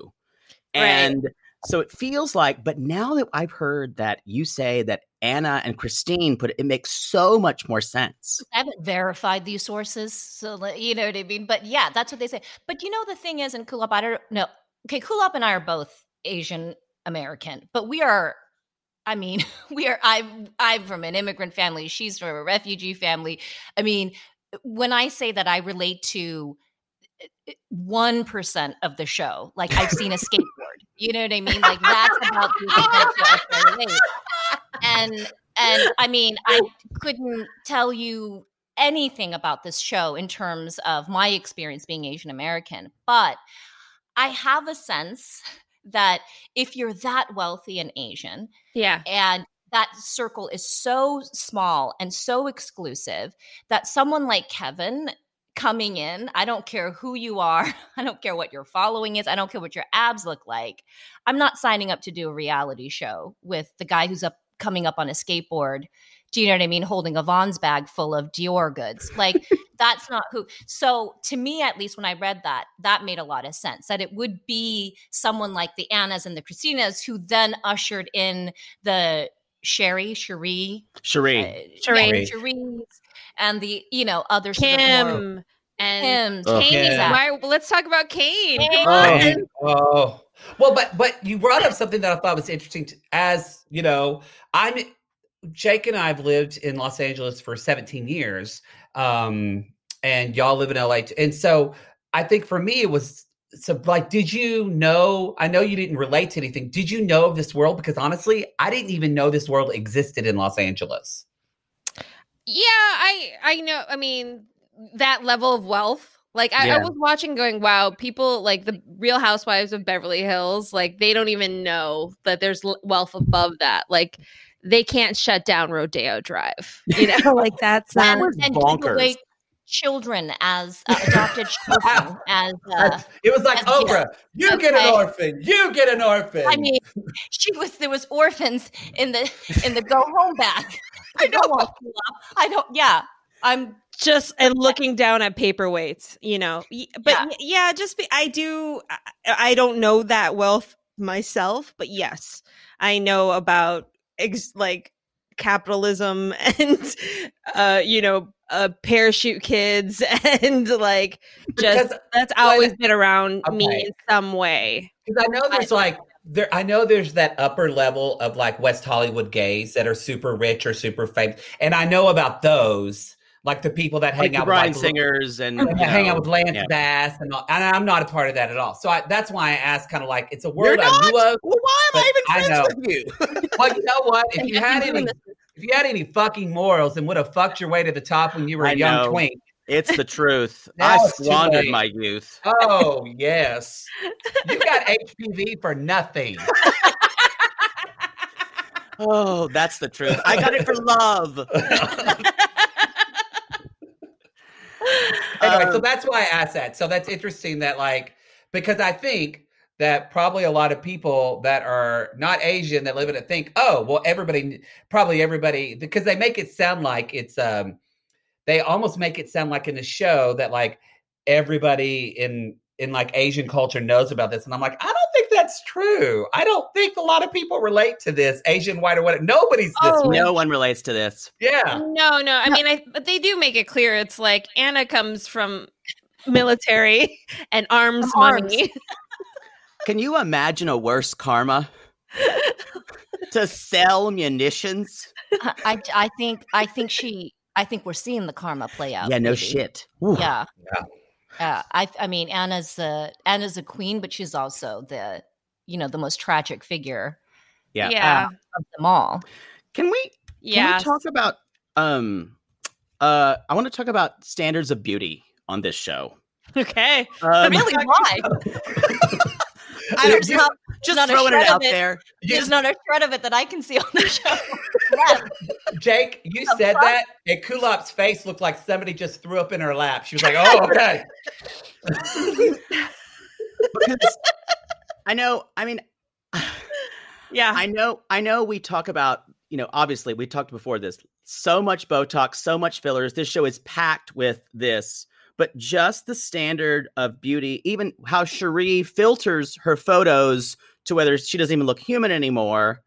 [SPEAKER 3] and so it feels like. But now that I've heard that you say that Anna and Christine put it, it makes so much more sense.
[SPEAKER 8] I haven't verified these sources, so like, you know what I mean. But yeah, that's what they say. But you know, the thing is, in Kulop, I don't know. Okay, Kulop and I are both Asian American, but we are. I mean, [LAUGHS] we are. I'm I'm from an immigrant family. She's from a refugee family. I mean, when I say that, I relate to eh, one percent of the show. Like I've seen a skateboard. You know what I mean? Like that's about the extent to which I relate. And and I mean, I couldn't tell you anything about this show in terms of my experience being Asian American, but I have a sense that if you're that wealthy and Asian,
[SPEAKER 9] Yeah.
[SPEAKER 8] and that circle is so small and so exclusive that someone like Kevin coming in, I don't care who you are, [LAUGHS] I don't care what your following is, I don't care what your abs look like. I'm not signing up to do a reality show with the guy who's up coming up on a skateboard. Do you know what I mean? Holding a Vons bag full of Dior goods. Like, that's not who. So, to me, at least when I read that, that made a lot of sense that it would be someone like the Annas and the Christinas who then ushered in the Sherry, Cherie,
[SPEAKER 9] Uh,
[SPEAKER 3] Cherie,
[SPEAKER 8] Sheree, Cherie's, and the you know other
[SPEAKER 9] Kim and
[SPEAKER 8] Kim's.
[SPEAKER 3] Uh,
[SPEAKER 2] Oh,
[SPEAKER 9] Kane.
[SPEAKER 2] Kim.
[SPEAKER 9] Why, let's talk about Kane.
[SPEAKER 8] Kane.
[SPEAKER 2] Oh, oh. well, but but you brought up something that I thought was interesting. To, as you know, I'm Jake and I've lived in Los Angeles for 17 years, um, and y'all live in LA, too. and so I think for me it was so like, did you know? I know you didn't relate to anything. Did you know of this world? Because honestly, I didn't even know this world existed in Los Angeles.
[SPEAKER 9] Yeah, I I know. I mean, that level of wealth. Like I, I
[SPEAKER 2] Yeah.
[SPEAKER 9] was watching, going, wow, people like the Real Housewives of Beverly Hills, like they don't even know that there's l- wealth above that. Like they can't shut down Rodeo Drive. You know, like that's
[SPEAKER 8] and,
[SPEAKER 9] not
[SPEAKER 8] and keep away children as uh,
[SPEAKER 3] [LAUGHS]
[SPEAKER 8] adopted children as uh,
[SPEAKER 2] It was like
[SPEAKER 8] as gifts.
[SPEAKER 2] Oprah, you get an
[SPEAKER 8] Okay.
[SPEAKER 2] orphan, you get an orphan.
[SPEAKER 8] I mean, she was there was orphans in the in the go home
[SPEAKER 3] [LAUGHS]
[SPEAKER 8] bag. I know. I don't. Yeah, I'm
[SPEAKER 9] just and looking down at paperweights, you know. Y- But y- yeah, just be, I do. I, I don't know that wealth myself, but yes, I know about ex- like capitalism [LAUGHS] and uh, you know uh, parachute kids [LAUGHS] and like just
[SPEAKER 2] Because
[SPEAKER 9] that's
[SPEAKER 2] when-
[SPEAKER 9] always been around me
[SPEAKER 2] Okay.
[SPEAKER 9] in some way.
[SPEAKER 2] Because I know there's like there I know there's that upper level of like West Hollywood gays that are super rich or super famous. And I know about those. like the people that
[SPEAKER 3] Like
[SPEAKER 2] hang
[SPEAKER 3] the
[SPEAKER 2] out
[SPEAKER 3] Bryan
[SPEAKER 2] with like,
[SPEAKER 3] Singers and,
[SPEAKER 2] that
[SPEAKER 3] you
[SPEAKER 2] hang
[SPEAKER 3] know,
[SPEAKER 2] out with Lance
[SPEAKER 3] yeah.
[SPEAKER 2] Bass and, all, and I'm not a part of that at all. So I, that's why I asked, kind of like it's a world I knew of.
[SPEAKER 3] why
[SPEAKER 2] am I
[SPEAKER 3] even
[SPEAKER 2] friends
[SPEAKER 3] with you?
[SPEAKER 2] [LAUGHS] well, you know what? If
[SPEAKER 3] And
[SPEAKER 2] you
[SPEAKER 3] I've
[SPEAKER 2] had
[SPEAKER 3] been
[SPEAKER 2] any,
[SPEAKER 3] doing
[SPEAKER 2] if you had any fucking morals, and would have fucked your way to the top when you were a
[SPEAKER 3] I
[SPEAKER 2] young
[SPEAKER 3] know.
[SPEAKER 2] twink.
[SPEAKER 3] It's the truth.
[SPEAKER 2] Now
[SPEAKER 3] I
[SPEAKER 2] it's too
[SPEAKER 3] squandered
[SPEAKER 2] late.
[SPEAKER 3] my youth.
[SPEAKER 2] Oh yes, you got HPV for nothing.
[SPEAKER 3] Oh, that's the truth. [LAUGHS] I got it for
[SPEAKER 2] [LAUGHS]
[SPEAKER 3] love.
[SPEAKER 2] anyway,
[SPEAKER 3] Um,
[SPEAKER 2] so that's why I asked that. So that's interesting that like because I think that probably a lot of people that are not Asian that live in it think, oh, well, everybody probably everybody because they make it sound like it's um they almost make it sound like in the show that like everybody in in like Asian culture knows about this. And I'm like, I don't think that's true. I don't think a lot of people relate to this. Asian, white, or whatever. Nobody's this way.
[SPEAKER 3] Oh, No one relates to this.
[SPEAKER 2] Yeah.
[SPEAKER 9] No, no. I mean, I but they do make it clear. It's like Anna comes from [LAUGHS] military [LAUGHS] and arms [LAUGHS] money.
[SPEAKER 3] Can you imagine a worse karma? to sell munitions?
[SPEAKER 8] I, I, I think I think she I think we're seeing the karma play out.
[SPEAKER 3] yeah, no
[SPEAKER 8] maybe.
[SPEAKER 3] shit.
[SPEAKER 8] Yeah. Uh, I I mean Anna's the Anna's a queen, but she's also the you know the most tragic figure.
[SPEAKER 3] Yeah.
[SPEAKER 8] uh, of them all.
[SPEAKER 3] Can we? Can we
[SPEAKER 8] Yes.
[SPEAKER 3] talk about um uh I want to talk about standards of beauty on this show.
[SPEAKER 9] Okay.
[SPEAKER 3] Um,
[SPEAKER 8] really?
[SPEAKER 3] [LAUGHS]
[SPEAKER 8] Why? I
[SPEAKER 3] Just- just throwing it out there.
[SPEAKER 8] There's not a shred of it that I can see on the
[SPEAKER 3] [LAUGHS]
[SPEAKER 8] show.
[SPEAKER 2] Jake, you said that, and Kulop's face looked like somebody just threw up in her lap. She
[SPEAKER 10] [LAUGHS]
[SPEAKER 2] was like, "Oh, okay."
[SPEAKER 3] I know, I mean [SIGHS]
[SPEAKER 9] Yeah.
[SPEAKER 3] I know I know we talk about, you know, obviously we talked before this. So much Botox, so much fillers. This show is packed with this. But just the standard of beauty, even how Cherie filters her photos to whether she doesn't even look human anymore.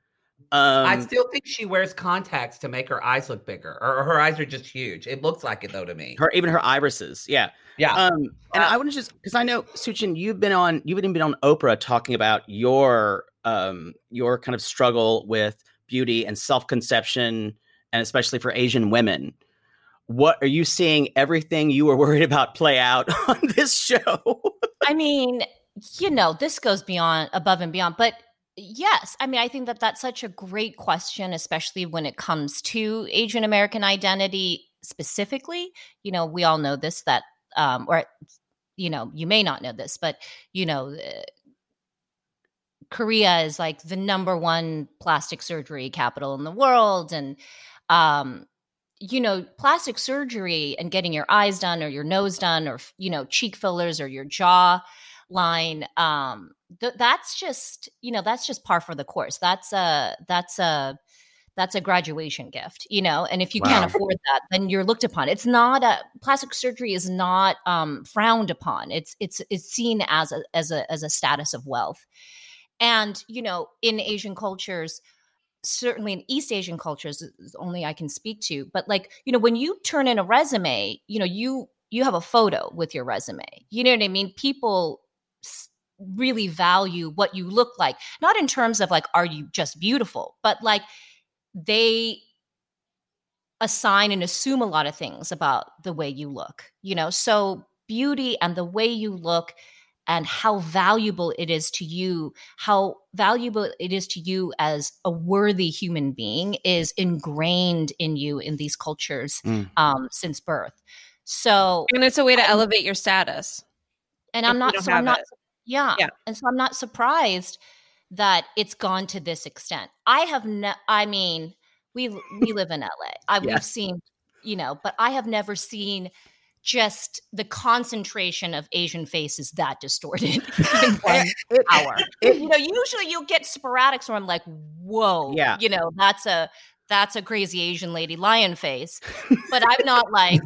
[SPEAKER 3] Um,
[SPEAKER 2] I still think she wears contacts to make her eyes look bigger, or her eyes are just huge. It looks like it though to me.
[SPEAKER 3] her even her irises yeah
[SPEAKER 2] yeah
[SPEAKER 3] um and i want to just because i know suchin you've been on you've even been on oprah talking about your um your kind of struggle with beauty and self-conception and especially for asian women what are you seeing everything you were [LAUGHS] worried about play out [LAUGHS] on this show
[SPEAKER 8] [LAUGHS] I mean, you know, this goes beyond above and beyond, but yes, I mean, I think that that's such a great question, especially when it comes to Asian American identity specifically. You know, we all know this that, um, or you know, you may not know this, but you know. uh, Korea is like the number one plastic surgery capital in the world. And um, you know, plastic surgery and getting your eyes done or your nose done or, you know, cheek fillers or your jaw line, um, th- that's just, you know, that's just par for the course. That's a, that's a, that's a graduation gift, you know, and if you
[SPEAKER 10] Wow.
[SPEAKER 8] can't afford that, then you're looked upon. It's not a plastic surgery is not um, frowned upon. It's it's it's seen as a as a as a status of wealth, and you know, in Asian cultures, certainly in East Asian cultures is only I can speak to, but like, you know, when you turn in a resume, you know, you you have a photo with your resume. You know what I mean? People s- really value what you look like, not in terms of like are you just beautiful, but like they assign and assume a lot of things about the way you look, you know? So beauty and the way you look and how valuable it is to you, how valuable it is to you as a worthy human being is ingrained in you in these cultures
[SPEAKER 9] Mm.
[SPEAKER 8] um, since birth. So,
[SPEAKER 9] and it's a way to elevate your status.
[SPEAKER 8] And
[SPEAKER 9] if
[SPEAKER 8] I'm
[SPEAKER 9] you
[SPEAKER 8] not,
[SPEAKER 9] don't
[SPEAKER 8] so I'm
[SPEAKER 9] have
[SPEAKER 8] not,
[SPEAKER 9] it.
[SPEAKER 8] yeah.
[SPEAKER 9] Yeah.
[SPEAKER 8] And so I'm not surprised that it's gone to this extent. I have no, I mean, we we live in LA. I,
[SPEAKER 10] Yeah.
[SPEAKER 8] We've seen, you know, but I have never seen just the concentration of Asian faces that distorted [LAUGHS] in one hour. you know, usually you'll get sporadics where I'm like, whoa,
[SPEAKER 10] Yeah.
[SPEAKER 8] you know, that's a that's a crazy Asian lady lion face. But I'm not like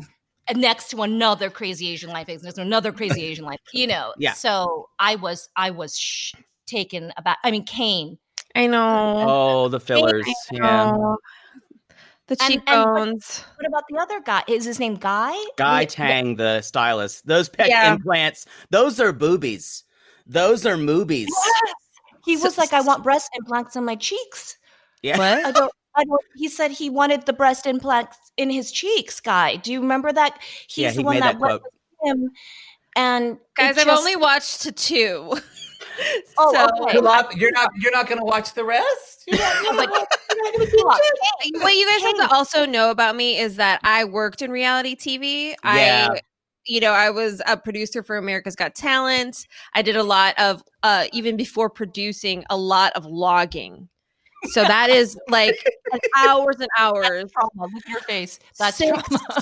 [SPEAKER 8] next to another crazy Asian lion face, next to another crazy Asian lion, you know.
[SPEAKER 10] Yeah.
[SPEAKER 8] So I was I was sh- taken aback. I mean, Kane.
[SPEAKER 9] I know.
[SPEAKER 3] oh the fillers yeah
[SPEAKER 9] The
[SPEAKER 8] cheekbones. what about the other guy? Is his name Guy?
[SPEAKER 3] guy
[SPEAKER 8] Wait,
[SPEAKER 3] tang the stylist those pec
[SPEAKER 8] Yeah.
[SPEAKER 3] implants those are boobies those are movies
[SPEAKER 8] He was like, I want breast implants on my cheeks.
[SPEAKER 3] yeah
[SPEAKER 10] [LAUGHS]
[SPEAKER 8] I don't. I don't. He said he wanted the breast implants
[SPEAKER 10] in his cheeks guy. Do you remember that? He's
[SPEAKER 3] Yeah,
[SPEAKER 10] the
[SPEAKER 3] he
[SPEAKER 10] one
[SPEAKER 3] made
[SPEAKER 10] that,
[SPEAKER 3] that
[SPEAKER 10] went
[SPEAKER 3] quote.
[SPEAKER 10] with him. And
[SPEAKER 9] Guys,
[SPEAKER 10] it
[SPEAKER 9] I've
[SPEAKER 10] just-
[SPEAKER 9] only watched two.
[SPEAKER 10] Oh,
[SPEAKER 9] so-
[SPEAKER 10] okay.
[SPEAKER 2] Kulop, you're not you're not going to watch the rest.
[SPEAKER 9] what you guys have to also know about me is that I worked in reality TV.
[SPEAKER 3] Yeah.
[SPEAKER 9] I you know, I was a producer for America's Got Talent. I did a lot of uh even before producing a lot of logging. So that is like
[SPEAKER 10] [LAUGHS]
[SPEAKER 9] an hours and hours.
[SPEAKER 10] trauma. Look at your
[SPEAKER 9] [LAUGHS]
[SPEAKER 10] face. That's
[SPEAKER 9] six,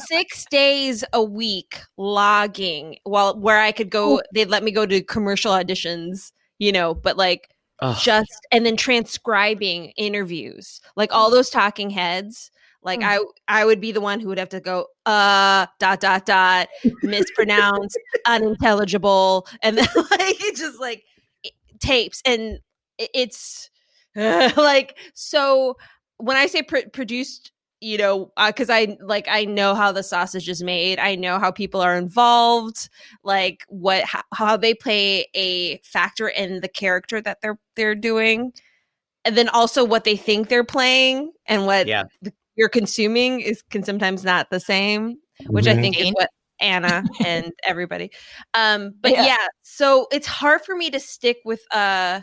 [SPEAKER 9] six days a week logging while where I could go they'd let me go to commercial auditions, you know, but like
[SPEAKER 3] Ugh.
[SPEAKER 9] just and then transcribing interviews. Like all those talking heads. Like I I would be the one who would have to go uh dot dot dot mispronounced unintelligible and then like it just like tapes and i- it's [LAUGHS] like so when i say pr- produced you know because i like i know how the sausage is made i know how people are involved like what how, how they play a factor in the character that they're they're doing and then also what they think they're playing and
[SPEAKER 10] [LAUGHS]
[SPEAKER 9] what
[SPEAKER 3] Yeah.
[SPEAKER 9] th- you're consuming is can sometimes not the same which i
[SPEAKER 3] Mhm.
[SPEAKER 9] think is what anna and everybody
[SPEAKER 3] [LAUGHS]
[SPEAKER 9] um but
[SPEAKER 10] Yeah.
[SPEAKER 9] yeah. so it's hard for me to stick with uh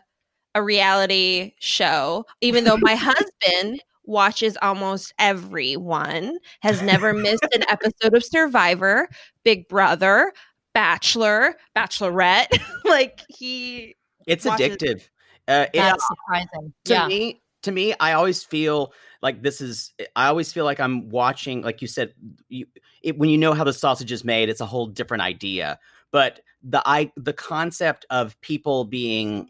[SPEAKER 9] a reality show, even though
[SPEAKER 3] [LAUGHS]
[SPEAKER 9] my husband watches almost everyone, has never missed an episode of Survivor, Big Brother, Bachelor, Bachelorette. [LAUGHS] like he
[SPEAKER 3] [LAUGHS] It's
[SPEAKER 9] watches-
[SPEAKER 3] addictive. Uh, it-
[SPEAKER 10] That's surprising.
[SPEAKER 3] to
[SPEAKER 10] yeah.
[SPEAKER 3] me to me i always feel like this is i always feel like i'm watching like you said you, it, when you know how the sausage is made it's a whole different idea but the i the concept of people being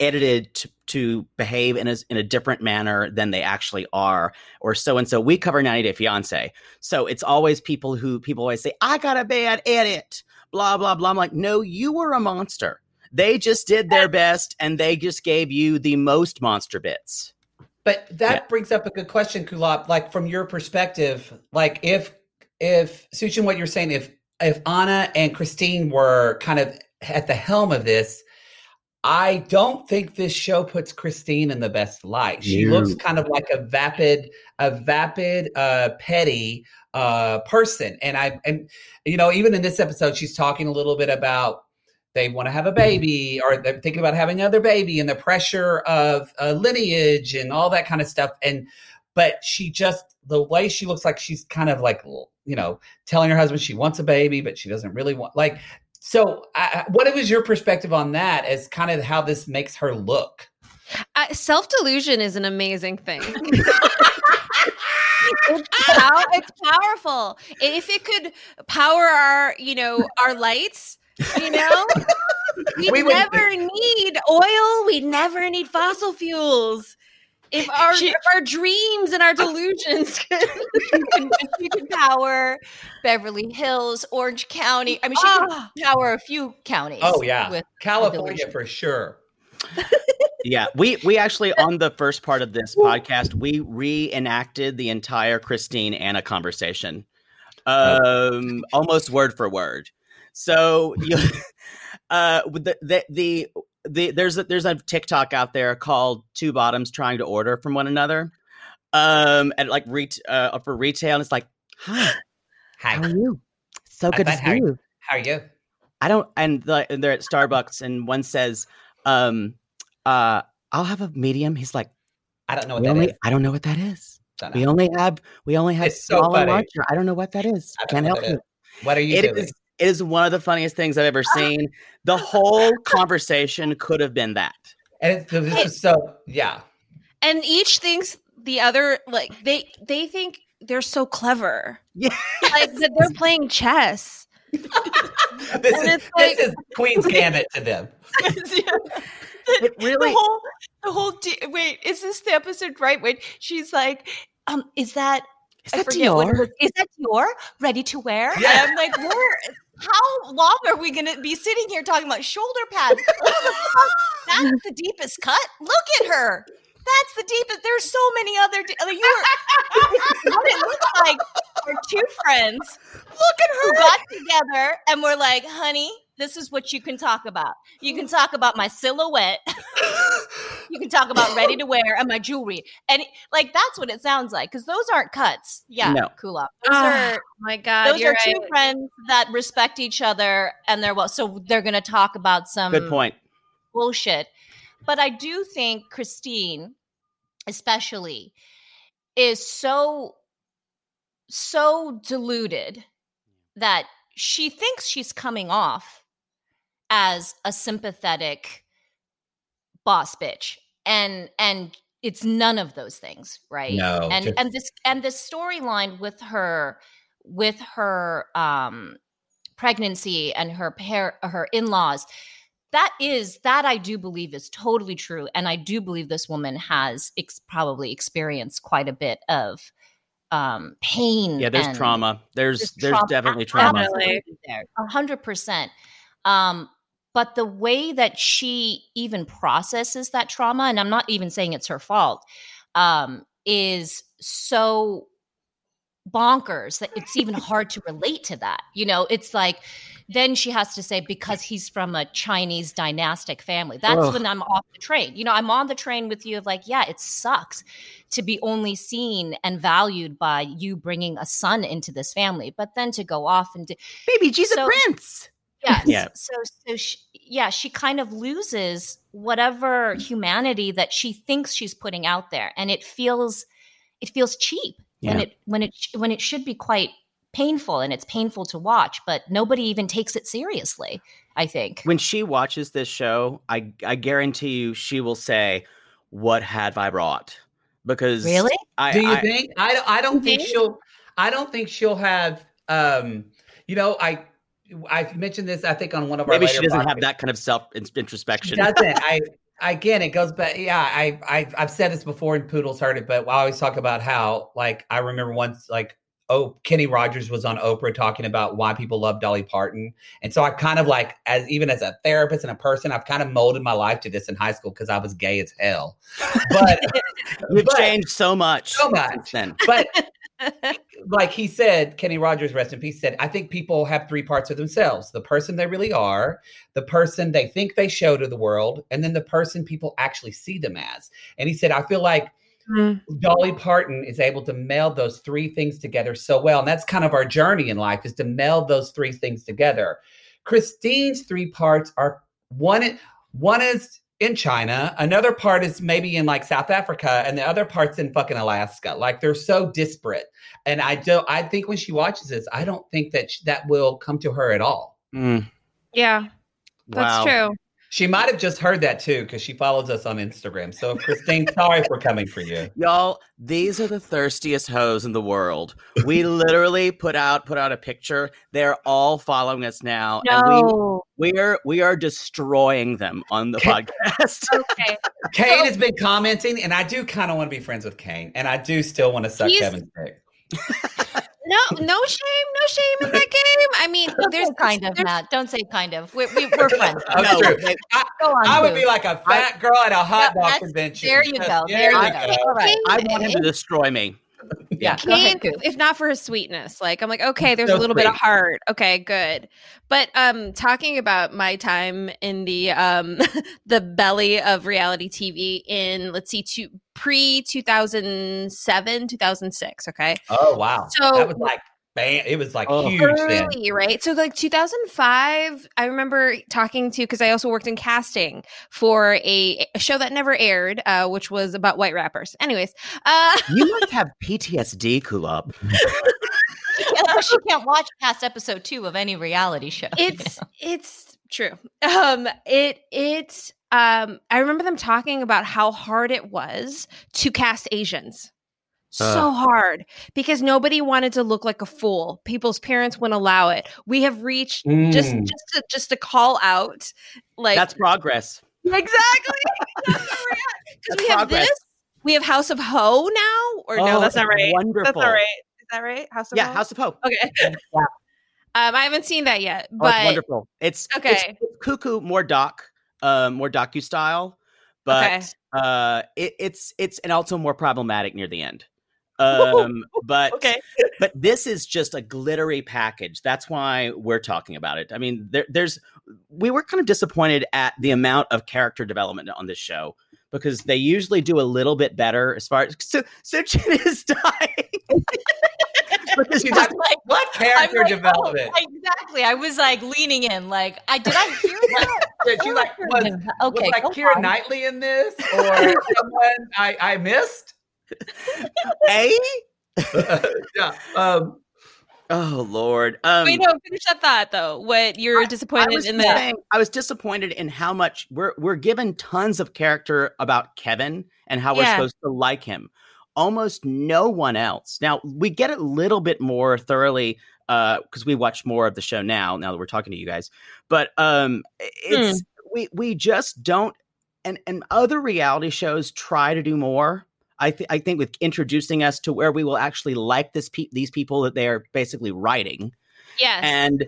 [SPEAKER 3] edited to, to behave in a, in a different manner than they actually are or so and so we cover 90 day fiance so it's always people who people always say i got a bad edit blah blah blah i'm like no you were a monster they just did their best and they just gave you the most monster bits.
[SPEAKER 2] But that
[SPEAKER 3] Yeah.
[SPEAKER 2] brings up a good question, Kulop. Like from your perspective, like if if Suchin, what you're saying, if if Anna and Christine were kind of at the helm of this, I don't think this show puts Christine in the best light. She
[SPEAKER 3] No.
[SPEAKER 2] looks kind of like a vapid, a vapid, uh, petty uh, person, and I and you know even in this episode, she's talking a little bit about they want to have
[SPEAKER 3] Mm-hmm.
[SPEAKER 2] a baby or they're thinking about having another baby and the pressure of uh, lineage and all that kind of stuff and but she just the way she looks like she's kind of like you know telling her husband she wants a baby but she doesn't really want like so I, I- what was your perspective on that as kind of how this makes her look
[SPEAKER 9] uh, self delusion is an amazing thing. it's, pow- it's powerful. If it could power our, you know, our lights, you know, we,
[SPEAKER 2] We would-
[SPEAKER 9] never need oil. We never need fossil fuels. If our
[SPEAKER 10] She-
[SPEAKER 9] if our dreams and our delusions [LAUGHS] could
[SPEAKER 10] you can, you can power Beverly Hills, Orange County. I mean, she
[SPEAKER 9] Ah.
[SPEAKER 10] can power a few counties.
[SPEAKER 2] oh yeah
[SPEAKER 10] with
[SPEAKER 2] california for sure
[SPEAKER 3] Yeah, we we actually on the first part of this podcast we reenacted the entire Christine Anna conversation, um, almost word for word. So you, [LAUGHS] uh, with the the. the the, there's a, there's a TikTok out there called Two Bottoms Trying to Order from One Another, um, at like re- uh, for retail, and it's like, hi,
[SPEAKER 2] hi
[SPEAKER 3] how are you? So
[SPEAKER 2] I
[SPEAKER 3] good to
[SPEAKER 2] thought,
[SPEAKER 3] see
[SPEAKER 2] how-
[SPEAKER 3] you.
[SPEAKER 2] how are you
[SPEAKER 3] I don't, and, the, and they're at Starbucks, and one says, um, uh, "I'll have a medium." He's like,
[SPEAKER 2] i don't know what
[SPEAKER 3] "We
[SPEAKER 2] that
[SPEAKER 3] only,
[SPEAKER 2] is.
[SPEAKER 3] I don't know what that is.
[SPEAKER 2] Don't
[SPEAKER 3] We
[SPEAKER 2] know.
[SPEAKER 3] only have, we only have
[SPEAKER 2] It's so
[SPEAKER 3] small and
[SPEAKER 2] funny.
[SPEAKER 3] large. I don't know what that is.
[SPEAKER 2] I don't
[SPEAKER 3] Can't
[SPEAKER 2] know
[SPEAKER 3] help
[SPEAKER 2] what that
[SPEAKER 3] you."
[SPEAKER 2] is. what are you
[SPEAKER 3] It
[SPEAKER 2] doing
[SPEAKER 3] is, it is one of the funniest things I've
[SPEAKER 2] [LAUGHS]
[SPEAKER 3] ever seen. The whole conversation could have been that.
[SPEAKER 2] and it's, this is so [LAUGHS] yeah
[SPEAKER 9] and each thinks the other like they they think they're so clever.
[SPEAKER 3] Yeah.
[SPEAKER 9] Like that they're playing chess.
[SPEAKER 2] this
[SPEAKER 9] And
[SPEAKER 2] is
[SPEAKER 9] it's like-
[SPEAKER 2] this is queen's gambit to them
[SPEAKER 10] [LAUGHS]
[SPEAKER 3] It really.
[SPEAKER 10] the whole the whole di- wait is this the episode right when she's like um is that
[SPEAKER 3] Is
[SPEAKER 10] I
[SPEAKER 3] that
[SPEAKER 10] forget what it
[SPEAKER 3] Dior?
[SPEAKER 10] was. Is that Dior ready to wear?
[SPEAKER 2] Yeah.
[SPEAKER 10] And I'm like, where? How long are we going to be sitting here talking about shoulder pads? What the
[SPEAKER 3] [LAUGHS]
[SPEAKER 10] fuck? That's the deepest cut. Look at her. That's the deepest. There's so many other. De- I mean, you were, what it looks like are two friends. Look at her. Who got together and were like, honey,
[SPEAKER 8] this is what you can talk about. You can talk about my silhouette. you can talk about ready to wear and my jewelry. And like that's what it sounds like because those aren't cuts. Yeah,
[SPEAKER 9] No.
[SPEAKER 8] cool up. Those
[SPEAKER 9] Oh
[SPEAKER 8] are
[SPEAKER 9] my god,
[SPEAKER 8] those
[SPEAKER 9] you're
[SPEAKER 8] are two
[SPEAKER 9] right.
[SPEAKER 8] friends that respect each other and they're well. So they're going to talk about some
[SPEAKER 3] Good point.
[SPEAKER 8] bullshit. But I do think Christine, especially, is so so deluded that she thinks she's coming off as a sympathetic boss bitch and and it's none of those things right
[SPEAKER 2] No,
[SPEAKER 8] and
[SPEAKER 2] just-
[SPEAKER 8] and this and this storyline with her with her um pregnancy and her pair her in-laws that is that i do believe is totally true and i do believe this woman has ex- probably experienced quite a bit of um pain
[SPEAKER 3] Yeah, there's
[SPEAKER 8] and-
[SPEAKER 3] trauma. There's there's
[SPEAKER 8] trauma.
[SPEAKER 3] definitely trauma.
[SPEAKER 8] Absolutely there. A hundred percent. Um, but the way that she even processes that trauma, and I'm not even saying it's her fault, um, is so bonkers that it's even hard to relate to that. You know, it's like then she has to say because he's from a Chinese dynastic family. That's
[SPEAKER 9] Ugh.
[SPEAKER 8] when I'm off the train. You know, I'm on the train with you of like, yeah, it sucks to be only seen and valued by you bringing a son into this family, but then to go off and do-
[SPEAKER 3] baby, she's
[SPEAKER 8] a
[SPEAKER 3] prince.
[SPEAKER 8] Yes.
[SPEAKER 3] Yeah.
[SPEAKER 8] So, so she, yeah, she kind of loses whatever
[SPEAKER 3] Mm.
[SPEAKER 8] humanity that she thinks she's putting out there, and it feels, it feels cheap when
[SPEAKER 9] Yeah.
[SPEAKER 8] it when it sh- when it should be quite painful, and it's painful to watch, but nobody even takes it seriously. I think.
[SPEAKER 3] When she watches this show, I I guarantee you she will say, "What have I brought?" Because
[SPEAKER 8] Really?
[SPEAKER 3] I,
[SPEAKER 2] do you
[SPEAKER 3] I-
[SPEAKER 2] think? I don't- I don't think she'll. I don't think she'll have. Um, you know, I I mentioned this. I think on one of our
[SPEAKER 3] maybe she
[SPEAKER 2] later
[SPEAKER 3] doesn't
[SPEAKER 2] podcasts.
[SPEAKER 3] have that kind of self in- introspection? [LAUGHS]
[SPEAKER 2] doesn't. I again, it goes back. Yeah, I, I I've said this before, and Poodle's heard it, but I always talk about how like I remember once like oh Kenny Rogers was on Oprah talking about why people love Dolly Parton, and so I kind of like as even as a therapist and a person, I've kind of molded my life to this in high school because I was gay as hell.
[SPEAKER 3] [LAUGHS]
[SPEAKER 2] But
[SPEAKER 3] We've changed so much.
[SPEAKER 2] So much.
[SPEAKER 3] since
[SPEAKER 2] [LAUGHS]
[SPEAKER 3] then.
[SPEAKER 2] But [LAUGHS] like he said, Kenny Rogers, rest in peace, said, I think people have three parts of themselves the person they really are, the person they think they show to the world, and then the person people actually see them as. And he said, I feel like
[SPEAKER 9] Mm.
[SPEAKER 2] Dolly Parton is able to meld those three things together so well. And that's kind of our journey in life is to meld those three things together. Christine's three parts are one one is in China, another part is maybe in like South Africa, and the other part's in fucking Alaska. Like they're so disparate. And I don't I think when she watches this, I don't think that sh- that will come to her at all.
[SPEAKER 3] Mm.
[SPEAKER 9] Yeah. That's true.
[SPEAKER 2] She might have just heard that too because she follows us on Instagram. So Christine, sorry for coming for you.
[SPEAKER 3] Y'all, these are the thirstiest hoes in the world. We literally put out put out a picture. They're all following us now, [LAUGHS]
[SPEAKER 9] No.
[SPEAKER 3] and we we are we are destroying them on the podcast.
[SPEAKER 9] Okay.
[SPEAKER 8] [LAUGHS]
[SPEAKER 2] Kane has been commenting, and I do kind of want to be friends with Kane, and I do still want to suck
[SPEAKER 9] He's-
[SPEAKER 2] Kevin's dick.
[SPEAKER 9] No, no shame, no shame in that game. I mean, there's
[SPEAKER 8] kind of Matt. Don't say kind of. We're, we,
[SPEAKER 9] [LAUGHS]
[SPEAKER 8] we're friends.
[SPEAKER 2] Oh,
[SPEAKER 8] No.
[SPEAKER 2] true. I,
[SPEAKER 8] Go on,
[SPEAKER 2] I would
[SPEAKER 8] Boo.
[SPEAKER 2] be like a fat girl at a hot dog convention.
[SPEAKER 8] there you go, there you go. All right.
[SPEAKER 3] I want him to destroy
[SPEAKER 2] [LAUGHS]
[SPEAKER 3] me.
[SPEAKER 8] Yeah. Go
[SPEAKER 9] Kane,
[SPEAKER 8] ahead,
[SPEAKER 9] if not for his sweetness, like I'm like, okay, there's
[SPEAKER 3] So
[SPEAKER 9] a little bit of
[SPEAKER 3] sweet.
[SPEAKER 9] heart. Okay, good. But um talking about my time in the um [LAUGHS] the belly of reality TV in let's see, two, pre 2007, 2006. Okay.
[SPEAKER 2] Oh wow,
[SPEAKER 9] So-
[SPEAKER 2] that was like bam, it was like
[SPEAKER 3] oh.
[SPEAKER 2] huge then.
[SPEAKER 9] early, right? So like 2005, I remember talking to because I also worked in casting for a, a show that never aired, uh, which was about white rappers. Anyways, uh,
[SPEAKER 3] You must have PTSD, Kulab.
[SPEAKER 8] Yeah, she can't watch past episode two of any reality show.
[SPEAKER 9] It's it's true. Um, it it um, I remember them talking about how hard it was to cast Asians. so
[SPEAKER 10] Ugh.
[SPEAKER 9] hard because nobody wanted to look like a fool. People's parents wouldn't allow it. We have reached just
[SPEAKER 3] Mm.
[SPEAKER 9] just to just to call out like
[SPEAKER 3] That's progress.
[SPEAKER 9] [LAUGHS] exactly because we have
[SPEAKER 3] progress.
[SPEAKER 9] this. We have House of Ho now, or
[SPEAKER 3] Oh,
[SPEAKER 9] no? That's not
[SPEAKER 3] it's
[SPEAKER 9] right. That's
[SPEAKER 3] wonderful.
[SPEAKER 9] not right. Is that right? House of
[SPEAKER 3] Yeah,
[SPEAKER 9] Ho?
[SPEAKER 3] House of Hope.
[SPEAKER 9] Okay. Um, I haven't seen that yet,
[SPEAKER 3] Oh,
[SPEAKER 9] but
[SPEAKER 3] it's wonderful. It's okay. It's,
[SPEAKER 9] Okay.
[SPEAKER 3] it's cuckoo more doc, uh, more docu style, but
[SPEAKER 9] Okay. [LAUGHS]
[SPEAKER 3] uh, it, it's it's and also more problematic near the end. Um, but but this is just a glittery package. That's why we're talking about it. I mean, there, there's we were kind of disappointed at the amount of character development on this show because they usually do a little bit better as far as so, so [LAUGHS] Chin is
[SPEAKER 2] [LAUGHS] Because you're just like, what character
[SPEAKER 8] I'm like,
[SPEAKER 2] development?
[SPEAKER 8] oh, exactly. I was like leaning in, like I did.
[SPEAKER 2] [LAUGHS]
[SPEAKER 8] I hear that.
[SPEAKER 2] Did you like was,
[SPEAKER 8] Okay,
[SPEAKER 2] was like
[SPEAKER 8] go
[SPEAKER 2] Kira
[SPEAKER 8] on.
[SPEAKER 2] Knightley
[SPEAKER 8] [LAUGHS]
[SPEAKER 2] in this or someone I, I missed?
[SPEAKER 3] A?
[SPEAKER 2] yeah. Um,
[SPEAKER 3] oh Lord. Um,
[SPEAKER 9] Wait, no, finish that thought though. What you're disappointed
[SPEAKER 3] I was
[SPEAKER 9] in the
[SPEAKER 3] saying- I was disappointed in how much we're we're given tons of character about Kevin and how we're
[SPEAKER 9] Yeah.
[SPEAKER 3] supposed to like him. Almost no one else. Now we get it a little bit more thoroughly because we watch more of the show now. Now that we're talking to you guys, but um, it's
[SPEAKER 9] Hmm.
[SPEAKER 3] we we just don't. And and other reality shows try to do more. I th- I think with introducing us to where we will actually like this pe- these people that they are basically writing.
[SPEAKER 9] Yes.
[SPEAKER 3] And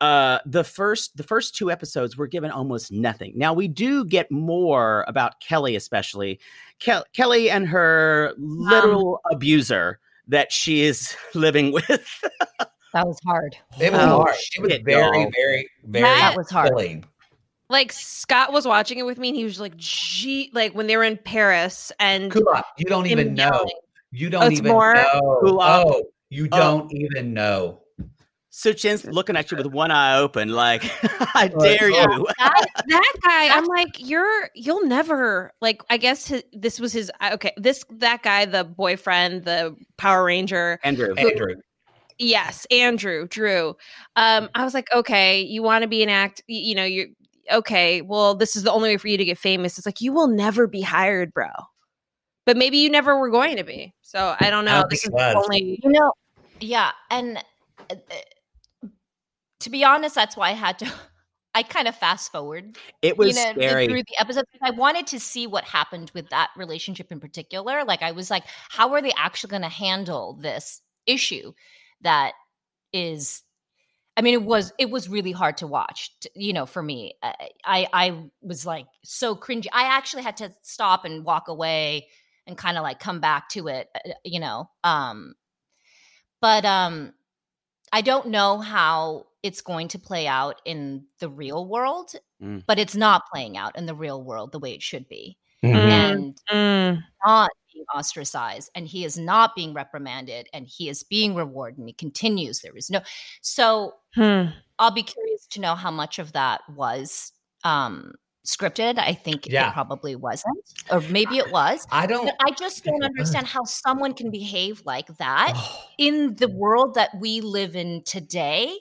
[SPEAKER 3] uh the first the first two episodes were given almost nothing. Now we do get more about Kelly especially. Kel- Kelly and her
[SPEAKER 9] Um
[SPEAKER 3] literal abuser that she is [LAUGHS] living with.
[SPEAKER 8] that was hard.
[SPEAKER 2] It was
[SPEAKER 3] Oh,
[SPEAKER 2] hard. It was
[SPEAKER 3] shit,
[SPEAKER 2] very,
[SPEAKER 3] y'all.
[SPEAKER 2] very, very
[SPEAKER 9] That was hard.
[SPEAKER 2] chilling.
[SPEAKER 9] like Scott was watching it with me, and he was like, "Gee," like when they were in Paris, and
[SPEAKER 2] Kulop, you don't
[SPEAKER 9] him
[SPEAKER 2] even know.
[SPEAKER 9] yelling.
[SPEAKER 2] You don't
[SPEAKER 9] it's
[SPEAKER 2] even
[SPEAKER 9] more-
[SPEAKER 2] know.
[SPEAKER 3] Kulop.
[SPEAKER 2] Oh, you don't even know.
[SPEAKER 3] So Chin's looking at you with one eye open, like, [LAUGHS] I dare
[SPEAKER 2] oh.
[SPEAKER 3] you.
[SPEAKER 2] [LAUGHS]
[SPEAKER 9] that, that guy i'm like you're you'll never like i guess his, this was his okay this that guy the boyfriend the power ranger
[SPEAKER 3] Andrew.
[SPEAKER 2] Andrew.
[SPEAKER 9] yes andrew drew um i was like okay you want to be an act y- you know you're okay well this is the only way for you to get famous it's like you will never be hired bro but maybe you never were going to be so i don't know
[SPEAKER 2] Oh,
[SPEAKER 9] this is
[SPEAKER 2] God.
[SPEAKER 9] only
[SPEAKER 8] You know, yeah, and uh, uh, to be honest, that's why I had to. [LAUGHS] I kind of fast forward.
[SPEAKER 3] It was
[SPEAKER 8] you know,
[SPEAKER 3] scary.
[SPEAKER 8] through the episodes. I wanted to see what happened with that relationship in particular. Like, I was like, how are they actually going to handle this issue that is I mean, it was it was really hard to watch. t- You know, for me, I I, I was like so cringy. I actually had to stop and walk away and kind of like come back to it. uh, You know, um, but um, I don't know how it's going to play out in the real world.
[SPEAKER 3] Mm.
[SPEAKER 8] But it's not playing out in the real world the way it should be, and
[SPEAKER 9] Mm.
[SPEAKER 8] not being ostracized and he is not being reprimanded and he is being rewarded and he continues there is no so
[SPEAKER 9] Hmm.
[SPEAKER 8] I'll be curious to know how much of that was um scripted. I think
[SPEAKER 2] Yeah.
[SPEAKER 8] it probably wasn't, or maybe it was.
[SPEAKER 2] I don't.
[SPEAKER 8] But I just don't understand how someone can behave like that in the world that we live in today,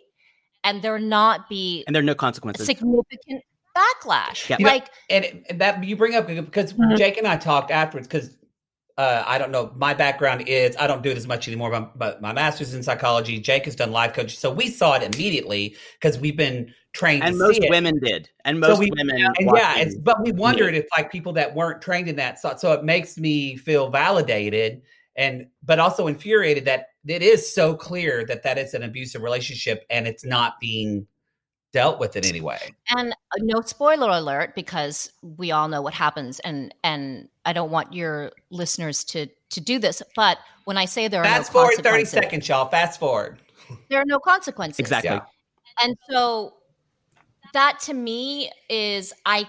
[SPEAKER 8] and there not be
[SPEAKER 3] And there are no
[SPEAKER 8] a
[SPEAKER 3] consequences.
[SPEAKER 8] significant backlash.
[SPEAKER 3] Yeah.
[SPEAKER 2] You know,
[SPEAKER 8] Like, Mm-hmm.
[SPEAKER 2] and, it- and that you bring up because
[SPEAKER 3] Mm-hmm.
[SPEAKER 2] Jake and I talked afterwards because uh, I don't know my background is I don't do it as much anymore. But, but my master's in psychology. Jake has done life coaching, so we saw it immediately because we've been trained.
[SPEAKER 3] and
[SPEAKER 2] to
[SPEAKER 3] most
[SPEAKER 2] see it.
[SPEAKER 3] women did. And
[SPEAKER 2] So
[SPEAKER 3] most
[SPEAKER 2] we-
[SPEAKER 3] women.
[SPEAKER 2] and
[SPEAKER 3] watched
[SPEAKER 2] yeah,
[SPEAKER 3] it.
[SPEAKER 2] it's, but we wondered if like people that weren't trained in that, so, so it makes me feel validated and but also infuriated that it is so clear that that is an abusive relationship and it's not being dealt with in any way.
[SPEAKER 8] and uh, no spoiler alert because we all know what happens, and and I don't want your listeners to to do this. But when I say there are
[SPEAKER 2] Fast
[SPEAKER 8] no
[SPEAKER 2] forward thirty
[SPEAKER 8] consequences-
[SPEAKER 2] seconds, y'all. Fast forward.
[SPEAKER 8] there are no consequences.
[SPEAKER 3] exactly.
[SPEAKER 2] Yeah.
[SPEAKER 8] and so that to me is i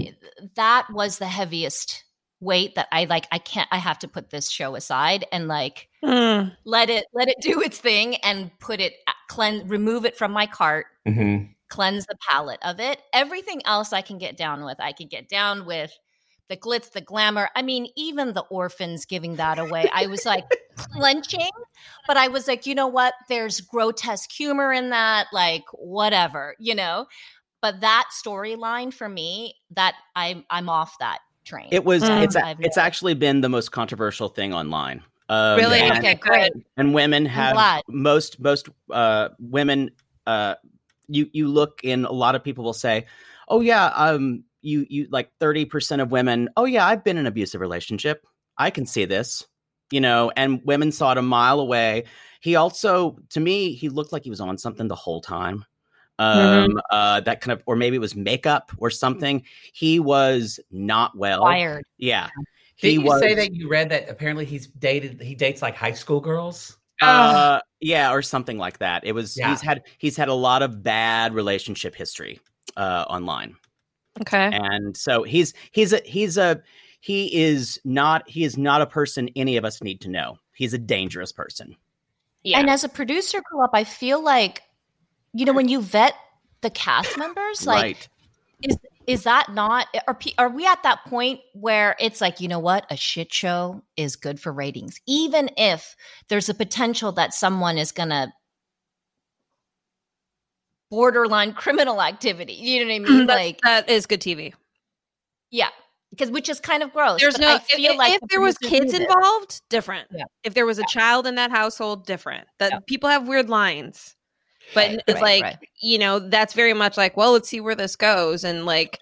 [SPEAKER 8] can't, that was the heaviest weight that i like i can't i have to put this show aside and like
[SPEAKER 9] Hmm.
[SPEAKER 8] let it let it [LAUGHS] do its thing and put it cleanse remove it from my cart cleanse the palate of it everything else i can get down with i can get down with the glitz the glamour i mean even the orphans giving that away i was like clenching but i was like you know what there's grotesque humor in that like whatever you know but that storyline for me that i'm i'm off that train
[SPEAKER 3] It was.
[SPEAKER 9] Mm.
[SPEAKER 3] It's. A,
[SPEAKER 8] I've
[SPEAKER 3] it's actually been the most controversial thing online. Um,
[SPEAKER 9] really
[SPEAKER 3] and-
[SPEAKER 9] okay great
[SPEAKER 3] and women have
[SPEAKER 8] glad.
[SPEAKER 3] most most uh, women. Uh, you you look in a lot of people will say, "Oh yeah, um, you you like thirty percent of women. Oh yeah, I've been in an abusive relationship. I can see this, you know." And women saw it a mile away. He also, to me, he looked like he was on something the whole time. Um, uh, that kind of, or maybe it was makeup or something. He was not well.
[SPEAKER 8] wired
[SPEAKER 3] Yeah.
[SPEAKER 2] Did
[SPEAKER 3] He
[SPEAKER 2] you say
[SPEAKER 3] was-
[SPEAKER 2] that you read that apparently he's dated he dates like high school girls?
[SPEAKER 3] Uh, yeah, or something like that. It was
[SPEAKER 2] Yeah.
[SPEAKER 3] he's had he's had a lot of bad relationship history uh, online,
[SPEAKER 9] Okay.
[SPEAKER 3] and so he's he's a he's a he is not he is not a person any of us need to know. He's a dangerous person.
[SPEAKER 8] And as a producer grew up, I feel like, you know, when you vet the cast members, like,
[SPEAKER 3] Right.
[SPEAKER 8] is is that not are pe- are we at that point where it's like you know what a shit show is good for ratings, even if there's a potential that someone is gonna borderline criminal activity. You know what I mean?
[SPEAKER 9] That-
[SPEAKER 8] like
[SPEAKER 9] Mm-hmm. that is good TV.
[SPEAKER 8] Yeah, because which is kind of gross.
[SPEAKER 9] There's
[SPEAKER 8] but
[SPEAKER 9] no
[SPEAKER 8] Oh, I
[SPEAKER 9] if,
[SPEAKER 8] feel
[SPEAKER 9] if-
[SPEAKER 8] like
[SPEAKER 9] if
[SPEAKER 8] the
[SPEAKER 9] there was
[SPEAKER 8] producers
[SPEAKER 9] kids
[SPEAKER 8] need it.
[SPEAKER 9] involved, different.
[SPEAKER 8] Yeah.
[SPEAKER 9] If there was a child in that household, different. That people have weird lines. But
[SPEAKER 2] Right,
[SPEAKER 9] it's like,
[SPEAKER 2] right, right.
[SPEAKER 9] you know, that's very much like, well, let's see where this goes. And like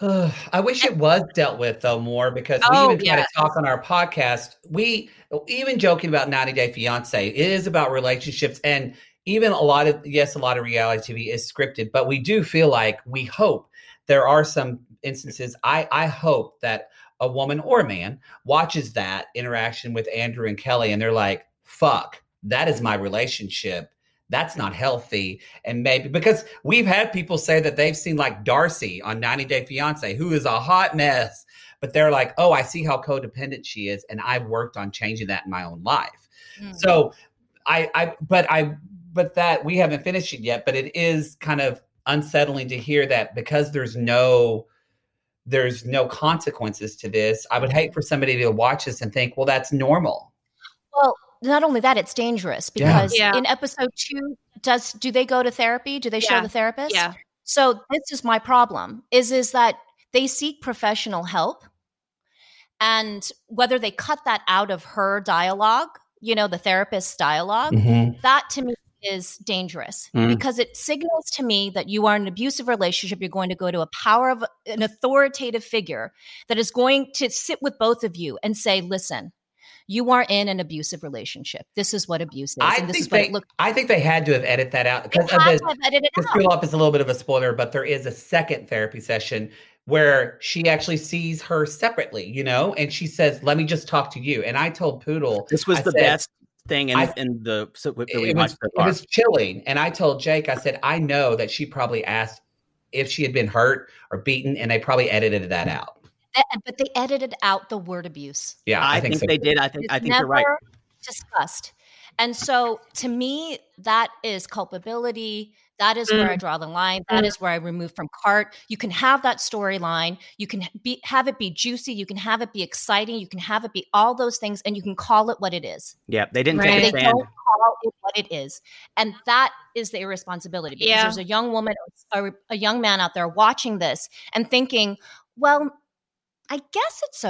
[SPEAKER 2] [SIGHS] I wish it was dealt with though more because
[SPEAKER 9] Oh,
[SPEAKER 2] we even try
[SPEAKER 9] yes.
[SPEAKER 2] to talk on our podcast. We even joking about 90 Day Fiance, it is about relationships and even a lot of yes, a lot of reality TV is scripted, but we do feel like we hope there are some instances. I I hope that a woman or a man watches that interaction with Andrew and Kelly and they're like, fuck, that is my relationship. That's not healthy. And maybe because we've had people say that they've seen like Darcy on 90 Day Fiance, who is a hot mess, but they're like, oh, I see how codependent she is. And I've worked on changing that in my own life.
[SPEAKER 9] Mm.
[SPEAKER 8] Mm-hmm.
[SPEAKER 2] So I, I, but I, but that we haven't finished it yet, but it is kind of unsettling to hear that because there's no, there's no consequences to this. I
[SPEAKER 8] Mm-hmm.
[SPEAKER 2] would hate for somebody to watch this and think, well, that's normal.
[SPEAKER 8] Well, not only that, it's dangerous
[SPEAKER 2] Yeah.
[SPEAKER 8] because
[SPEAKER 2] Yeah.
[SPEAKER 8] in episode two, does do they go to therapy? Do they show
[SPEAKER 9] Yeah.
[SPEAKER 8] the therapist?
[SPEAKER 9] Yeah.
[SPEAKER 8] So this is my problem: is is that they seek professional help, and whether they cut that out of her dialogue, you know, the therapist's dialog
[SPEAKER 10] Mhm.
[SPEAKER 8] that to me is dangerous
[SPEAKER 10] Mm.
[SPEAKER 8] because it signals to me that you are in an abusive relationship. You're going to go to a power of an authoritative figure that is going to sit with both of you and say, listen, you are in an abusive relationship. This is what abuse is.
[SPEAKER 2] I
[SPEAKER 8] and this
[SPEAKER 2] think
[SPEAKER 8] is what
[SPEAKER 2] they,
[SPEAKER 8] it looks
[SPEAKER 2] I think they had to have edited that out because
[SPEAKER 8] had
[SPEAKER 2] of
[SPEAKER 8] to have edited it out.
[SPEAKER 2] up is a little bit of a spoiler, but there is a second therapy session where she actually sees her separately, you know, and she says, "Let me just talk to you." And I told Poodle,
[SPEAKER 3] This was
[SPEAKER 2] I
[SPEAKER 3] the
[SPEAKER 2] said-
[SPEAKER 3] best thing in,
[SPEAKER 2] I-
[SPEAKER 3] in the so that we
[SPEAKER 2] it was,
[SPEAKER 3] watched so
[SPEAKER 2] it
[SPEAKER 3] far.
[SPEAKER 2] was chilling. And I told Jake, I said, I know that she probably asked if she had been hurt or beaten, and they probably edited that
[SPEAKER 3] Mm.
[SPEAKER 2] out.
[SPEAKER 8] Th- But they edited out the word abuse.
[SPEAKER 2] Yeah, I I think think so. they did. I think-
[SPEAKER 8] It's
[SPEAKER 2] I think you're right.
[SPEAKER 8] never Discussed. And so to me, that is culpability. That is where I
[SPEAKER 9] Mm.
[SPEAKER 8] draw the line. That
[SPEAKER 9] Mm.
[SPEAKER 8] is where I remove from cart. You can have that storyline. You can be have it be juicy. You can have it be exciting. You can have it be all those things, and you can call it what it is.
[SPEAKER 3] Yeah, they didn't
[SPEAKER 8] And
[SPEAKER 3] take a
[SPEAKER 8] They
[SPEAKER 3] stand.
[SPEAKER 8] don't call it what it is, and that is the irresponsibility. Because
[SPEAKER 9] Yeah.
[SPEAKER 8] there's a young woman or a young man out there watching this and thinking, "Well, I guess it's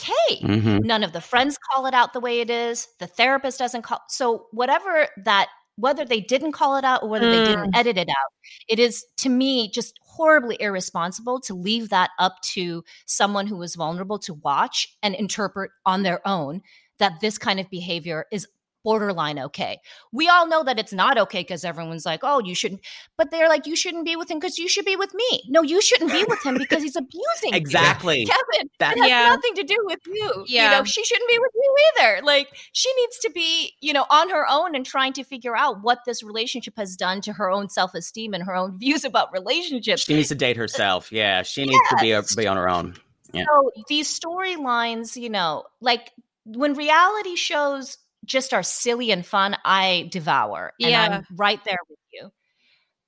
[SPEAKER 8] okay."
[SPEAKER 10] Mhm.
[SPEAKER 3] Mm-hmm.
[SPEAKER 8] None of the friends call it out the way it is. The therapist doesn't call. So whatever that, whether they didn't call it out or whether they didn't
[SPEAKER 9] Mm.
[SPEAKER 8] edit it out, it is to me just horribly irresponsible to leave that up to someone who is vulnerable to watch and interpret on their own that this kind of behavior is borderline okay. We all know that it's not okay because everyone's like, oh, you shouldn't, but they're like, you shouldn't be with him because you should be with me. No, you shouldn't be with him because he's abusing you.
[SPEAKER 3] Exactly.
[SPEAKER 8] [LAUGHS] Kevin.
[SPEAKER 3] That-
[SPEAKER 8] That has
[SPEAKER 3] Yeah.
[SPEAKER 8] nothing to do with you.
[SPEAKER 9] Yeah.
[SPEAKER 8] You know, she shouldn't be with you either. Like she needs to be, you know, on her own and trying to figure out what this relationship has done to her own self-esteem and her own [LAUGHS] views about relationships.
[SPEAKER 3] She needs to date herself. Yeah, she needs to be a, be on her own. Yeah.
[SPEAKER 8] So these storylines, you know, like when reality shows just are silly and fun, I devour. And
[SPEAKER 9] Yeah.
[SPEAKER 8] I'm right there with you.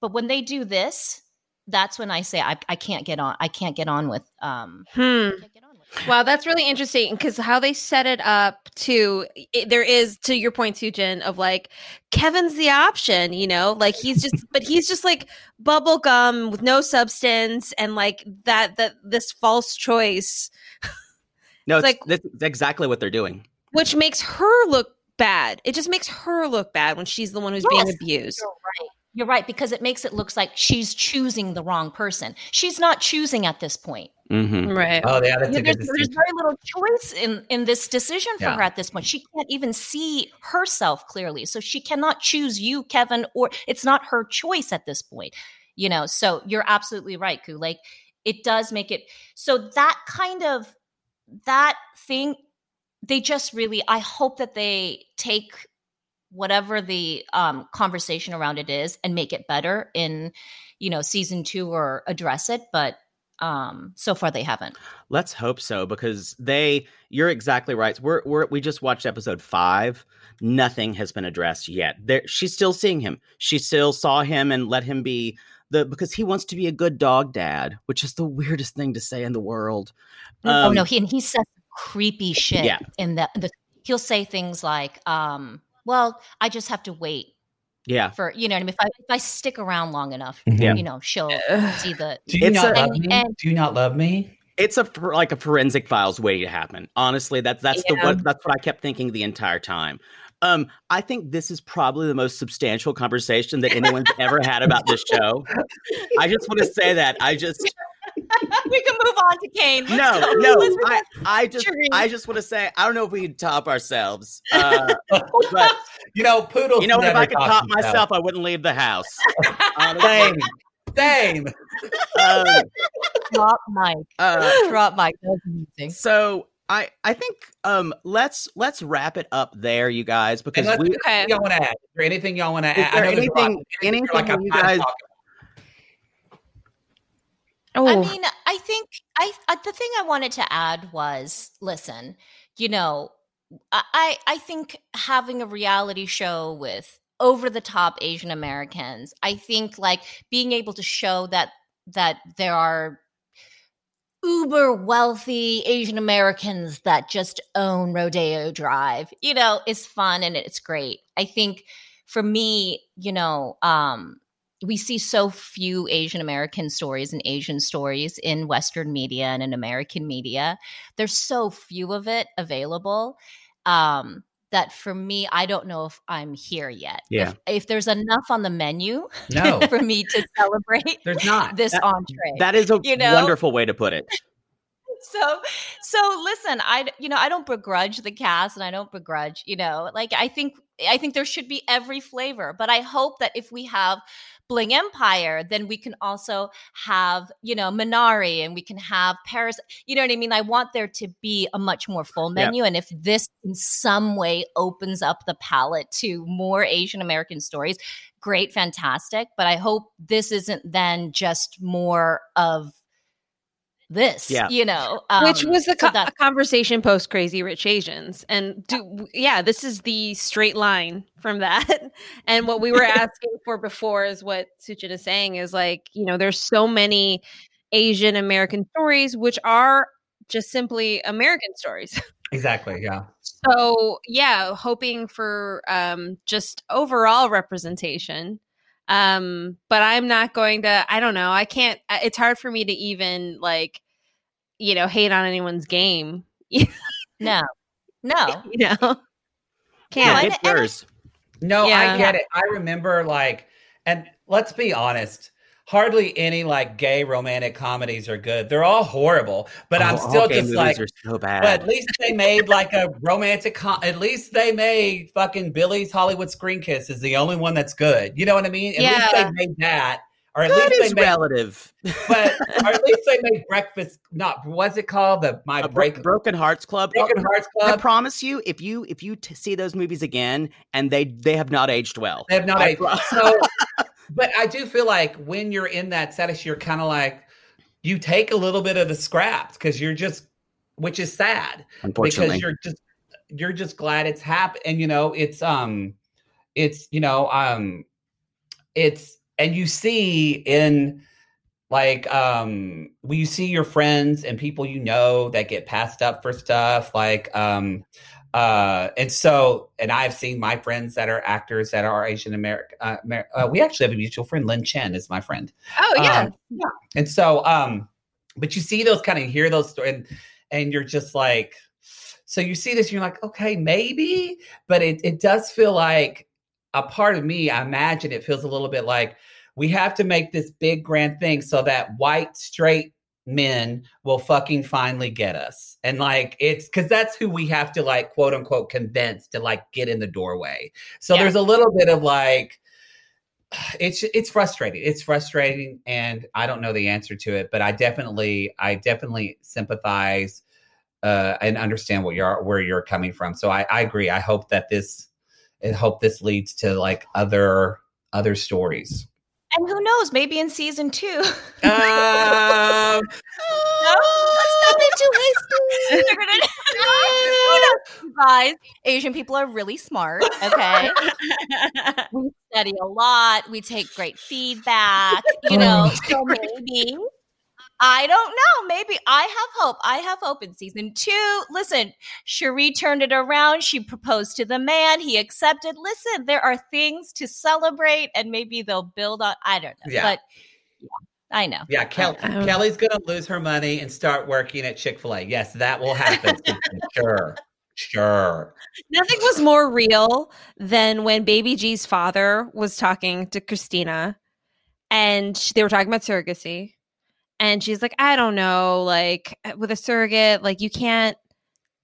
[SPEAKER 8] But when they do this, that's when I say I, I can't get on. I can't get on with. Um,
[SPEAKER 9] Hmm. Wow, that's really interesting because how they set it up to it, there is to your point, Sujin, of like Kevin's the option, you know, like he's just, but he's just like bubble gum with no substance, and like that that this false choice,
[SPEAKER 3] No,
[SPEAKER 9] It's
[SPEAKER 3] it's, that's exactly what they're doing.
[SPEAKER 9] which makes her look bad. It just makes her look bad when she's the one who's being
[SPEAKER 8] Yes,
[SPEAKER 9] abused.
[SPEAKER 8] You're right. You're right because it makes it look like she's choosing the wrong person. She's not choosing at this point.
[SPEAKER 3] Mm-hmm.
[SPEAKER 9] Right.
[SPEAKER 2] Oh, yeah, that's a
[SPEAKER 8] There's,
[SPEAKER 2] good
[SPEAKER 8] there's
[SPEAKER 2] distinction.
[SPEAKER 8] very little choice in in this decision for
[SPEAKER 2] Yeah.
[SPEAKER 8] her at this point. She can't even see herself clearly, so she cannot choose you, Kevin, or it's not her choice at this point. You know, so you're absolutely right, Ku. Like it does make it so that kind of that thing they just really i hope that they take whatever the um, conversation around it is and make it better in you know season two or address it but um so far they haven't
[SPEAKER 3] Let's hope so because they you're exactly right. We're we're we just watched episode 5. Nothing has been addressed yet. There she's still seeing him. She still saw him and let him be the because he wants to be a good dog dad, which is the weirdest thing to say in the world.
[SPEAKER 8] oh
[SPEAKER 3] Um,
[SPEAKER 8] no he and he says creepy shit
[SPEAKER 3] Yeah.
[SPEAKER 8] in the, the he'll say things like um well i just have to wait
[SPEAKER 3] Yeah.
[SPEAKER 8] for you know what I mean? If I, if I stick around long enough,
[SPEAKER 3] Yeah.
[SPEAKER 8] you know, she'll see the.
[SPEAKER 2] Mm-hmm. Do you
[SPEAKER 3] It's
[SPEAKER 2] not
[SPEAKER 3] a-
[SPEAKER 2] love me?
[SPEAKER 8] and-
[SPEAKER 2] Do you not love me?
[SPEAKER 3] It's a for- like a forensic files way to happen. Honestly, that's that's the
[SPEAKER 8] Yeah.
[SPEAKER 3] what that's what I kept thinking the entire time. Um, I think this is probably the most substantial conversation that anyone's ever had about this show. I just want to say that. I just
[SPEAKER 8] [LAUGHS] we can move on to Kane. Let's
[SPEAKER 3] no,
[SPEAKER 8] go.
[SPEAKER 3] no.
[SPEAKER 8] Let's-
[SPEAKER 3] I, I just,
[SPEAKER 8] Shereen.
[SPEAKER 3] I just want to say, I don't know if we can top ourselves.
[SPEAKER 2] [LAUGHS]
[SPEAKER 3] Uh, but
[SPEAKER 2] You know, poodles.
[SPEAKER 3] you know, if
[SPEAKER 2] never
[SPEAKER 3] I could
[SPEAKER 2] talk
[SPEAKER 3] top
[SPEAKER 2] themselves.
[SPEAKER 3] myself, I wouldn't leave the house.
[SPEAKER 2] same, same.
[SPEAKER 3] Um,
[SPEAKER 8] drop mic.
[SPEAKER 3] uh,
[SPEAKER 8] Drop mic. That was amazing.
[SPEAKER 3] so I, I think um, let's let's wrap it up there, you guys, because
[SPEAKER 2] And let's,
[SPEAKER 3] we.
[SPEAKER 9] Okay.
[SPEAKER 2] y'all want to add? Is there anything y'all want to
[SPEAKER 3] Is
[SPEAKER 2] add?
[SPEAKER 3] there
[SPEAKER 2] there's a lot.
[SPEAKER 3] anything- anything
[SPEAKER 2] I feel
[SPEAKER 3] you
[SPEAKER 2] I'm
[SPEAKER 3] guys-
[SPEAKER 2] talking.
[SPEAKER 9] Oh,
[SPEAKER 8] I mean, I think I uh, the thing I wanted to add was listen, you know, I I- I think having a reality show with over the top Asian Americans, I think like being able to show that that there are uber wealthy Asian Americans that just own Rodeo Drive, you know, is fun and it's great. I think for me, you know, um we see so few Asian American stories and Asian stories in Western media and in American media. There's so few of it available um, that for me, I don't know if I'm here yet.
[SPEAKER 3] Yeah.
[SPEAKER 8] If, if there's enough on the menu
[SPEAKER 2] No,
[SPEAKER 8] [LAUGHS] for me to celebrate
[SPEAKER 2] there's not.
[SPEAKER 8] this
[SPEAKER 3] That-
[SPEAKER 8] entree.
[SPEAKER 3] That is a
[SPEAKER 8] You know?
[SPEAKER 3] wonderful way to put it.
[SPEAKER 8] so so listen i d- you know i don't begrudge the cast and i don't begrudge you know like i think i think there should be every flavor but i hope that if we have bling empire then we can also have you know minari and we can have paris you know what i mean i want there to be a much more full
[SPEAKER 3] Yeah.
[SPEAKER 8] menu and if this in some way opens up the palette to more asian american stories great fantastic but i hope this isn't then just more of this
[SPEAKER 3] Yeah.
[SPEAKER 8] you know
[SPEAKER 9] which
[SPEAKER 8] um,
[SPEAKER 9] was the
[SPEAKER 8] so
[SPEAKER 9] co-
[SPEAKER 8] that-
[SPEAKER 9] conversation post Crazy Rich Asians, and do yeah, this is the straight line from that. [LAUGHS] And
[SPEAKER 8] [LAUGHS]
[SPEAKER 9] what we were asking for before is what Suchin is saying is like you know, there's so many Asian American stories which are just simply American stories. [LAUGHS]
[SPEAKER 2] Exactly. Yeah.
[SPEAKER 9] So yeah, hoping for um, just overall representation. Um, but I'm not going to. I don't know. I can't. I- It's hard for me to even like, you know, hate on anyone's game. [LAUGHS] you
[SPEAKER 8] no no
[SPEAKER 9] know,
[SPEAKER 3] Yeah,
[SPEAKER 9] can't.
[SPEAKER 3] it's
[SPEAKER 8] and-
[SPEAKER 3] yours.
[SPEAKER 2] No,
[SPEAKER 9] Yeah.
[SPEAKER 2] I get it. I remember like, and let's be honest, hardly any like gay romantic comedies are good. They're all horrible, but I'm
[SPEAKER 3] Oh, all
[SPEAKER 2] still
[SPEAKER 3] gay
[SPEAKER 2] just
[SPEAKER 3] movies
[SPEAKER 2] like,
[SPEAKER 3] are so bad.
[SPEAKER 2] but at least they made like a romantic. Com- at least they made fucking Billy's Hollywood Screen Kiss is the only one that's good. You know what I mean? At least
[SPEAKER 9] Yeah.
[SPEAKER 2] they made that, or at
[SPEAKER 3] that
[SPEAKER 2] least
[SPEAKER 3] is
[SPEAKER 2] they made,
[SPEAKER 3] relative.
[SPEAKER 2] but or at least they made Breakfast. Not what's it called? The my
[SPEAKER 3] A
[SPEAKER 2] break.
[SPEAKER 3] Bro- broken hearts club.
[SPEAKER 2] Broken Hearts
[SPEAKER 3] I
[SPEAKER 2] Club.
[SPEAKER 3] promise you, if you if you t- see those movies again and they they have not aged well,
[SPEAKER 2] They have not.
[SPEAKER 3] I
[SPEAKER 2] aged.
[SPEAKER 3] pro- [LAUGHS]
[SPEAKER 2] so, but I do feel like when you're in that status, you're kind of like you take a little bit of the scraps because you're just, which is sad because
[SPEAKER 3] unfortunately.
[SPEAKER 2] you're just you're just glad it's happened, and you know it's um, it's you know um, it's and you see in like um when you see your friends and people you know that get passed up for stuff like um uh and so and i've seen my friends that are actors that are asian american uh, Amer- uh, we actually have a mutual friend lynn chen is my friend
[SPEAKER 9] Oh yeah,
[SPEAKER 2] um, yeah. And so, um, but you see those kind of hear those stories, and and you're just like, so you see this, and you're like, okay, maybe, but it it does feel like a part of me. I imagine it feels a little bit like we have to make this big grand thing so that white straight men will fucking finally get us and like it's because that's who we have to like quote unquote convince to like get in the doorway so
[SPEAKER 9] Yeah.
[SPEAKER 2] there's a little bit of like it's it's frustrating. It's frustrating, and I don't know the answer to it, but I definitely I definitely sympathize uh, and understand what you're where you're coming from. So I, I agree. I hope that this I hope this leads to like other other stories.
[SPEAKER 10] And who knows? Maybe in
[SPEAKER 8] [LAUGHS]
[SPEAKER 10] season two.
[SPEAKER 2] Um,
[SPEAKER 10] no, let's not be
[SPEAKER 2] [LAUGHS]
[SPEAKER 10] too hasty. [LAUGHS] They're gonna- Who knows, you guys? Asian people are really smart.
[SPEAKER 2] [LAUGHS]
[SPEAKER 10] Okay, we study a lot. We take great feedback.
[SPEAKER 2] Oh
[SPEAKER 10] You know,
[SPEAKER 2] [LAUGHS]
[SPEAKER 10] so maybe. I don't know. Maybe I have hope. I have hope in season two. Listen, Cherie turned it around. She proposed to the man. He accepted. Listen, there are things to celebrate, and maybe they'll build on. I don't know.
[SPEAKER 2] Yeah.
[SPEAKER 10] But yeah, I know.
[SPEAKER 2] yeah, Kel- Kelly's gonna lose her money and start working at Chick Fil A. Yes, that
[SPEAKER 10] [LAUGHS]
[SPEAKER 2] will happen. Susan. sure, sure.
[SPEAKER 9] Nothing was more real than when Baby G's father was talking to Christina and sh- they were talking about surrogacy. And she's like, I don't know, like eh, with a surrogate, like you can't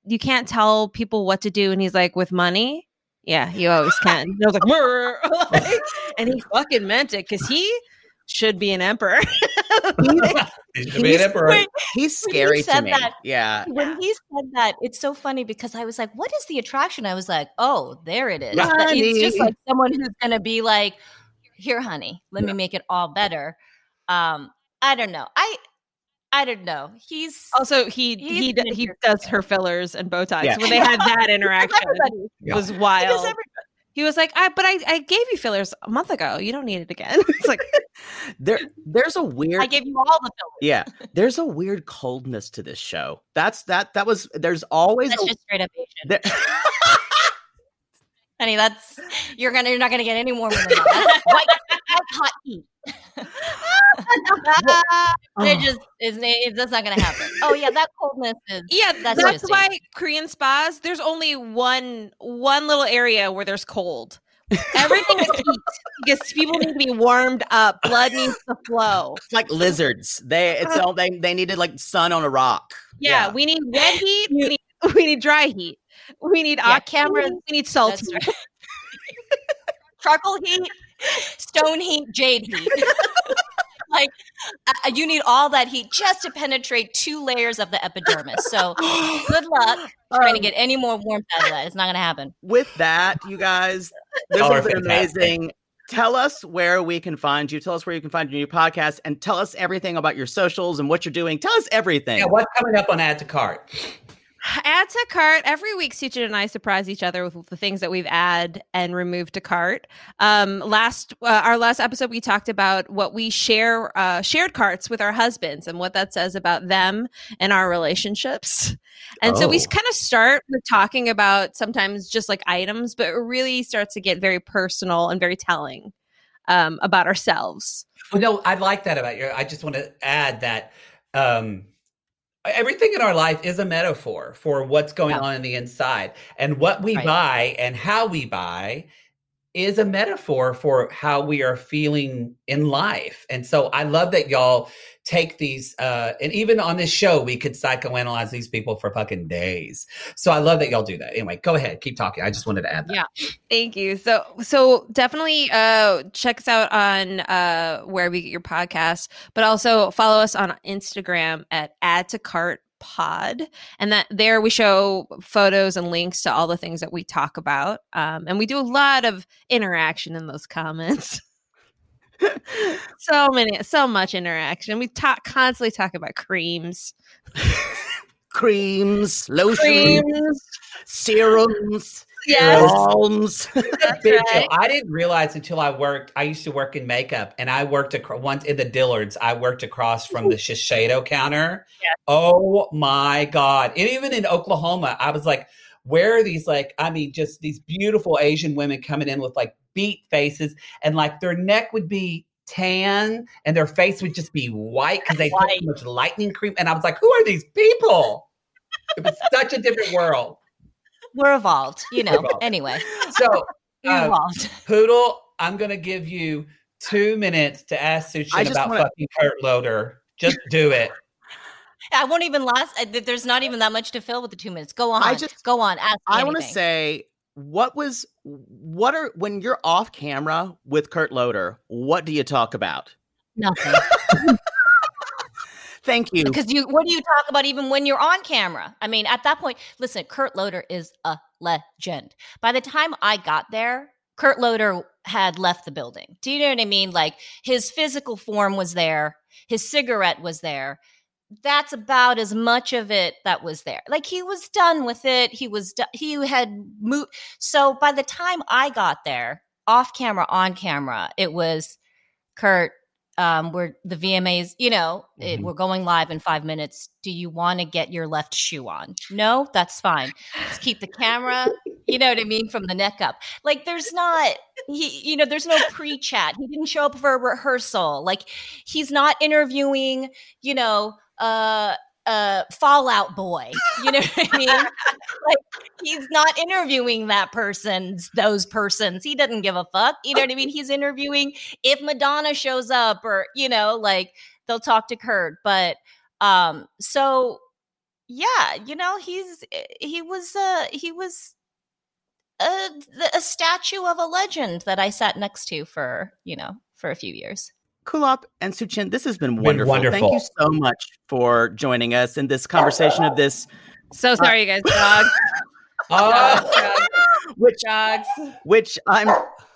[SPEAKER 9] you can't tell people what to do. And he's like, with money? Yeah, you always can. And I was like, "Brr," [LAUGHS] like, and he fucking meant it because he should be an emperor.
[SPEAKER 2] He should be an emperor.
[SPEAKER 3] He's
[SPEAKER 10] when
[SPEAKER 3] scary
[SPEAKER 10] he
[SPEAKER 3] to
[SPEAKER 10] said
[SPEAKER 3] me.
[SPEAKER 10] that-
[SPEAKER 3] Yeah.
[SPEAKER 10] When he said that, it's so funny because I was like, what is the attraction? I was like, oh, there it is. That- It's just
[SPEAKER 9] Honey.
[SPEAKER 10] like someone who's going to be like, here, honey, let me make it all better. Um, I don't know. I, I don't know. He's
[SPEAKER 9] also he he d- he does her fillers and bow ties.
[SPEAKER 10] Yeah.
[SPEAKER 9] When they had
[SPEAKER 10] [LAUGHS]
[SPEAKER 9] that interaction,
[SPEAKER 10] Everybody.
[SPEAKER 9] it was
[SPEAKER 10] Yeah.
[SPEAKER 9] wild.
[SPEAKER 10] Because everybody-
[SPEAKER 9] He was like, "I but I, I gave you fillers a month ago. You don't need it again." [LAUGHS] It's like
[SPEAKER 3] There there's a weird
[SPEAKER 10] I gave you all the fillers.
[SPEAKER 3] Yeah. There's a weird coldness to this show. That's that that was there's always
[SPEAKER 10] That's
[SPEAKER 3] a-
[SPEAKER 10] just straight up Asian.
[SPEAKER 3] there- [LAUGHS]
[SPEAKER 10] Honey, that's you're gonna you're not gonna get any warmer than that. [LAUGHS] That's white, that's hot [LAUGHS] heat. it just is it, that's not gonna happen. Oh yeah, that coldness is
[SPEAKER 9] yeah,
[SPEAKER 10] that's
[SPEAKER 9] that's,
[SPEAKER 10] just
[SPEAKER 9] why Korean spas. There's only one one little area where there's cold. Everything is heat because people need to be warmed up. Blood needs to flow.
[SPEAKER 3] like lizards. They it's all they they needed like sun on a rock.
[SPEAKER 9] Yeah, we need wet heat. We need, [LAUGHS] we need dry heat. We need
[SPEAKER 10] Yeah,
[SPEAKER 9] hot cameras. We need salt. heat.
[SPEAKER 10] charcoal heat, stone heat, jade heat. [LAUGHS] like uh, you need all that heat just to penetrate two layers of the epidermis. [GASPS] So good
[SPEAKER 3] [GASPS]
[SPEAKER 10] luck trying to get any more warmth out of that. It's not gonna happen.
[SPEAKER 3] Um With that, you guys, this
[SPEAKER 2] Y'all are
[SPEAKER 3] has been
[SPEAKER 2] fantastic.
[SPEAKER 3] amazing. Tell us where we can find you. Tell us where you can find your new podcast and tell us everything about your socials and what you're doing. Tell us everything.
[SPEAKER 2] Yeah, what's coming up on Add to Cart?
[SPEAKER 9] add to cart every week Suchin and i surprise each other with the things that we've add and removed to cart um last uh, our last episode we talked about what we share uh shared carts with our husbands and what that says about them and our relationships and so we
[SPEAKER 11] Oh.
[SPEAKER 9] kind of start with talking about sometimes just like items but it really starts to get very personal and very telling um about ourselves
[SPEAKER 2] Well, no, I like that about you. I just want to add that um, everything in our life is a metaphor for what's going on in the inside, and what we
[SPEAKER 12] Right.
[SPEAKER 2] buy and how we buy is a metaphor for how we are feeling in life. And so I love that y'all take these uh and even on this show we could psychoanalyze these people for fucking days. So I love that y'all do that. Anyway, go ahead, keep talking. I just wanted to add that.
[SPEAKER 9] Yeah. Thank you. So so definitely uh check us out on uh wherever you get your podcast, but also follow us on Instagram at add to cart pod and that there we show photos and links to all the things that we talk about um, and we do a lot of interaction in those comments [LAUGHS] so many so much interaction we talk constantly talk about creams
[SPEAKER 3] Creams, lotions,
[SPEAKER 9] Creams.
[SPEAKER 3] serums,
[SPEAKER 9] Yes.
[SPEAKER 3] balms.
[SPEAKER 10] [LAUGHS]
[SPEAKER 2] big deal. I didn't realize until I worked. I used to work in makeup, and I worked across once in the Dillards. I worked across from the Shiseido counter. Oh my god! And even in Oklahoma, I was like, "Where are these like? I mean, just these beautiful Asian women coming in with like beat faces, and like their neck would be." Tan and their face would just be white because they put so much lightning cream. And I was like, Who are these people? It was such a different world.
[SPEAKER 10] We're evolved, you know.
[SPEAKER 2] Evolved.
[SPEAKER 10] Anyway.
[SPEAKER 2] So
[SPEAKER 10] [LAUGHS] You're
[SPEAKER 3] uh,
[SPEAKER 2] um,
[SPEAKER 10] involved.
[SPEAKER 2] Poodle, I'm gonna give you two minutes to ask
[SPEAKER 10] I
[SPEAKER 2] Suchin
[SPEAKER 10] just
[SPEAKER 2] about
[SPEAKER 10] wanna-
[SPEAKER 2] fucking Kurt Loader. Just do it.
[SPEAKER 10] I won't even last. I, th- there's not even that much to fill with the two minutes. Go on.
[SPEAKER 3] I just-
[SPEAKER 10] go on. Ask.
[SPEAKER 3] I want to say, what was, what are, when you're off camera with Kurt Loader, what do you talk about?
[SPEAKER 10] nothing. Thank you.
[SPEAKER 8] Because you, what do you talk about even when you're on camera? I mean, at that point, listen, Kurt Loder is a legend. By the time I got there, Kurt Loder had left the building. Do you know what I mean? Like his physical form was there, his cigarette was there. That's about as much of it that was there. Like he was done with it. He was do- he had moved. So by the time I got there, off camera, on camera, it was Kurt. Um, we're the VMAs. You know, it, we're going live in five minutes. Do you want to get your left shoe on? No, that's fine. Let's keep the camera. You know what I mean from the neck up. Like there's not he. You know, there's no pre-chat. He didn't show up for a rehearsal. Like he's not interviewing. You know, uh, uh, Fallout Boy. You know what I mean? like he's not interviewing that person's those persons. He doesn't give a fuck. You know what I mean? He's interviewing if Madonna shows up or you know, like they'll talk to Kurt. But um, so yeah, you know, he's eh, he was uh he was uh, a a statue of a legend that I sat next to for you know for a few years.
[SPEAKER 10] Kulop and Suchin, this has been wonderful. Thank you
[SPEAKER 2] wonderful.
[SPEAKER 10] so much for joining us in this conversation of this,
[SPEAKER 3] Oh,
[SPEAKER 10] uh,
[SPEAKER 9] So sorry, [LAUGHS] you guys. Dog.
[SPEAKER 10] which
[SPEAKER 9] dogs.
[SPEAKER 10] which I'm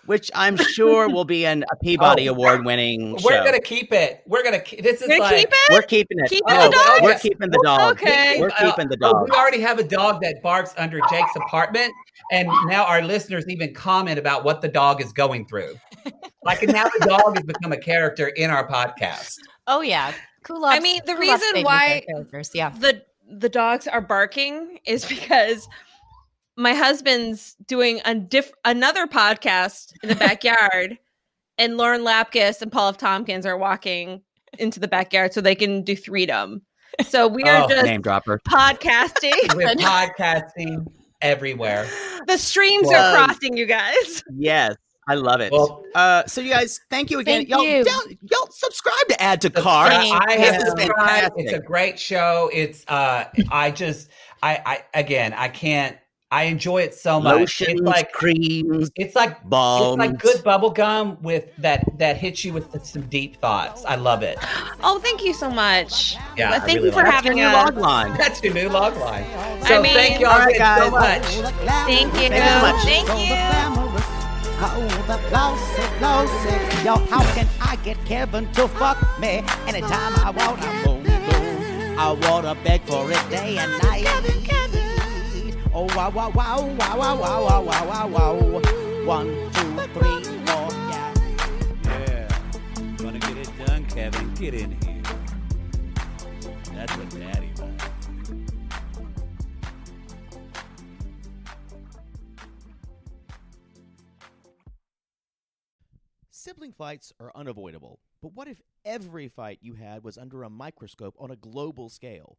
[SPEAKER 10] which I'm sure will be an a Peabody
[SPEAKER 2] Oh.
[SPEAKER 10] Award winning.
[SPEAKER 2] We're gonna keep it. We're gonna. Keep, this is
[SPEAKER 9] You're
[SPEAKER 2] like
[SPEAKER 9] keeping it?
[SPEAKER 10] Mm, We're keeping it.
[SPEAKER 9] Keeping
[SPEAKER 10] oh,
[SPEAKER 9] the dog? Oh,
[SPEAKER 10] We're keeping the dog.
[SPEAKER 9] Okay.
[SPEAKER 10] We're
[SPEAKER 2] Uh,
[SPEAKER 10] keeping the
[SPEAKER 2] oh,
[SPEAKER 10] dog.
[SPEAKER 2] we already have a dog that barks under Jake's apartment, and now our listeners even comment about what the dog is going through. Like and now the dog has become a character in our podcast.
[SPEAKER 8] Oh yeah, Kulop.
[SPEAKER 9] I mean, the reason why-
[SPEAKER 8] characters. yeah
[SPEAKER 9] the the dogs are barking is because my husband's doing a diff- another podcast in
[SPEAKER 8] [LAUGHS]
[SPEAKER 9] the backyard and Lauren Lapkus and Paul F. Tompkins are walking into the backyard so they can do freedom. So we are
[SPEAKER 2] Oh,
[SPEAKER 9] just
[SPEAKER 10] Name dropper.
[SPEAKER 9] podcasting.
[SPEAKER 2] [LAUGHS]
[SPEAKER 9] [LAUGHS]
[SPEAKER 2] We're podcasting everywhere.
[SPEAKER 9] the streams
[SPEAKER 10] Whoa.
[SPEAKER 9] are crossing, you guys.
[SPEAKER 10] Yes, I love it.
[SPEAKER 2] Well-
[SPEAKER 10] uh, so you guys, thank you again.
[SPEAKER 8] Thank
[SPEAKER 10] y'all,
[SPEAKER 8] you.
[SPEAKER 10] Down, y'all subscribe to Add to Cart.
[SPEAKER 2] I
[SPEAKER 10] This
[SPEAKER 2] have
[SPEAKER 10] is
[SPEAKER 2] subscribed.
[SPEAKER 10] fantastic.
[SPEAKER 2] It's a great show. It's uh I just I I again I can't I enjoy it so much.
[SPEAKER 10] Lotions,
[SPEAKER 2] it's like
[SPEAKER 10] creams,
[SPEAKER 2] it's like
[SPEAKER 10] balms.
[SPEAKER 2] it's like good bubble gum with that that hits you with some deep thoughts. I love
[SPEAKER 9] [GASPS]
[SPEAKER 2] it.
[SPEAKER 9] Oh, thank you so much.
[SPEAKER 2] Yeah,
[SPEAKER 9] Well,
[SPEAKER 2] I
[SPEAKER 9] thank
[SPEAKER 2] really
[SPEAKER 9] you for
[SPEAKER 2] like it.
[SPEAKER 9] having
[SPEAKER 10] New
[SPEAKER 9] us.
[SPEAKER 10] log
[SPEAKER 9] [LAUGHS]
[SPEAKER 10] line.
[SPEAKER 2] That's your new log line. So
[SPEAKER 9] mean-
[SPEAKER 2] thank y'all
[SPEAKER 10] All right,
[SPEAKER 2] guys. so
[SPEAKER 10] guys.
[SPEAKER 2] much.
[SPEAKER 9] Thank you.
[SPEAKER 10] Thank you so much.
[SPEAKER 9] Thank
[SPEAKER 5] So the
[SPEAKER 9] you.
[SPEAKER 5] glamorous. Oh, the glossy, glossy. Yo, how can I get Kevin to fuck me anytime I want? I boom, boom. I wanna beg for it day and night. Oh, wow, wow, wow, wow, wow, wow, wow, wow, wow. One, two, three, four, yeah.
[SPEAKER 13] Yeah. Gonna get it done, Kevin. Get in here. That's what daddy likes.
[SPEAKER 3] Sibling fights are unavoidable, but what if every fight you had was under a microscope on a global scale?